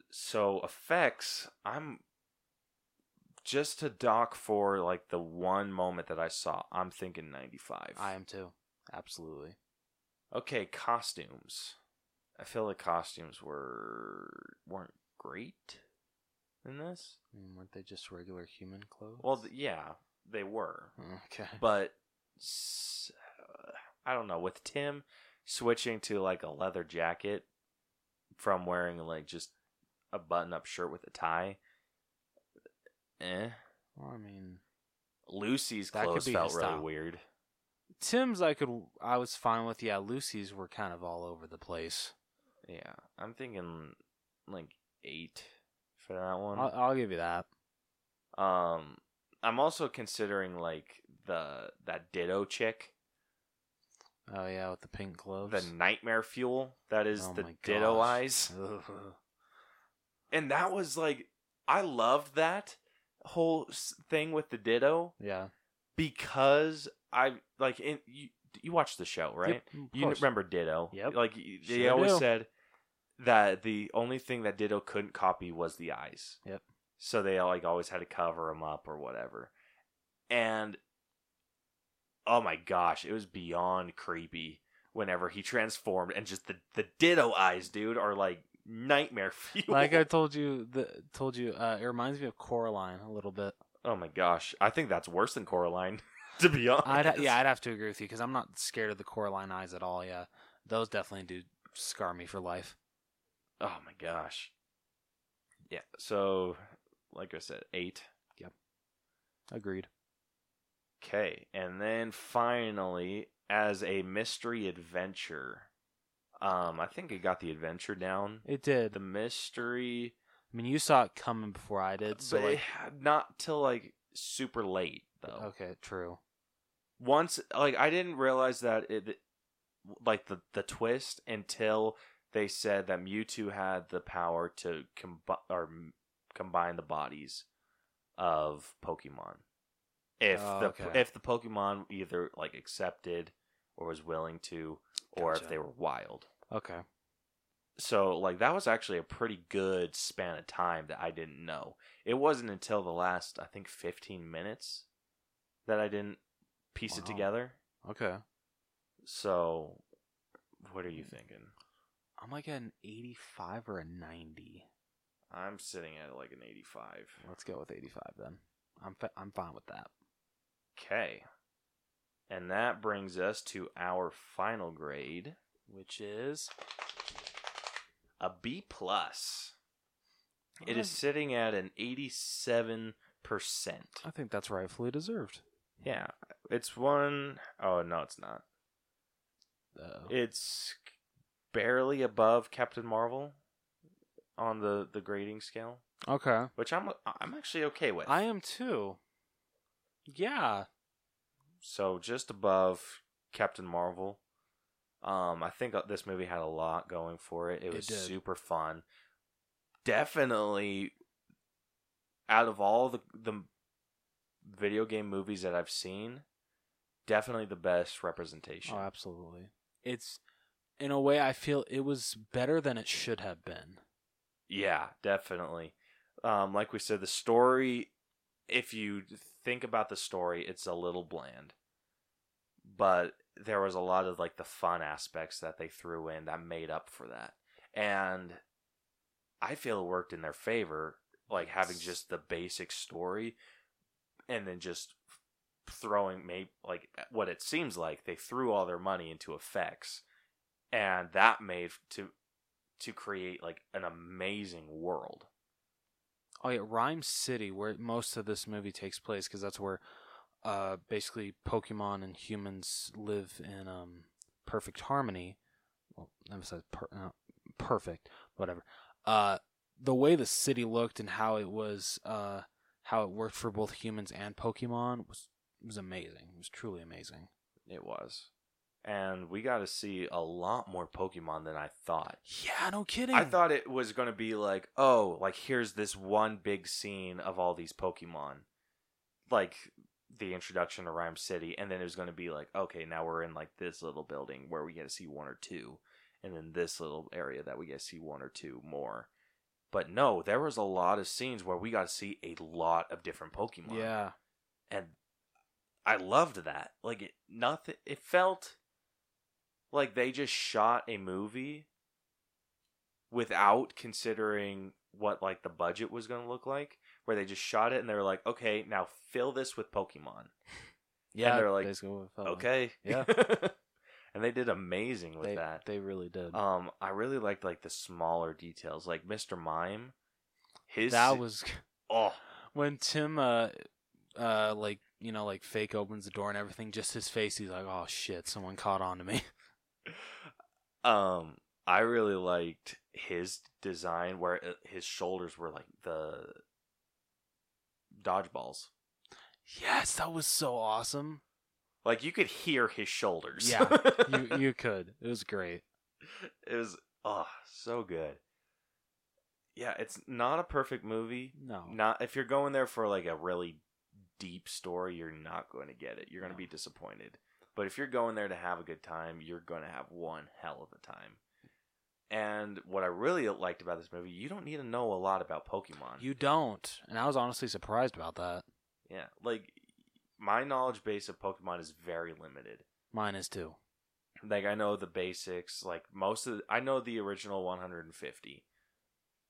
[SPEAKER 1] So effects, I'm just to dock for like the one moment that I saw. I'm thinking 95.
[SPEAKER 2] I am too. Absolutely.
[SPEAKER 1] Okay, costumes. I feel the costumes were weren't great in this.
[SPEAKER 2] I mean, weren't they just regular human clothes?
[SPEAKER 1] Well, th- yeah, they were.
[SPEAKER 2] okay.
[SPEAKER 1] But s- uh, I don't know, with Tim switching to like a leather jacket from wearing like just a button-up shirt with a tie. Eh.
[SPEAKER 2] Well, I mean,
[SPEAKER 1] Lucy's
[SPEAKER 2] That could
[SPEAKER 1] clothes
[SPEAKER 2] be
[SPEAKER 1] felt
[SPEAKER 2] his
[SPEAKER 1] really
[SPEAKER 2] style.
[SPEAKER 1] weird.
[SPEAKER 2] Tim's I could I was fine with. Yeah, Lucy's were kind of all over the place.
[SPEAKER 1] Yeah. I'm thinking like 8 for that one.
[SPEAKER 2] I'll, I'll give you that.
[SPEAKER 1] Um, I'm also considering like the that Ditto chick,
[SPEAKER 2] Oh yeah, with the pink gloves.
[SPEAKER 1] the nightmare fuel that is
[SPEAKER 2] Oh
[SPEAKER 1] the
[SPEAKER 2] my
[SPEAKER 1] Ditto
[SPEAKER 2] gosh.
[SPEAKER 1] eyes,
[SPEAKER 2] Ugh.
[SPEAKER 1] and that was like I loved that whole s- thing with the Ditto
[SPEAKER 2] yeah.
[SPEAKER 1] because I like in, you you watch the show right?
[SPEAKER 2] Yep, of
[SPEAKER 1] You
[SPEAKER 2] course.
[SPEAKER 1] remember Ditto?
[SPEAKER 2] Yep.
[SPEAKER 1] Like y- they
[SPEAKER 2] Sure
[SPEAKER 1] always
[SPEAKER 2] do.
[SPEAKER 1] said that the only thing that Ditto couldn't copy was the eyes.
[SPEAKER 2] Yep.
[SPEAKER 1] So they like always had to cover them up or whatever. And oh my gosh, it was beyond creepy whenever he transformed and just the the Ditto eyes, dude, are like nightmare fuel.
[SPEAKER 2] Like I told you, the told you, uh, it reminds me of Coraline a little bit.
[SPEAKER 1] oh my gosh, I think that's worse than Coraline. To be honest,
[SPEAKER 2] I'd ha- yeah, I'd have to agree with you because I'm not scared of the Coraline eyes at all. Yeah, those definitely do scar me for life.
[SPEAKER 1] Oh my gosh. Yeah. So, like I said, eight.
[SPEAKER 2] Agreed.
[SPEAKER 1] Okay, and then finally, as a mystery adventure, um, I think it got the adventure down.
[SPEAKER 2] It did.
[SPEAKER 1] The mystery,
[SPEAKER 2] I mean, you saw it coming before I did, so
[SPEAKER 1] but
[SPEAKER 2] like,
[SPEAKER 1] not till like super late though.
[SPEAKER 2] okay, true.
[SPEAKER 1] Once, like I didn't realize that it, like the the twist until they said that Mewtwo had the power to combi- or m- combine the bodies of Pokemon. If
[SPEAKER 2] Oh,
[SPEAKER 1] the
[SPEAKER 2] okay.
[SPEAKER 1] if the Pokemon either like accepted or was willing to, or if
[SPEAKER 2] Gotcha.
[SPEAKER 1] they were wild.
[SPEAKER 2] Okay,
[SPEAKER 1] So like that was actually a pretty good span of time that I didn't know. It wasn't until the last I think 15 minutes that I didn't piece it
[SPEAKER 2] Wow.
[SPEAKER 1] together.
[SPEAKER 2] okay.
[SPEAKER 1] So what are you thinking?
[SPEAKER 2] I'm like at an 85 or a 90.
[SPEAKER 1] I'm sitting at like an 85.
[SPEAKER 2] Let's go with 85 then. I'm fi- I'm fine with that.
[SPEAKER 1] Okay. And that brings us to our final grade,
[SPEAKER 2] Which is
[SPEAKER 1] a B plus. It is sitting at an 87%.
[SPEAKER 2] I think that's rightfully deserved.
[SPEAKER 1] Yeah, it's one oh no, it's not.
[SPEAKER 2] Uh,
[SPEAKER 1] It's barely above Captain Marvel on the the grading scale,
[SPEAKER 2] okay.
[SPEAKER 1] which I'm I'm actually okay with.
[SPEAKER 2] I am too. Yeah.
[SPEAKER 1] so just above Captain Marvel. Um, I think this movie had a lot going for it. It
[SPEAKER 2] It
[SPEAKER 1] was
[SPEAKER 2] did.
[SPEAKER 1] super fun. Definitely, out of all the the video game movies that I've seen, definitely the best representation.
[SPEAKER 2] Oh, absolutely. It's in a way I feel it was better than it should have been.
[SPEAKER 1] Yeah, definitely. Um, like we said, the story, if you think about the story, it's a little bland. But there was a lot of like the fun aspects that they threw in that made up for that. And I feel it worked in their favor, like having just the basic story and then just throwing maybe like what it seems like they threw all their money into effects and that made to to create like an amazing world.
[SPEAKER 2] Oh yeah, Rhyme City, where most of this movie takes place, because that's where uh, basically Pokemon and humans live in um, perfect harmony. Well, emphasize per- uh, perfect, whatever. Uh, the way the city looked and how it was, uh, how it worked for both humans and Pokemon was was amazing. It was truly amazing.
[SPEAKER 1] It was. And we got to see a lot more Pokemon than I thought.
[SPEAKER 2] Yeah, no kidding.
[SPEAKER 1] I thought it was going to be like, oh, like here's this one big scene of all these Pokemon. Like the introduction to Rhyme City. And then it was going to be like, okay, now we're in like this little building where we get to see one or two. And then this little area that we get to see one or two more. But no, there was a lot of scenes where we got to see a lot of different Pokemon.
[SPEAKER 2] Yeah,
[SPEAKER 1] and I loved that. Like it, nothing. It felt like they just shot a movie without considering what like the budget was going to look like. Where they just shot it and they were like, okay, now fill this with Pokemon.
[SPEAKER 2] yeah.
[SPEAKER 1] they're like,
[SPEAKER 2] basically what it felt like.
[SPEAKER 1] okay,
[SPEAKER 2] Uh-huh. Yeah.
[SPEAKER 1] and they did amazing with
[SPEAKER 2] they,
[SPEAKER 1] that.
[SPEAKER 2] they really did.
[SPEAKER 1] um, I really liked like the smaller details, like Mr. Mime. His
[SPEAKER 2] that was.
[SPEAKER 1] oh
[SPEAKER 2] when Tim uh uh like you know like fake opens the door and everything just his face he's like oh shit someone caught on to me
[SPEAKER 1] Um, I really liked his design where uh, his shoulders were like the dodgeballs.
[SPEAKER 2] yes that was so awesome
[SPEAKER 1] Like you could hear his shoulders.
[SPEAKER 2] Yeah, you you could it was great
[SPEAKER 1] it was oh so good. Yeah, it's not a perfect movie.
[SPEAKER 2] no
[SPEAKER 1] Not if you're going there for like a really deep story, you're not going to get it. You're going to
[SPEAKER 2] No.
[SPEAKER 1] be disappointed. But if you're going there to have a good time, you're going to have one hell of a time. And what I really liked about this movie, you don't need to know a lot about Pokemon.
[SPEAKER 2] you don't and I was honestly surprised about that
[SPEAKER 1] yeah, like my knowledge base of Pokemon is very limited.
[SPEAKER 2] mine is too
[SPEAKER 1] Like I know the basics, like most of the, I know the original 150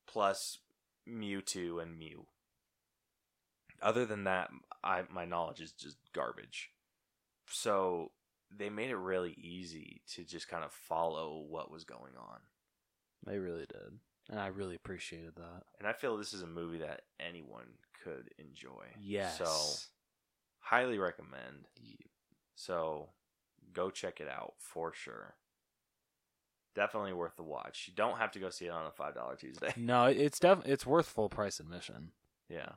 [SPEAKER 1] plus Mewtwo and Mew. Other than that, I my knowledge is just garbage. So they made it really easy to just kind of follow what was going on.
[SPEAKER 2] they really did and I really appreciated that
[SPEAKER 1] And I feel this is a movie that anyone could enjoy.
[SPEAKER 2] yes
[SPEAKER 1] So highly recommend. So go check it out for sure. Definitely worth the watch. You don't have to go see it on a five dollar Tuesday.
[SPEAKER 2] no it- it's def it's worth full price admission
[SPEAKER 1] yeah.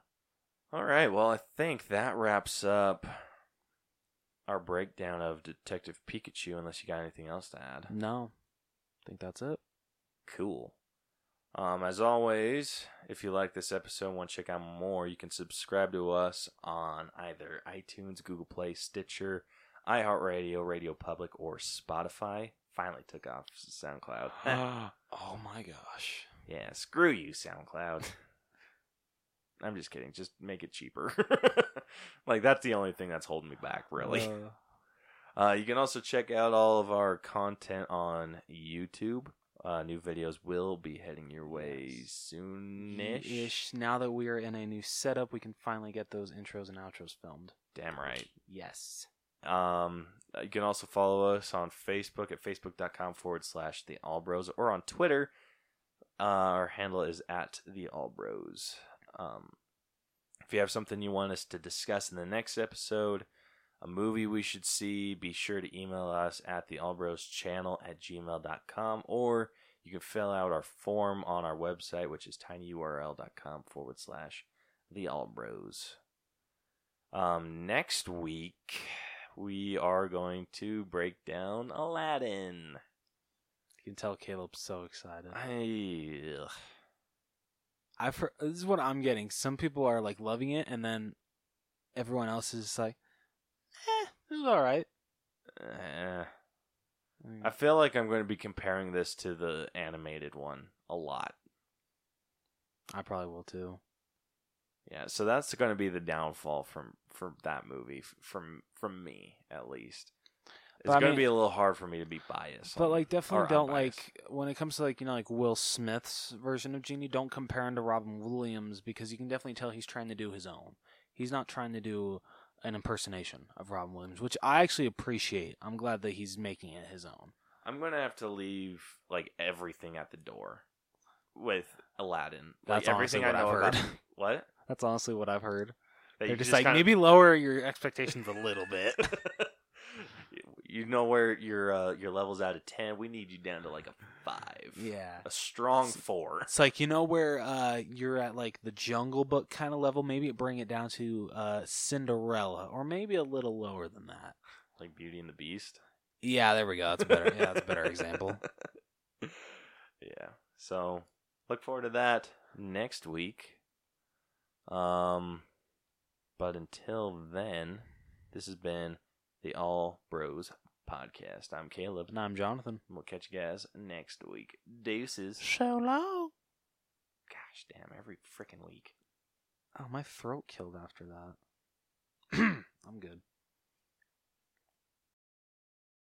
[SPEAKER 1] All right. Well, I think that wraps up our breakdown of Detective Pikachu. Unless you got anything else to add.
[SPEAKER 2] no I think that's it
[SPEAKER 1] Cool. Um, as always, if you like this episode and want to check out more, you can subscribe to us on either iTunes, Google Play, Stitcher, iHeartRadio, Radio Public, or Spotify. Finally took off SoundCloud. Eh,
[SPEAKER 2] oh my gosh.
[SPEAKER 1] yeah, screw you, SoundCloud. I'm just kidding. Just make it cheaper. like, that's the only thing that's holding me back, really.
[SPEAKER 2] Uh,
[SPEAKER 1] Uh, you can also check out all of our content on YouTube. Uh, new videos will be heading your way
[SPEAKER 2] Yes.
[SPEAKER 1] soonish.
[SPEAKER 2] Ish. Now that we are in a new setup, we can finally get those intros and outros filmed.
[SPEAKER 1] Damn right.
[SPEAKER 2] Yes.
[SPEAKER 1] Um, you can also follow us on Facebook at facebook.com forward slash the All Bros or on Twitter. Uh, our handle is at the All Bros. Um, if you have something you want us to discuss in the next episode, a movie we should see, be sure to email us at the channel at gmail.com or you can fill out our form on our website, which is tinyurl.com forward slash the Albros. Um, next week, we are going to break down Aladdin.
[SPEAKER 2] You can tell Caleb's so excited.
[SPEAKER 1] I, ugh.
[SPEAKER 2] I've heard, this is what I'm getting. Some people are like loving it, and then everyone else is just like, "Eh, this is all right."
[SPEAKER 1] Eh.
[SPEAKER 2] I mean,
[SPEAKER 1] I feel like I'm going to be comparing this to the animated one a lot.
[SPEAKER 2] I probably will too.
[SPEAKER 1] Yeah, so that's going to be the downfall from from that movie f- from from me at least. It's
[SPEAKER 2] But I
[SPEAKER 1] going
[SPEAKER 2] mean-
[SPEAKER 1] to be a little hard for me to be biased.
[SPEAKER 2] But
[SPEAKER 1] on-
[SPEAKER 2] like,
[SPEAKER 1] or
[SPEAKER 2] definitely don't
[SPEAKER 1] unbiased.
[SPEAKER 2] like when it comes to like you know like Will Smith's version of Genie. Don't compare him to Robin Williams because you can definitely tell he's trying to do his own. He's not trying to do an impersonation of Robin Williams, which I actually appreciate. I'm glad that he's making it his own.
[SPEAKER 1] I'm going to have to leave like everything at the door with Aladdin. Like
[SPEAKER 2] That's honestly
[SPEAKER 1] everything I know
[SPEAKER 2] what I've
[SPEAKER 1] about
[SPEAKER 2] heard.
[SPEAKER 1] what?
[SPEAKER 2] That's honestly what I've heard.
[SPEAKER 1] That
[SPEAKER 2] They're
[SPEAKER 1] you
[SPEAKER 2] just, like
[SPEAKER 1] kinda-
[SPEAKER 2] maybe lower your expectations a little bit.
[SPEAKER 1] you know where your uh, your levels out of 10. We need you down to like a 5.
[SPEAKER 2] yeah.
[SPEAKER 1] A strong 4.
[SPEAKER 2] It's like you know where uh, you're at like the Jungle Book kind of level. Maybe bring it down to uh, Cinderella, or maybe a little lower than that.
[SPEAKER 1] Like Beauty and the Beast.
[SPEAKER 2] Yeah, there we go. That's a better. Yeah, that's a better example.
[SPEAKER 1] yeah. So look forward to that next week. Um, but until then, this has been the All Bros Podcast. I'm Caleb, and
[SPEAKER 2] And I'm Jonathan.
[SPEAKER 1] we'll catch you guys next week. Deuces.
[SPEAKER 2] So long.
[SPEAKER 1] Gosh damn, every freaking week.
[SPEAKER 2] Oh, my throat killed after that. I'm good.